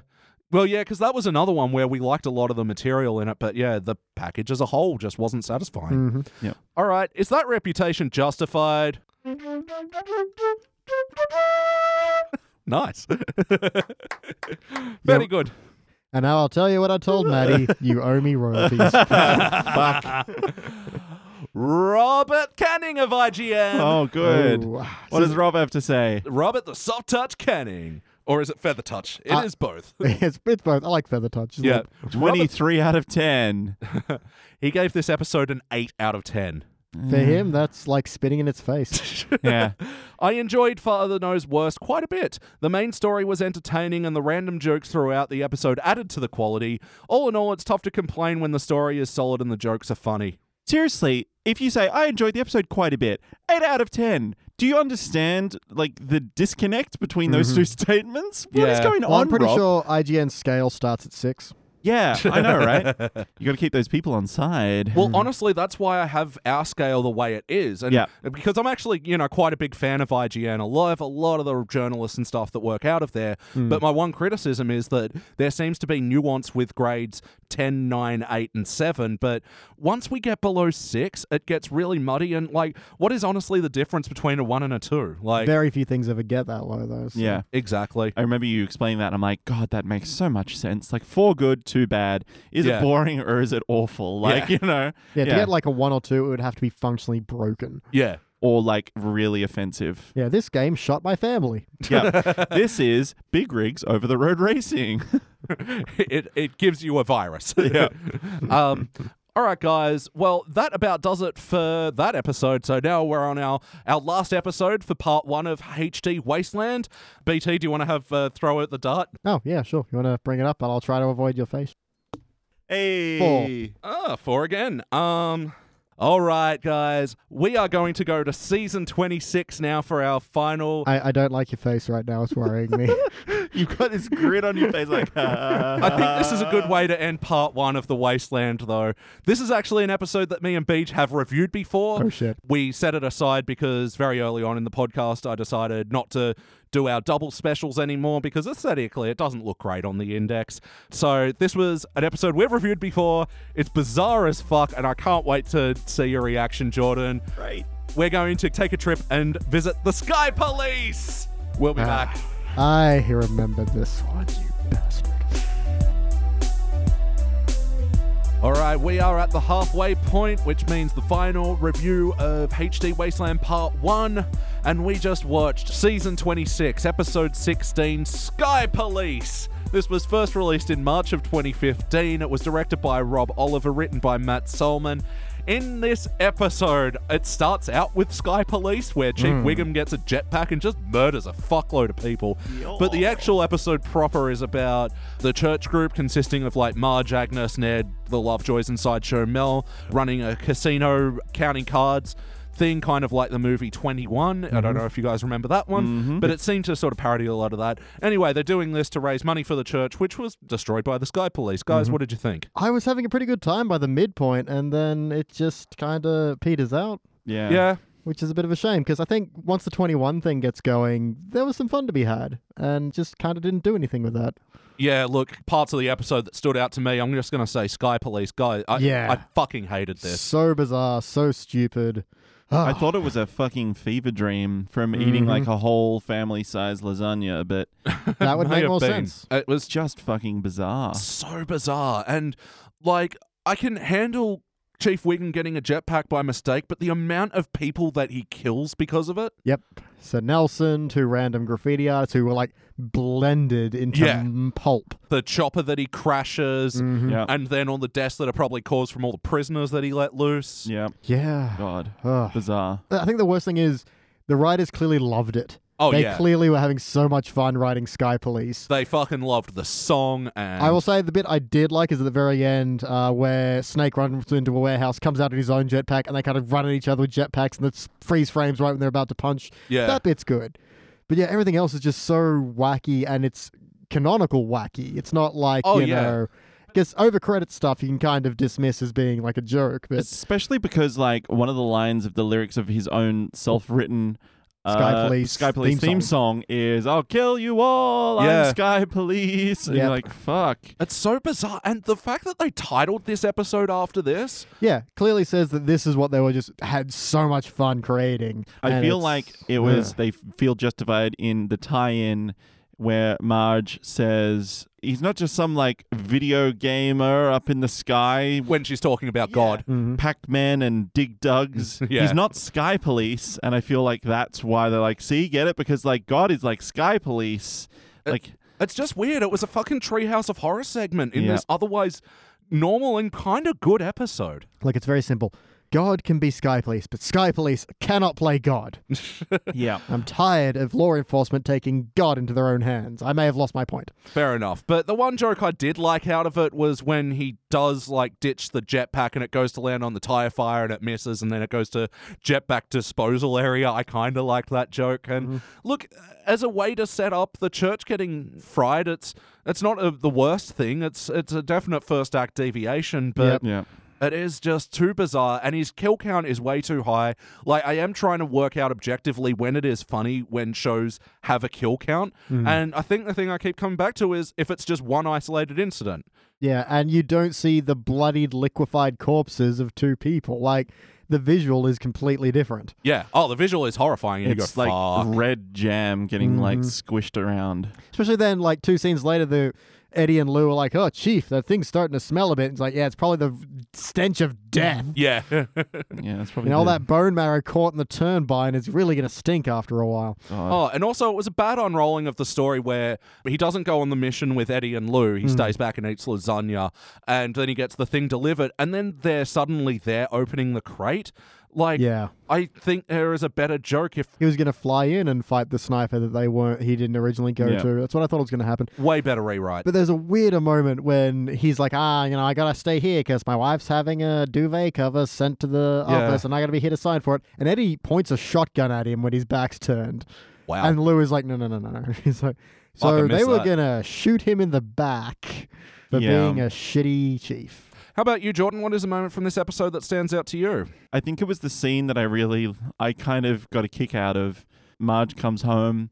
Well, yeah, because that was another one where we liked a lot of the material in it, but yeah, the package as a whole just wasn't satisfying. Mm-hmm. All right, is that reputation justified? Nice. Very Yep. good. And now I'll tell you what I told Maddie. you owe me royalties. Robert Canning of IGN. Oh, good. Ooh. What does Rob have to say? Robert the Soft Touch Canning. Or is it Feather Touch? It is Uh, both. it's, it's both. I like feather touch. It's yeah. like- 23 out of 10. Robert- he gave this episode an 8 out of 10. for him, that's like spitting in its face. Yeah. I enjoyed Father Knows Worst quite a bit. The main story was entertaining, and the random jokes throughout the episode added to the quality. All in all, it's tough to complain when the story is solid and the jokes are funny. Seriously, if you say, I enjoyed the episode quite a bit, 8 out of 10. Do you understand like the disconnect between those two statements? What is Yeah. going Mm-hmm. Well, on, I'm pretty Rob? sure IGN's scale starts at six. Yeah, I know, right? you got to keep those people on side. Well, honestly, that's why I have our scale the way it is, and Yeah. because I'm actually, you know, quite a big fan of IGN. I love a lot of the journalists and stuff that work out of there. But my one criticism is that there seems to be nuance with grades 10, 9, 8, and 7. But once we get below 6, it gets really muddy. And, like, what is honestly the difference between a 1 and a 2? Like, Very few things ever get that low, though. so- yeah. exactly. I remember you explaining that, and I'm like, God, that makes so much sense. Like, four good, two bad. Is Yeah. it boring or is it awful? Like, you know, Yeah, to get like a one or two, it would have to be functionally broken. Yeah. or like really offensive. Yeah, this game shot my family. Yeah, this is big rigs over the road racing. it it gives you a virus. Yeah. um all right, guys. Well, that about does it for that episode. So now we're on our, our last episode for part one of HD Wasteland. BT, do you want to have uh, throw at the dart? Oh, yeah, sure. You want to bring it up, but I'll try to avoid your face. hey, Ah, four again. Um. All right, guys. We are going to go to season twenty six now for our final. I, I don't like your face right now. It's worrying me. you've got this grin on your face, like. I think this is a good way to end part one of The Wasteland, though. This is actually an episode that me and Beach have reviewed before. Oh, shit. We set it aside because very early on in the podcast, I decided not to do our double specials anymore because aesthetically it doesn't look great on the index. So this was an episode we've reviewed before. It's bizarre as fuck, and I can't wait to see your reaction, Jordan. Right. We're going to take a trip and visit the Sky Police. We'll Ah. be back. I remember this one, you bastard. All right, we are at the halfway point, which means the final review of HD Wasteland Part 1. And we just watched Season 26, Episode 16 Sky Police. This was first released in March of 2015. It was directed by Rob Oliver, written by Matt Solman. In this episode, it starts out with Sky Police, where Chief Wiggum gets a jetpack and just murders a fuckload of people. But the actual episode proper is about the church group consisting of like Marge, Agnes, Ned, the Lovejoys, and Sideshow Mel running a casino counting cards thing, kind of like the movie 21. I don't know if you guys remember that one, but it seemed to sort of parody a lot of that. Anyway, they're doing this to raise money for the church, which was destroyed by the Sky Police. Guys, what did you think? I was having a pretty good time by the midpoint, and then it just kind of peters out, Yeah. Yeah. which is a bit of a shame because I think once the 21 thing gets going, there was some fun to be had, and just kind of didn't do anything with that. Yeah, look, parts of the episode that stood out to me, I'm just going to say Sky Police. Guys, I, Yeah. I fucking hated this. So bizarre, so stupid. I thought it was a fucking fever dream from eating like Mm-hmm. a whole family sized lasagna, but That would May make have more been. sense. It was it's just fucking bizarre. so bizarre. And like, I can handle Chief Wiggum getting a jetpack by mistake, but the amount of people that he kills because of it. Yep. So Nelson, two random graffiti artists who were like blended into Yeah. m- pulp. The chopper that he crashes, Mm-hmm. Yeah. and then all the deaths that are probably caused from all the prisoners that he let loose. Yeah. Yeah. God. Ugh. Bizarre. I think the worst thing is the writers clearly loved it. Oh, they yeah. clearly were having so much fun writing Sky Police. They fucking loved the song, and I will say the bit I did like is at the very end uh, where Snake runs into a warehouse, comes out in his own jetpack, and they kind of run at each other with jetpacks and it's freeze frames right when they're about to punch. Yeah. That bit's good. But yeah, everything else is just so wacky and it's canonical wacky. It's not like, Oh, you yeah. know, because over credit stuff you can kind of dismiss as being like a joke. But Especially because like one of the lines of the lyrics of his own self-written uh, Sky Police Sky Police theme theme song. is "I'll kill you all." Yeah. I'm Sky Police. And Yep. you're like, fuck. it's so bizarre. And the fact that they titled this episode after this, yeah, clearly says that this is what they were just had so much fun creating. I and feel it's- like it was Ugh. they f- feel justified in the tie-in where Marge says he's not just some like video gamer up in the sky when she's talking about God, Pac-Man and Dig Dugs. Yeah. He's not Sky Police, and I feel like that's why they're like, see, get it? Because like God is like Sky Police. Like It's just weird. It was a fucking Treehouse of Horror segment in Yeah. this otherwise normal and kind of good episode. Like it's very simple. God can be Sky Police, but Sky Police cannot play God. yeah. I'm tired of law enforcement taking God into their own hands. I may have lost my point. Fair enough. But the one joke I did like out of it was when he does like ditch the jetpack and it goes to land on the tire fire and it misses and then it goes to jetpack disposal area. I kind of liked that joke. And look, as a way to set up the church getting fried, it's it's not a, the worst thing. It's it's a definite first act deviation, but Yep. Yeah. it is just too bizarre, and his kill count is way too high. Like, I am trying to work out objectively when it is funny when shows have a kill count. And I think the thing I keep coming back to is if it's just one isolated incident. Yeah, and you don't see the bloodied, liquefied corpses of two people. Like, the visual is completely different. Yeah. Oh, the visual is horrifying. And It's you like go, fuck. red jam getting like squished around. Especially then, like, two scenes later, the. Eddie and Lou are like, oh, Chief, that thing's starting to smell a bit. It's like, yeah, it's probably the stench of death. yeah. Mm-hmm. Yeah, it's probably And all the- that bone marrow caught in the turnbine is really going to stink after a while. oh, and also it was a bad unrolling of the story where he doesn't go on the mission with Eddie and Lou. He stays back and eats lasagna, and then he gets the thing delivered, and then they're suddenly there opening the crate. Like, Yeah. I think there is a better joke if He was going to fly in and fight the sniper that they weren't. He didn't originally go Yeah. to. That's what I thought was going to happen. way better rewrite. But there's a weirder moment when he's like, ah, you know, I gotta stay here because my wife's having a duvet cover sent to the Yeah. office, and I gotta be here to sign for it. And Eddie points a shotgun at him when his back's turned, wow. and Lou is like, no, no, no, no, no. he's like, Fuck, I so they missed were that. gonna shoot him in the back for Yeah. being a shitty chief. How about you, Jordan? What is a moment from this episode that stands out to you? I think it was the scene that I really I kind of got a kick out of. Marge comes home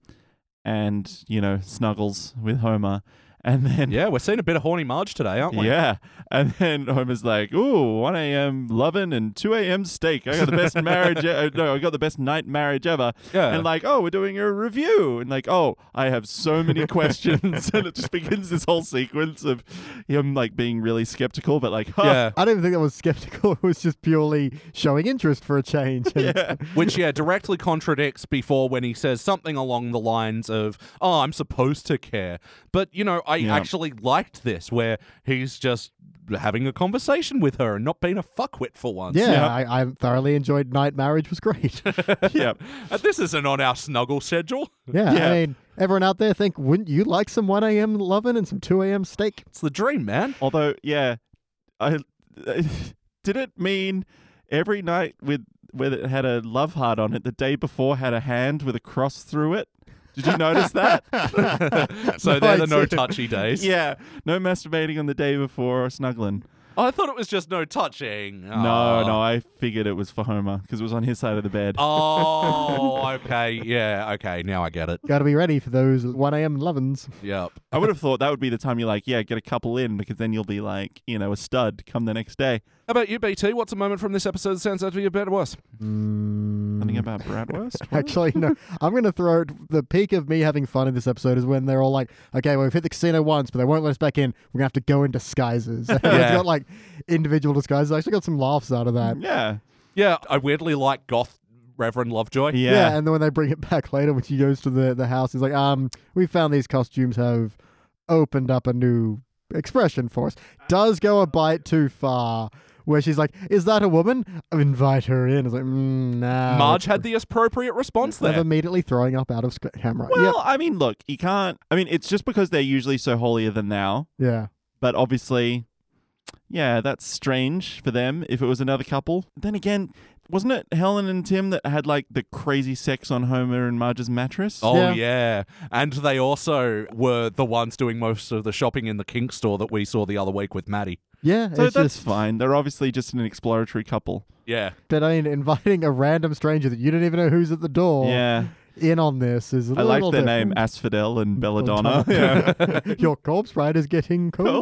and, you know, snuggles with Homer and then Yeah, we're seeing a bit of horny Marge today, aren't we? Yeah. And then Homer's like, ooh, 1 a.m. loving and 2 a.m. steak. I got the best marriage. E- uh, no, I got the best night marriage ever. Yeah. And like, oh, we're doing a review. And like, oh, I have so many questions. and it just begins this whole sequence of him like being really skeptical, but like, huh, Yeah. I don't think that was skeptical. It was just purely showing interest for a change. And it's- Which, yeah, directly contradicts before when he says something along the lines of, oh, I'm supposed to care. But, you know, I Yeah. actually liked this where he's just having a conversation with her and not being a fuckwit for once. Yeah, Yeah. I, I thoroughly enjoyed Night Marriage. Was great. yeah. And this isn't on our snuggle schedule. Yeah, Yeah. I mean, everyone out there think, wouldn't you like some 1 a.m. loving and some 2 a.m. steak? It's the dream, man. Although, yeah, I did it mean every night with where it had a love heart on it, the day before had a hand with a cross through it. Did you notice that? So No, they're the it's- no touchy days. yeah, no masturbating on the day before or snuggling. I thought it was just no touching. No, Aw. no, I figured it was for Homer because it was on his side of the bed. Oh, okay. Yeah, okay. Now I get it. Got to be ready for those 1 a.m. lovins. Yep. I would have thought that would be the time you're like, yeah, get a couple in because then you'll be like, you know, a stud come the next day. How about you, BT? What's a moment from this episode that sounds out to be a bit worse? Something about Bradwurst? What? Actually, no. I'm going to throw it- the peak of me having fun in this episode is when they're all like, okay, well, we've hit the casino once, but they won't let us back in. We're going to have to go in disguises. It's Yeah. got like individual disguises. I actually got some laughs out of that. yeah. Yeah, I weirdly like goth Reverend Lovejoy. Yeah. and then when they bring it back later, when she goes to the, the house, he's like, um, we found these costumes have opened up a new expression for us. Does go a bite too far, where she's like, is that a woman? Invite her in. It's like, mm, nah. Marge had the appropriate response Of there. immediately throwing up out of sc- camera. Well, Yep. I mean, look, you can't. I mean, it's just because they're usually so holier than thou, Yeah. but obviously, yeah, that's strange for them if it was another couple. Then again, wasn't it Helen and Tim that had like the crazy sex on Homer and Marge's mattress? Oh yeah. Yeah. and they also were the ones doing most of the shopping in the kink store that we saw the other week with Maddie. Yeah. so it's that's just, fine. They're obviously just an exploratory couple. Yeah, But I mean, inviting a random stranger that you don't even know who's at the door Yeah. in on this is Oh, a I little like their name, different. Asphodel and Belladonna. Belladonna. Yeah. Your corpse ride is getting cold.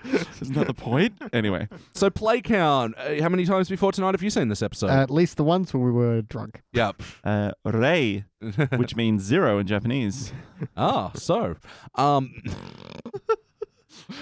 Cold. Isn't that the point? Anyway. so play count. Uh, how many times before tonight have you seen this episode? At least the ones when we were drunk. yep. Uh, rei, which means zero in Japanese. Ah, so, um,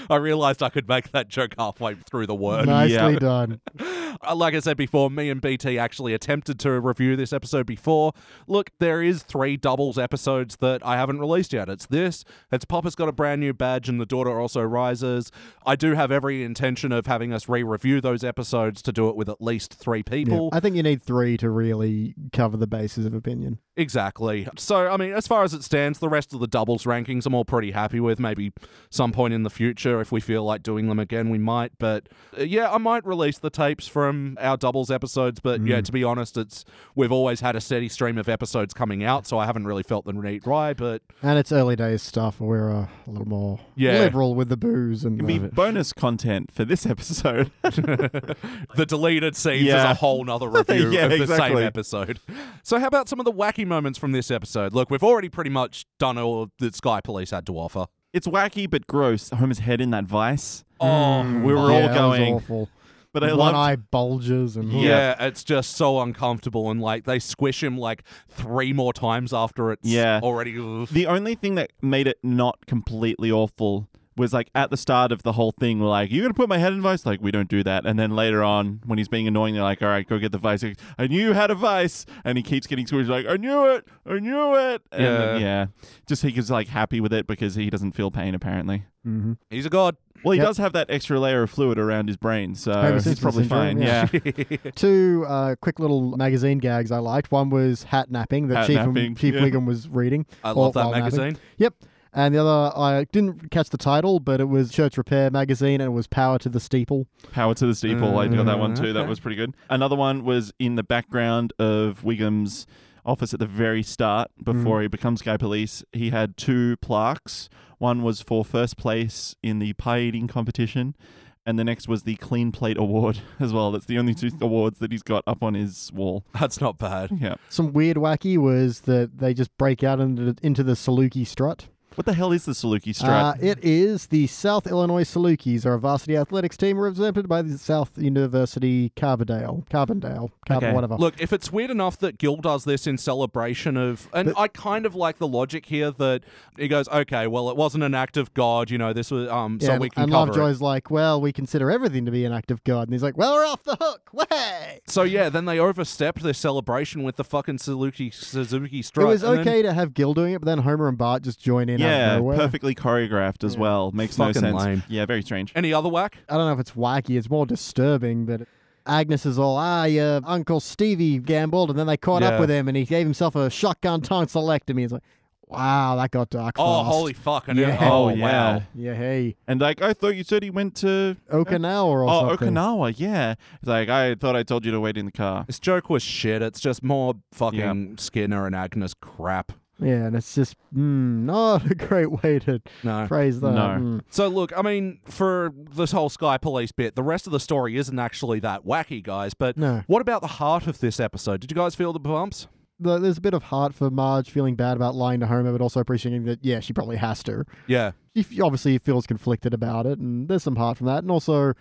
I realized I could make that joke halfway through the word. Nicely Nicely Yeah. done. Uh, Like I said before, me and BT actually attempted to review this episode before. Look, there is three doubles episodes that I haven't released yet. It's this, it's Papa's Got a Brand New Badge, and The Daughter Also Rises. I do have every intention of having us re review those episodes to do it with at least three people. I think you need three to really cover the bases of opinion. Exactly. So, I mean, as far as it stands, the rest of the doubles rankings I'm all pretty happy with. Maybe some point in the future, if we feel like doing them again, we might. But uh, yeah, I might release the tapes from our doubles episodes. But Mm. yeah, to be honest, it's we've always had a steady stream of episodes coming out, so I haven't really felt the need. Why? But And it's early days stuff. We're uh, a little more Yeah. liberal with the booze and It'll be the- bonus content for this episode. the deleted scenes is Yeah. a whole nother review Yeah, of the exactly. same episode. So how about some of the wacky moments from this episode? Look, we've already pretty much done all that Sky Police had to offer. it's wacky but gross. Homer's head in that vice. Oh, we Mm. Yeah, were all that was going, awful. but I One loved eye bulges and Yeah. it's just so uncomfortable, and like they squish him like three more times after it's Yeah. already. Ugh. The only thing that made it not completely awful was like at the start of the whole thing, we're like, "You're gonna put my head in vice?" Like, we don't do that. And then later on, when he's being annoying, they're like, "All right, go get the vice." Like, I knew you had a vice, and he keeps getting squeezed. Like, I knew it, I knew it. And then, Yeah. yeah. Just he is like happy with it because he doesn't feel pain apparently. Mhm. He's a god. Well, he Yep. does have that extra layer of fluid around his brain, so Homer he's Simpson probably syndrome, fine. yeah. Yeah. Two uh, quick little magazine gags I liked. One was hat napping that Hat Chief, napping, Chief yeah. Wiggum was reading. I or love that while napping. magazine. Yep. And the other, I didn't catch the title, but it was Church Repair Magazine and it was Power to the Steeple. Power to the steeple. I got that one too. That Mm, okay. was pretty good. Another one was in the background of Wiggum's office at the very start before Mm. he becomes Guy Police. He had two plaques. One was for first place in the pie eating competition, and the next was the Clean Plate Award as well. That's the only two awards that he's got up on his wall. That's not bad. Yeah. Some weird wacky was that they just break out into, into the Saluki strut. What the hell is the Saluki Uh, strut? it is the South Illinois Salukis, are a varsity athletics team represented by the South University Carbondale, Carbondale, Carbon, Okay. whatever. Look, if it's weird enough that Gil does this in celebration of, and I kind of like the logic here that he goes, okay, well, it wasn't an act of God, you know, this was, um, yeah, so we and- can and cover it. Lovejoy's like, well, we consider everything to be an act of God, and he's like, well, we're off the hook. Way. So yeah, then they overstepped their celebration with the fucking Suzuki Suzuki It strut. was and then- okay to have Gil doing it, but then Homer and Bart just join in. out yeah, of nowhere. perfectly choreographed as well. Makes no Fucking sense. lame. Yeah, very strange. Any other whack? I don't know if it's wacky, it's more disturbing, but Agnes is all, ah, your Uncle Stevie gambled, and then they caught Yeah. up with him, and he gave himself a shotgun tongue selectomy. It's like, wow, that got dark Oh, fast. holy fuck! And Yeah. oh, yeah. wow. Yeah, hey, And like, I thought you said he went to Okinawa or Oh, something. Okinawa, yeah. It's like I thought I told you to wait in the car. This joke was shit. It's just more fucking Skinner and Agnes crap. Yeah, and it's just, mm, not a great way to No. phrase that. No. Mm. So look, I mean, for this whole Sky Police bit, the rest of the story isn't actually that wacky, guys. But No. what about the heart of this episode? Did you guys feel the bumps? Th- There's a bit of heart for Marge feeling bad about lying to Homer, but also appreciating that, yeah, she probably has to. Yeah. She f- obviously feels conflicted about it, and there's some heart from that. And also,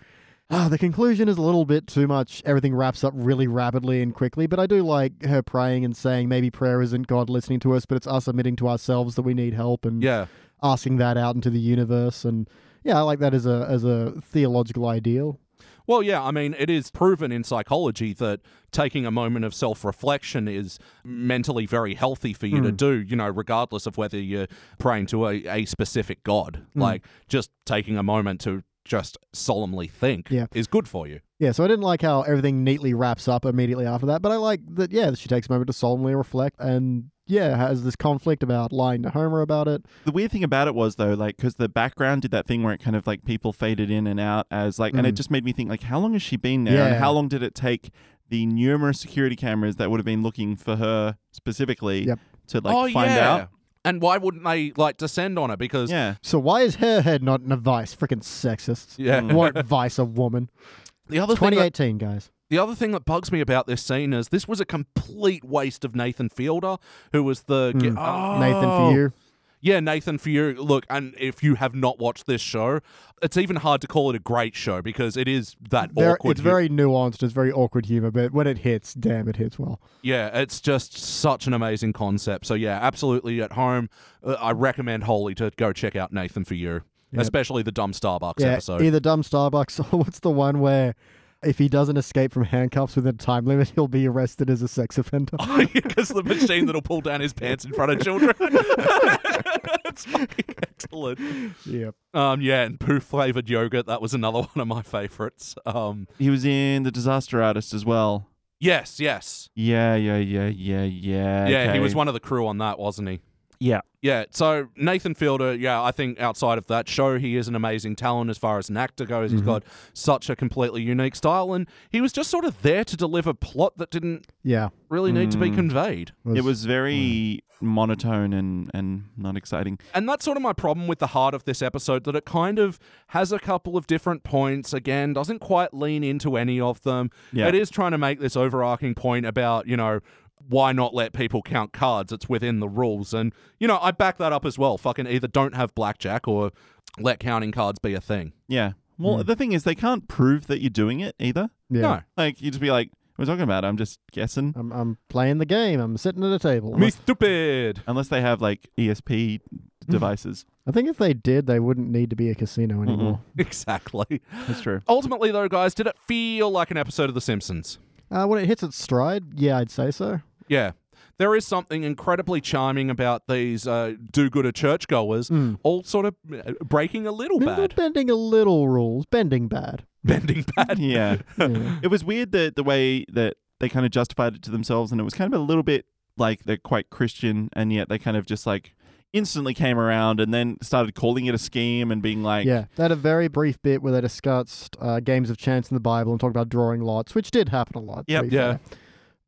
ah, the conclusion is a little bit too much. Everything wraps up really rapidly and quickly, but I do like her praying and saying maybe prayer isn't God listening to us, but it's us admitting to ourselves that we need help and Yeah. asking that out into the universe. And yeah, I like that as a as a theological ideal. Well, yeah, I mean, it is proven in psychology that taking a moment of self reflection is mentally very healthy for you Hmm. to do, you know, regardless of whether you're praying to a, a specific God. Hmm. Like, just taking a moment to just solemnly think Yeah. is good for you. Yeah, so I didn't like how everything neatly wraps up immediately after that, but I like that, yeah, she takes a moment to solemnly reflect and, yeah, has this conflict about lying to Homer about it. The weird thing about it was though, like, because the background did that thing where it kind of like people faded in and out as like, and it Mm. just made me think like, how long has she been there, and Yeah. how long did it take the numerous security cameras that would have been looking for her specifically Yep. to like oh, find yeah. out? And why wouldn't they, like, descend on it? Because. Yeah, So why is her head not in a vice? Freaking sexists. Yeah. Hmm. Won't vice a woman. The other thing that- 2018, guys. The other thing that bugs me about this scene is this was a complete waste of Nathan Fielder, who was Hmm. the Mm. Oh. Nathan, for you. Yeah, Nathan for you. Look, and if you have not watched this show, it's even hard to call it a great show because it is that Very, Oh, awkward. it's very nuanced. It's very awkward humor, but when it hits, damn, it hits well. yeah, it's just such an amazing concept. So yeah, absolutely at home, uh, I recommend wholly to go check out Nathan for you. Yep. especially the dumb Starbucks yeah, episode. either dumb Starbucks or what's the one where if he doesn't escape from handcuffs within a time limit, he'll be arrested as a sex offender. because the machine that'll pull down his pants in front of children. it's fucking excellent. yep. Um, yeah, and poo flavored yogurt. That was another one of my favorites. Um, He was in The Disaster Artist as well. yes, yes, Yeah, yeah, yeah, yeah, yeah. yeah. He okay. was one of the crew on that, wasn't he? Yeah. Yeah, so Nathan Fielder, yeah, I think outside of that show, he is an amazing talent as far as an actor goes. Mm-hmm. He's got such a completely unique style, and he was just sort of there to deliver plot that didn't Yeah. really need to Mm. be conveyed. It was very Hmm. monotone and, and not exciting. And that's sort of my problem with the heart of this episode that it kind of has a couple of different points. Again, doesn't quite lean into any of them. Yeah. It is trying to make this overarching point about, you know, why not let people count cards? It's within the rules. And, you know, I back that up as well. Fucking either don't have blackjack or let counting cards be a thing. Yeah. Well, the thing is, they can't prove that you're doing it either. Yeah. No. Like, you just be like, we're talking about, it, I'm just guessing. I'm, I'm playing the game. I'm sitting at a table. Me stupid. Unless they have like ESP devices. I think if they did, they wouldn't need to be a casino anymore. Exactly. That's true. Ultimately, though, guys, did it feel like an episode of The Simpsons? Uh, when it hits its stride, yeah, I'd say so. Yeah. There is something incredibly charming about these uh, do-gooder churchgoers, Mm. all sort of uh, breaking a little Maybe we're bad, Bending a little rules, bending bad. bending bad. Yeah. Yeah. it was weird that the way that they kind of justified it to themselves, and it was kind of a little bit like they're quite Christian, and yet they kind of just like instantly came around and then started calling it a scheme and being like, yeah, they had a very brief bit where they discussed uh, games of chance in the Bible and talked about drawing lots, which did happen a lot. to Yep, be yeah. fair.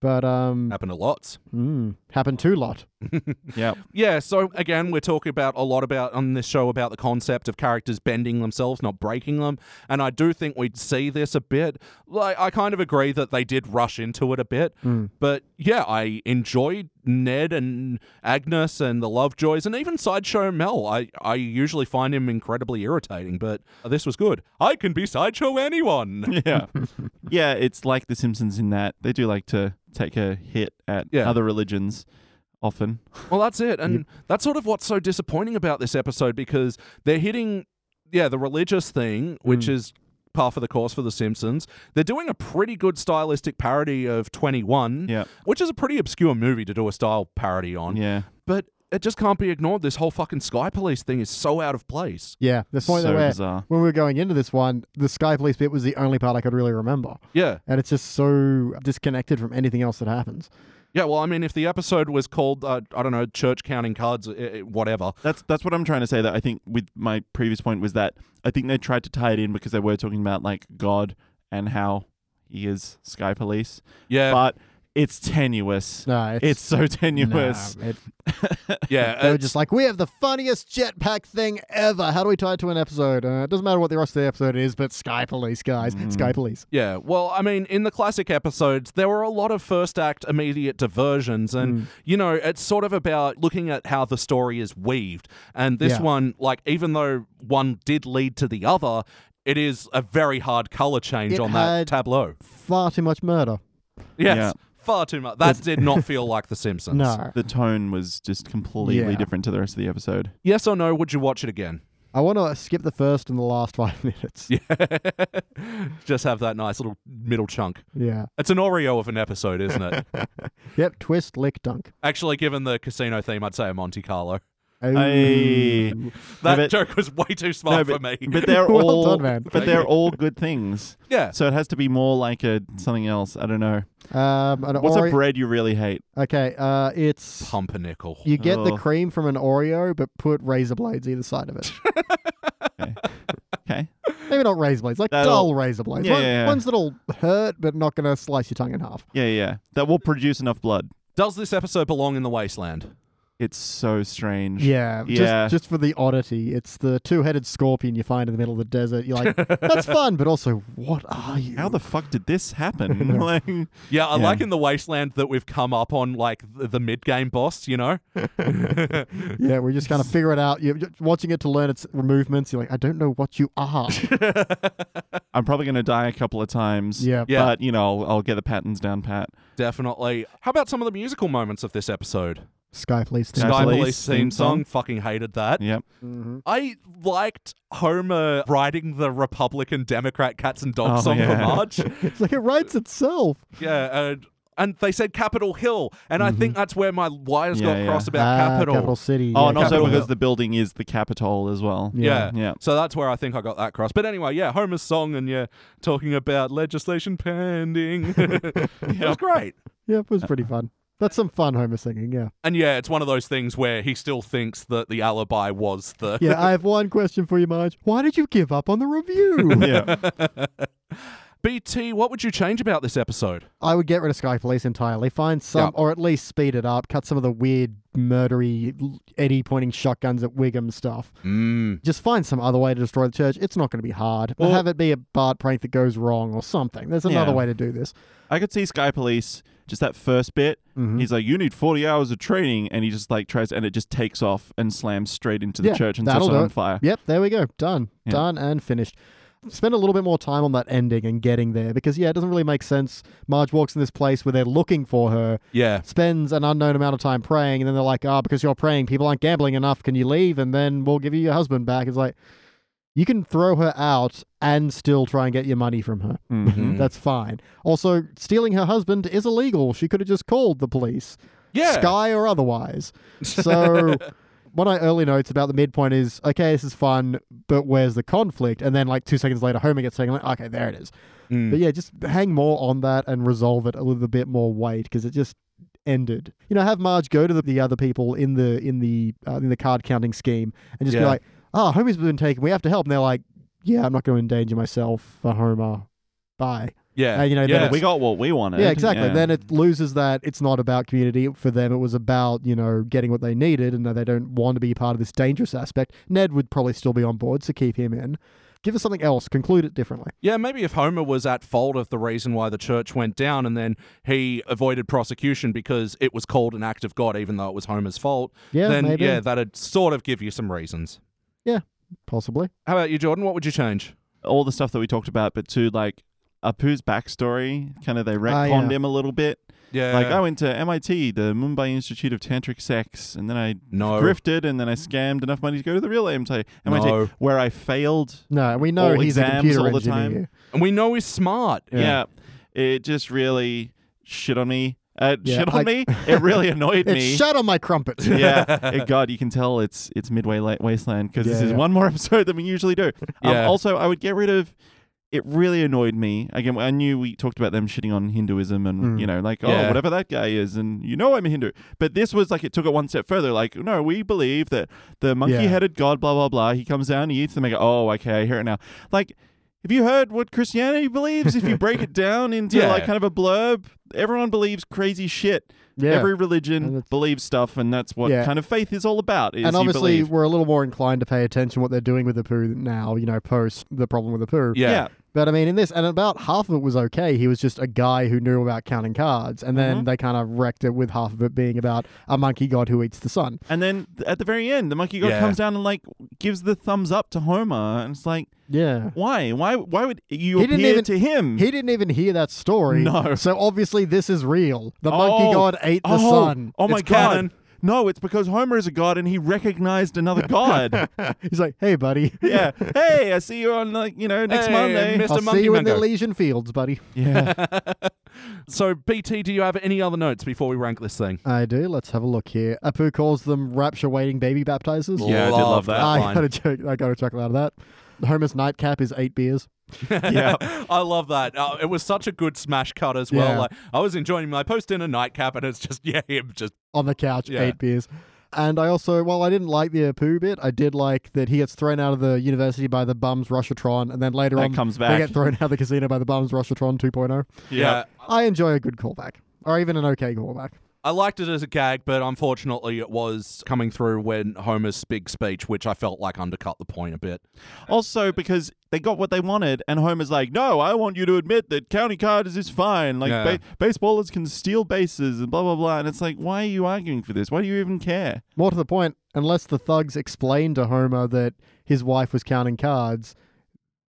But um, Happened to lots. mm, happened to lot. yeah, Yeah, so again, we're talking about a lot about on this show about the concept of characters bending themselves, not breaking them. And I do think we'd see this a bit. Like I kind of agree that they did rush into it a bit. But yeah, I enjoyed Ned and Agnes and the Lovejoys and even Sideshow Mel. I, I usually find him incredibly irritating, but this was good. I can be Sideshow anyone. yeah, yeah. It's like The Simpsons in that they do like to take a hit at Yeah. other religions often. Well, that's it. And that's sort of what's so disappointing about this episode because they're hitting, yeah, the religious thing, which Mm. is par for the course for The Simpsons. They're doing a pretty good stylistic parody of 21, Yeah. which is a pretty obscure movie to do a style parody on. Yeah, But it just can't be ignored. This whole fucking Sky Police thing is so out of place. Yeah, the point so that where bizarre. when we were going into this one, the Sky Police bit was the only part I could really remember, Yeah. and it's just so disconnected from anything else that happens. Yeah. Well, I mean, if the episode was called, uh, I don't know, Church Counting Cards, uh, uh, whatever. That's that's what I'm trying to say. That I think with my previous point was that I think they tried to tie it in because they were talking about like God and how he is sky police. Yeah. but it's tenuous. No, it's, it's, so tenuous. Nah, it- yeah. Uh, they were it's- just like, we have the funniest jetpack thing ever. How do we tie it to an episode? Uh, it doesn't matter what the rest of the episode is, but Sky Police, guys, Mm. Sky Police. Yeah, well, I mean, in the classic episodes, there were a lot of first act immediate diversions, and Mm. you know, it's sort of about looking at how the story is weaved. And this Yeah. one, like, even though one did lead to the other, it is a very hard color change It on that had- tableau. Far too much murder. Yes, Yeah. far too much. That did not feel like The Simpsons. No, The tone was just completely Yeah. different to the rest of the episode. Yes or no? Would you watch it again? I want to skip the first and the last five minutes. Yeah, Just have that nice little middle chunk. yeah. It's an Oreo of an episode, isn't it? yep. Twist, lick, dunk. Actually, given the casino theme, I'd say a Monte Carlo. Oh, Hey. That but- joke was way too smart for me. but they're Well all done, man. but they're all good things. yeah. So it has to be more like a something else. I don't know. um, an What's a Oreo- bread you really hate? Okay, uh, it's Pumpernickel. you get the Ugh. cream from an Oreo, but put razor blades either side of it. Okay. Maybe not razor blades, like That'll- dull razor blades. Yeah, One- yeah, yeah. Ones that'll hurt, but not gonna slice your tongue in half. Yeah, yeah. That will produce enough blood. Does this episode belong in the wasteland? It's so strange. Yeah, Yeah. Just, just for the oddity, it's the two-headed scorpion you find in the middle of the desert. You're like, that's fun, but also, what are you? How the fuck did this happen? like, Yeah, I Yeah. like in the wasteland that we've come up on like the, the mid game boss. You know, yeah, we're just kind of figure it out. You're just watching it to learn its movements. You're like, I don't know what you are. I'm probably gonna die a couple of times. Yeah. Yeah. But you know, I'll, I'll get the patterns down pat. definitely. How about some of the musical moments of this episode? Sky Police thing. Sky Police Police theme theme song. song. Fucking hated that. Yep. I liked Homer riding the Republican Democrat cats and dogs Oh, song for yeah. March. It's like it writes itself. yeah, and and they said Capitol Hill, and I think that's where my wires Yeah, got yeah. crossed about Ah, Capitol. Capital City. Oh, yeah, and also Capitol because Hill. the building is the Capitol as well. Yeah. Yeah. So that's where I think I got that crossed. But anyway, yeah, Homer's song and yeah, talking about legislation pending. it was great. yeah, it was pretty fun. That's some fun Homer singing. Yeah. And yeah, it's one of those things where he still thinks that the alibi was the Yeah, I have one question for you, Marge. Why did you give up on the review? Yeah. BT, what would you change about this episode? I would get rid of Sky Police entirely. Find some, Yeah. or at least speed it up. Cut some of the weird, murdery, l- Eddie pointing shotguns at Wiggum stuff. Mm. Just find some other way to destroy the church. It's not going to be hard. Or Or- have it be a Bart prank that goes wrong or something. There's another Yeah. way to do this. I could see Sky Police just that first bit. Mhm. He's like, "You need forty hours of training," and he just like tries, and it just takes off and slams straight into the Yeah, church and sets that'll it do on it. fire. Yep, there we go. Done. Yeah. Done and finished. Spend a little bit more time on that ending and getting there because, yeah, it doesn't really make sense. Marge walks in this place where they're looking for her, Yeah. spends an unknown amount of time praying, and then they're like, oh, because you're praying, people aren't gambling enough. Can you leave? And then we'll give you your husband back. It's like, you can throw her out and still try and get your money from her. Mm-hmm. Mhm. That's fine. Also, stealing her husband is illegal. She could have just called the police. Yeah. Sky or otherwise. So one of my early notes about the midpoint is okay, this is fun, but where's the conflict? And then like two seconds later, Homer gets taken. Like, okay, there it is. Mm. But yeah, just hang more on that and resolve it a little bit more weight because it just ended. You know, have Marge go to the, the other people in the in the uh, in the card counting scheme and just be Yeah. like, "Ah, Homer's been taken. We have to help." And they're like, "Yeah, I'm not going to endanger myself for Homer. Bye." Uh, Yeah. you know, then yeah. it's- We got what we wanted. Yeah, exactly. Yeah. Then it loses that it's not about community for them. It was about you know getting what they needed, and that they don't want to be part of this dangerous aspect. Ned would probably still be on board, so keep him in. Give us something else. Conclude it differently. Yeah, maybe if Homer was at fault of the reason why the church went down and then he avoided prosecution because it was called an act of God, even though it was Homer's fault, Yeah, then maybe. yeah, that'd sort of give you some reasons. Possibly. How about you, Jordan? What would you change? all the stuff that we talked about, but to like Apu's backstory, kind of they Ah, yeah. retconned him a little bit. Yeah. Like I went to MIT, the Mumbai Institute of Tantric Sex, and then I no. grifted, and then I scammed enough money to go to the real MIT, MIT No. where I failed. No, we know All he's a exams computer all the engineer. time. And we know he's smart. Yeah. Yeah. it just really shit on me. Uh, Yeah, shit on I- me. It really annoyed It's me. shut on my crumpet. yeah, Eh, God, you can tell it's it's midway la- wasteland because this Yeah, is yeah. one more episode than we usually do. Um, Yeah. Also, I would get rid of. It really annoyed me. Again, I knew we talked about them shitting on Hinduism and Mm. you know, like Yeah. oh, whatever that guy is, and you know, I'm a Hindu. But this was like it took it one step further. Like, no, we believe that the monkey-headed god, blah blah blah. He comes down, he eats them. I go, oh, okay, I hear it now. Like. Have you heard what Christianity believes? If you break it down into Yeah. like kind of a blurb, everyone believes crazy shit. Yeah. Every And religion it's- believes stuff, and that's what Yeah. kind of faith is all about. Is and you obviously, believe. we're a little more inclined to pay attention what they're doing with the poo now. You know, post the problem with the poo. Yeah. yeah. But I mean, in this, and about half of it was okay. He was just a guy who knew about counting cards, and then Mm-hmm. they kind of wrecked it with half of it being about a monkey god who eats the sun. And then th- at the very end, the monkey god Yeah. comes down and like gives the thumbs up to Homer, and it's like, Yeah. why? Why? Why would you He didn't appear even- to him? He didn't even hear that story. No. So obviously, this is real. The monkey Oh. god ate the oh, sun. Oh my It's god! canon. No, it's because Homer is a god and he recognized another god. He's like, hey, buddy. yeah. Hey, I see you on like you know next Hey, Monday. Mr. I'll Monkey see you in the Mango. Elysian fields, buddy. yeah. So, BT, do you have any other notes before we rank this thing? I do. Let's have a look here. Apu calls them rapture waiting baby baptizers. Yeah, I did love that I line. got a joke. I got a chuckle out of that. Homer's nightcap is eight beers. Yeah. I love that. Uh, it was such a good smash cut as well. Yeah. Like I was enjoying my post dinner nightcap, and it's just yeah, him just on the couch, Yeah. eight beers. And I also, while I didn't like the Apu bit, I did like that he gets thrown out of the university by the bums Rushatron, and then later That on comes they back. get thrown out of the casino by the bums Rushatron 2.0. yeah. oh. I enjoy a good callback, or even an okay callback. I liked it as a gag, but unfortunately, it was coming through when Homer's big speech, which I felt like undercut the point a bit. Also, because they got what they wanted, and Homer's like, "No, I want you to admit that county cards is fine. Like Yeah. ba- baseballers can steal bases and blah blah blah." And it's like, why are you arguing for this? Why do you even care? More to the point, unless the thugs explain to Homer that his wife was counting cards,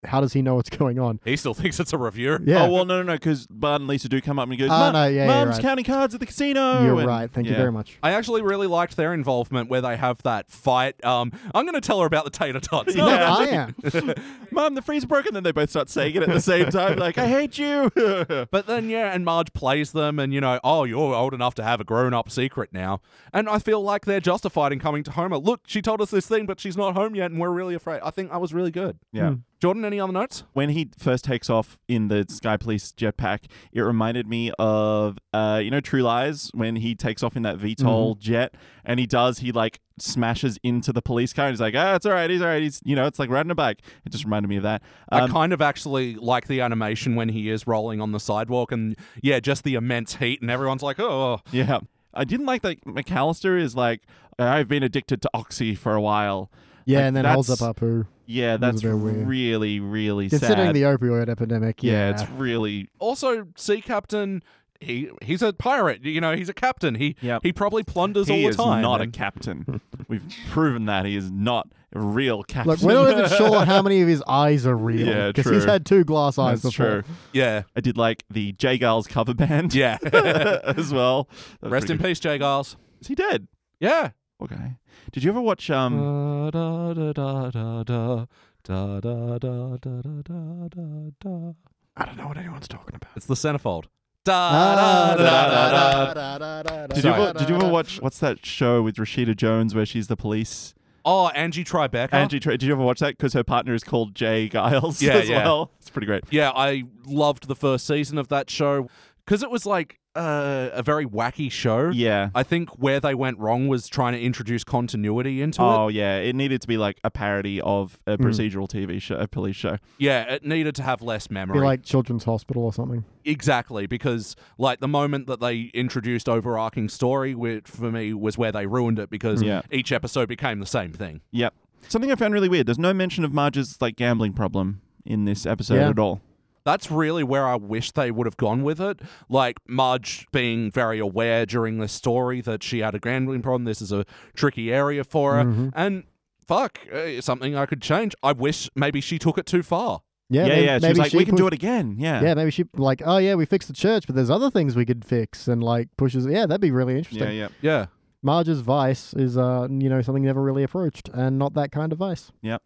How does he know what's going on? He still thinks it's a review. Yeah. Oh well, no, no, no, because Bart and Lisa do come up and he goes, Oh, "Mum, no, yeah, you're "Mum's right. counting cards at the casino." You're and- right. Thank you yeah. very much. I actually really liked their involvement where they have that fight. Um, I'm going to tell her about the tater tots. No, Yeah. I am. Mum, the freezer broke, and then they both start saying it at the same time, like, "I hate you." But then, yeah, and Marge plays them, and you know, oh, you're old enough to have a grown up secret now. And I feel like they're justified in coming to Homer. Look, she told us this thing, but she's not home yet, and we're really afraid. I think I was really good. Hmm. yeah. Jordan, any other notes? When he first takes off in the Sky Police jetpack, it reminded me of, uh, you know, True Lies when he takes off in that VTOL Mm-hmm. jet, and he does he like smashes into the police car, and he's like, "Ah, it's all right, he's all right, he's you know, it's like riding a bike." It just reminded me of that. Um, I kind of actually like the animation when he is rolling on the sidewalk, and yeah, just the immense heat, and everyone's like, oh. Yeah. I didn't like that McAllister is like, I've been addicted to Oxy for a while. Yeah, Like, and then that's- holds up Apu. Yeah, that's bit weird. really, really Considering sad. the opioid epidemic, yeah. yeah. it's really. Also, sea captain. He, he's a pirate, you know. He's a captain. He Yep. he probably plunders He all is the time. not and- a captain. We've proven that he is not a real captain. Look, we're not even sure how many of his eyes are real. Yeah, Because true. he's had two glass eyes that's before. true. yeah, I did like the J Giles cover band. yeah. as well. That was Rest pretty in good. peace, Jay Giles. Is he dead? Yeah. Okay. Did you ever watch um? Uh, Da, da, da, da, da, da. Da, da, da, da, da, da, da, da. I don't know what anyone's talking about. It's the centerfold. Da, da, da, da, da. Did you, ever, did you ever watch what's that show with Rashida Jones where she's the police? Oh, Angie Tribeca. Angie, Tra- did you ever watch that? Because her partner is called Jay Giles Yeah, as yeah. well. It's pretty great. Yeah, I loved the first season of that show because it was like uh, a very wacky show. Yeah. I think where they went wrong was trying to introduce continuity into it. Oh yeah, it needed to be like a parody of a Hmm. procedural TV show, a police show. Yeah, it needed to have less memory. Be like Children's Hospital or something. Exactly, because like the moment that they introduced overarching story, which for me was where they ruined it because Yeah. each episode became the same thing. Yep. Something I found really weird. There's no mention of Marge's like gambling problem in this episode Yeah. at all. That's really where I wish they would have gone with it. Like Marge being very aware during this story that she had a gambling problem. This is a tricky area for her, and fuck, uh, something I could change. I wish maybe she took it too far. Yeah, yeah, maybe, yeah. She Maybe was like, she "We can pushed- do it again." Yeah. Yeah, maybe she like, oh yeah, we fixed the church, but there's other things we could fix, and like pushes. Yeah, that'd be really interesting. Yeah, yeah, Yeah, Marge's vice is, uh, you know, something never really approached, and not that kind of vice. yeah.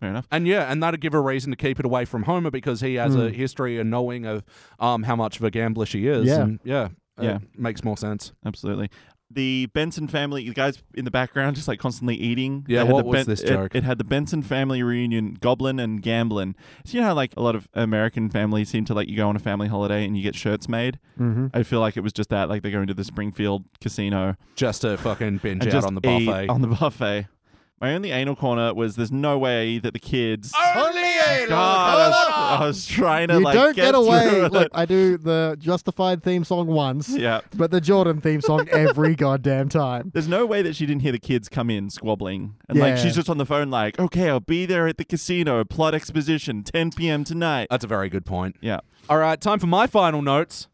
Fair enough. and yeah, and that'd give her reason to keep it away from Homer because he has Hmm. a history and knowing of um how much of a gambler she is. Yeah. and yeah, uh, Yeah. makes more sense. Absolutely. The Benson family, the guys in the background, just like constantly eating. Yeah, They had what the was this it- joke? It, had the Benson family reunion, Goblin and Gamblin. So you know how like a lot of American families seem to like you go on a family holiday and you get shirts made. Mm-hmm. I feel like it was just that, like they're going to the Springfield casino just to fucking binge out and just on the eat buffet. on the buffet. My only anal corner was there's no way that the kids. God, I was, I was trying to You like don't get through away. it. Look, I do the Justified theme song once, yeah. but the Jordan theme song every goddamn time. There's no way that she didn't hear the kids come in squabbling. And like Yeah. she's just on the phone like, "Okay, I'll be there at the casino, plot exposition, 10 p.m. tonight." That's a very good point. yeah. All right, time for my final notes.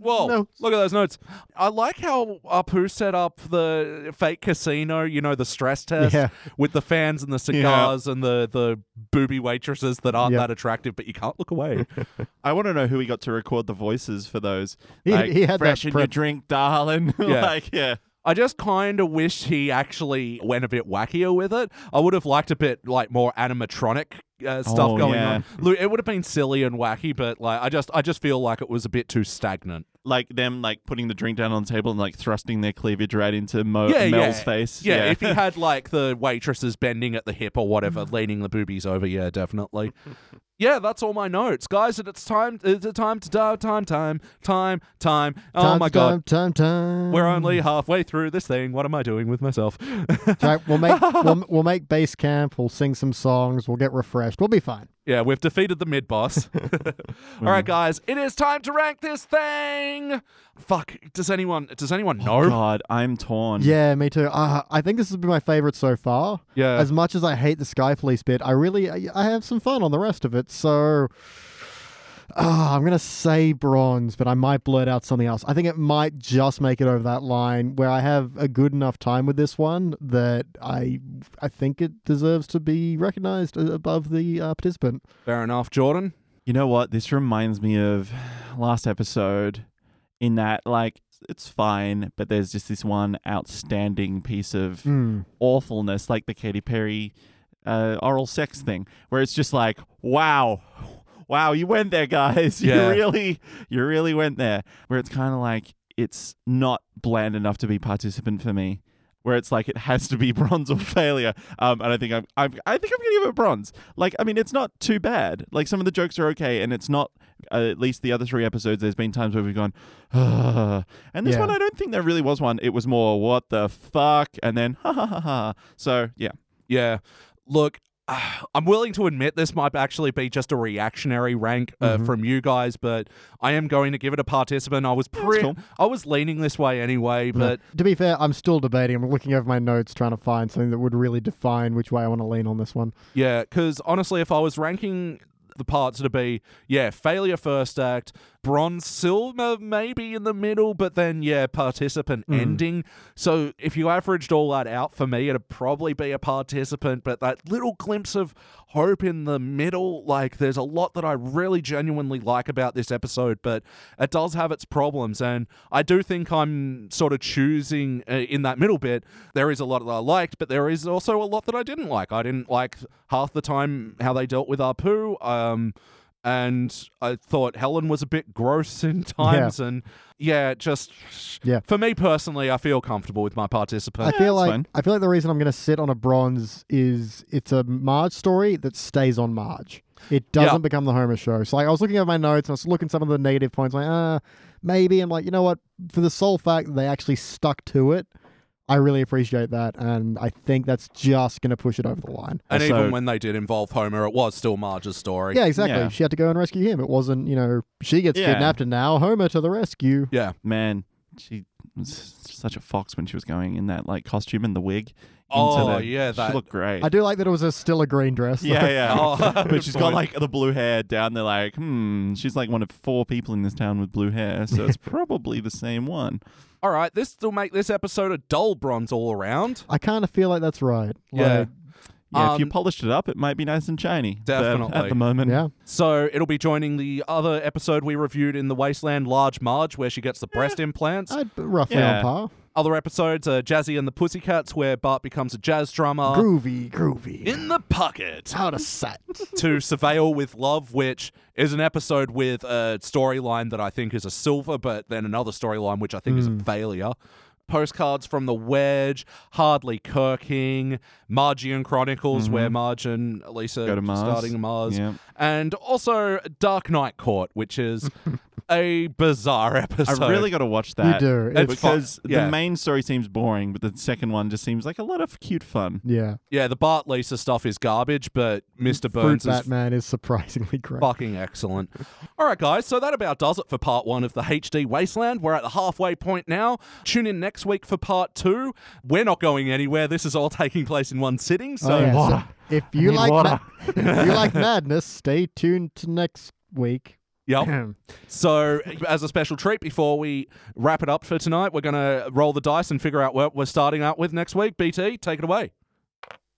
Whoa, Notes. look at those notes. I like how Apu set up the fake casino, you know, the stress test Yeah. with the fans and the cigars and the, the booby waitresses that aren't Yeah. that attractive, but you can't look away. I want to know who he got to record the voices for those. He- like, he had that freshen your prep- drink, darling. Yeah. like, yeah. I just kind of wish he actually went a bit wackier with it. I would have liked a bit like more animatronic uh, stuff Oh, going yeah. on. Lou, it would have been silly and wacky, but like I just I just feel like it was a bit too stagnant. Like them like putting the drink down on the table and like thrusting their cleavage right into Mo- yeah, Uh, Mel's yeah. face. Yeah, if he had like the waitresses bending at the hip or whatever, leaning the boobies over, yeah, definitely. Yeah, that's all my notes, guys. And it's time. It's a time to dive. Time, time, time, time. Oh Time, my god, time, time, time. we're only halfway through this thing. What am I doing with myself? Right, we'll make we'll, we'll make base camp. We'll sing some songs. We'll get refreshed. We'll be fine. yeah, we've defeated the mid boss. all right, guys, it is time to rank this thing. Fuck. Does anyone? Does anyone know? Oh, God, I'm torn. Yeah, me too. Uh, I think this has been my favorite so far. Yeah. As much as I hate the Sky Police bit, I really I, I have some fun on the rest of it. So Ah, I'm gonna say bronze, but I might blurt out something else. I think it might just make it over that line where I have a good enough time with this one that I I think it deserves to be recognized a- above the uh, participant. Fair enough, Jordan. You know what? This reminds me of last episode in that, like, it's fine, but there's just this one outstanding piece of awfulness, like the Katy Perry uh, oral sex thing, where it's just like, wow. Wow, you went there, guys. You Yeah. really, you really went there. Where it's kind of like it's not bland enough to be participant for me. Where it's like it has to be bronze or failure. Um, and I think I'm, I'm, I think I'm gonna give it bronze. Like, I mean, it's not too bad. Like some of the jokes are okay, and it's not. Uh, at least the other three episodes, there's been times where we've gone, Ugh. and this Yeah. one I don't think there really was one. It was more what the fuck, and then ha ha ha ha. So yeah, Yeah. Look, I'm willing to admit this might actually be just a reactionary rank uh, Mm-hmm. from you guys, but I am going to give it a participant. I was pre- cool. I was leaning this way anyway, but To be fair, I'm still debating. I'm looking over my notes trying to find something that would really define which way I want to lean on this one. yeah, because honestly, if I was ranking the parts, it'd be yeah, failure first act, bronze, silver maybe in the middle, but then yeah, participant ending. So if you averaged all that out for me, it'd probably be a participant, but that little glimpse of hope in the middle, like there's a lot that I really genuinely like about this episode, but it does have its problems. And I do think I'm sort of choosing uh, in that middle bit. There is a lot that I liked, but there is also a lot that I didn't like. I didn't like half the time how they dealt with Apu. Um, and I thought Helen was a bit gross in times, and yeah, just Yeah. For me personally, I feel comfortable with my participant. I feel that's like fine. I feel like the reason I'm going to sit on a bronze is it's a Marge story that stays on Marge. It doesn't Yeah. become the Homer show. So like I was looking at my notes and I was looking at some of the negative points. Like ah, maybe I'm like you know what for the sole fact that they actually stuck to it, I really appreciate that, and I think that's just going to push it over the line. and Also- even when they did involve Homer, it was still Marge's story. Yeah, exactly. Yeah. She had to go and rescue him. It wasn't you know she gets Yeah. kidnapped and now Homer to the rescue. yeah. man, she was such a fox when she was going in that like costume and the wig. Oh, into the, yeah, that- she looked great. I do like that it was a still a green dress. though. yeah, yeah. Oh, but she's got point. like the blue hair down there. Like, hmm, she's like one of four people in this town with blue hair, so it's probably the same one. All right, this will make this episode a dull bronze all around. I kind of feel like that's right. Yeah. Like, Yeah, if you Um, polished it up, it might be nice and shiny. But at Definitely. the moment, yeah. So it'll be joining the other episode we reviewed in the Wasteland, Large Marge, where she gets the breast implants. I'd roughly Yeah. on par. other episodes are Jazzy and the Pussycats, where Bart becomes a jazz drummer. groovy, groovy. in the pocket Uh, out of sight. to surveil with love, which is an episode with a storyline that I think is a silver, but then another storyline which I think is Hmm. a failure. Postcards from the Wedge, Hardly Kirking, Margian Chronicles, where Marge and Lisa Mm-hmm. Go to Mars. starting a Mars, Yeah. and also Dark Knight Court, which is a bizarre episode. I really got to watch that. uh, you do. It's, It's fun. Because Yeah. the main story seems boring, but the second one just seems like a lot of cute fun. yeah. yeah, the Bart Lisa stuff is garbage, but Mr. Burns Fruit is Batman is surprisingly great. Fucking excellent. All right, guys, so that about does it for part one of the HD Wasteland. We're at the halfway point now. Tune in next week for part two. We're not going anywhere. This is all taking place in one sitting. So, Oh, yeah, so Water. if you need like water. ma- if you like madness, stay tuned to next week. Yep. Oh. So, as a special treat, before we wrap it up for tonight, we're going to roll the dice and figure out what we're starting out with next week. BT, take it away.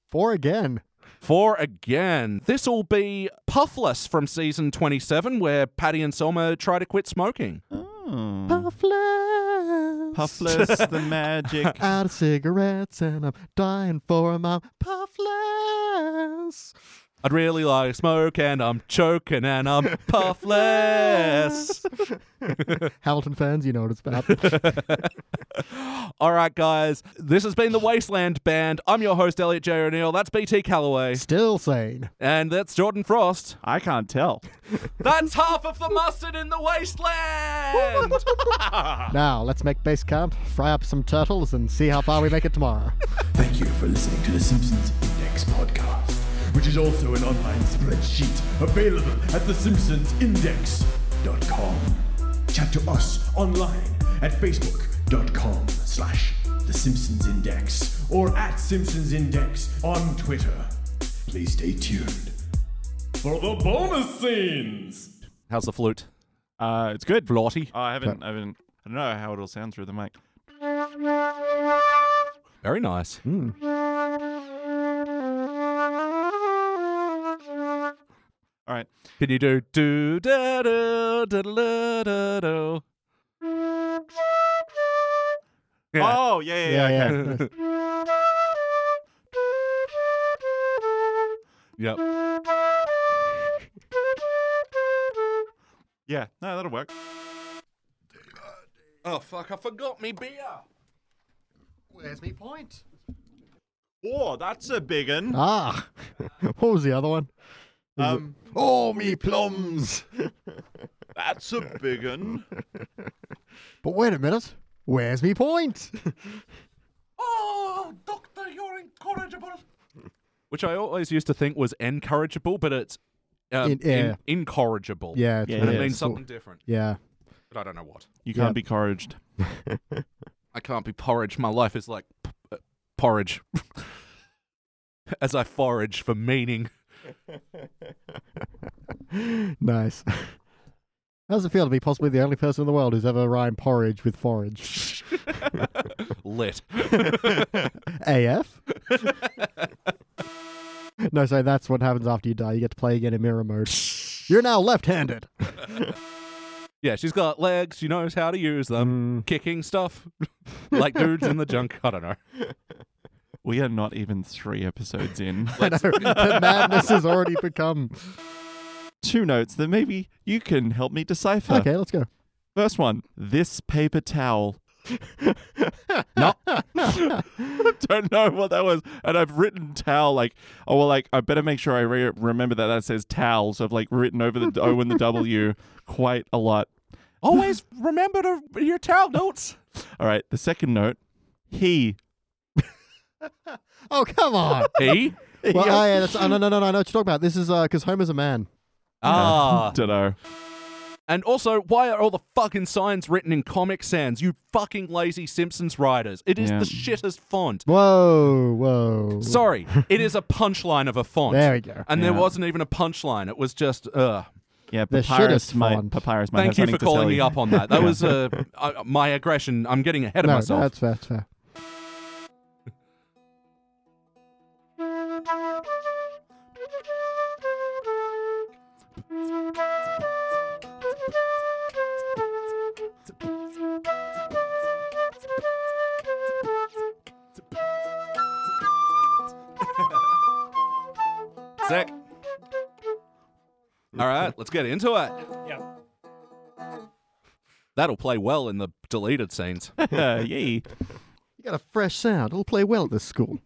Four again. Four again. This will be Puffless from season 27, where Patty and Selma try to quit smoking. Oh. Puffless. Puffless, the magic. Out of cigarettes and I'm dying for 'em. I'm puffless. I'd really like smoke and I'm choking and I'm puffless. Hamilton fans, you know what it's about. All right, guys. This has been the Wasteland Band. I'm your host, Elliot J. O'Neill. That's BT Calloway. Still sane. And that's Jordan Frost. I can't tell. That's half of the mustard in the wasteland. Now, let's make base camp, fry up some turtles, and see how far we make it tomorrow. Thank you for listening to the Simpsons Index podcast, which is also an online spreadsheet available at thesimpsonsindex.com. Chat to us online at facebook.com slash the Simpsons Index or at Simpsons Index on Twitter. Please stay tuned for the bonus scenes. How's the flute? Uh, it's good. Flaughty. I haven't. I haven't. I don't know how it'll sound through the mic. Very nice. Hmm. All right. Can you do do da da da da da da? Yeah. Oh yeah yeah yeah. Yeah, okay. yeah. Yep. Yeah, no, that'll work. Oh fuck! I forgot me beer. Where's me point? Oh, that's a big one. Ah, what was the other one? Um, Oh, me plums. that's a big one. But wait a minute. Where's me point? Oh, doctor, you're incorrigible. Which I always used to think was incorrigible, but it's um, In- yeah. in- incorrigible. yeah, it's Yeah, and it yeah, means it's cool. something different, Yeah. but I don't know what. You can't Yeah. be couraged. I can't be porridge. My life is like p- uh, porridge. As I forage for meaning. nice. How does it feel to be possibly the only person in the world who's ever rhymed porridge with forage? Lit. AF? no, so that's what happens after you die. You get to play again in mirror mode. You're now left handed. Yeah, she's got legs. She knows how to use Mm. them. Kicking stuff like dudes in the junk. I don't know. We are not even three episodes in. I know. The madness has already become. Two notes that maybe you can help me decipher. Okay, let's go. First one: this paper towel. no, don't know what that was, and I've written towel like oh well, like I better make sure I re- remember that that says towel, so I've like written over the O and the W quite a lot. Always remember to your towel notes. All right, the second note, he. Oh, come on. He? Well, oh, yeah, that's, oh, no, no, no, no, I know what you're talking about. This is because Homer's a man. Oh. Ah. Don't know. And also, why are all the fucking signs written in Comic Sans? You fucking lazy Simpsons writers. It is Yeah. the shittest font. Whoa, whoa. Sorry, it is a punchline of a font. There we go. And there Yeah. wasn't even a punchline. It was just, uh. Yeah, The papyrus shittest might, font. papyrus might Thank you have for something to calling tell me you. up on that. That Yeah. was uh, uh, my aggression. I'm getting ahead of no, myself. that's fair, that's fair. Zach. All right, let's get into it. Yeah. That'll play well in the deleted scenes. Uh, yay. You got a fresh sound. It'll play well at this school.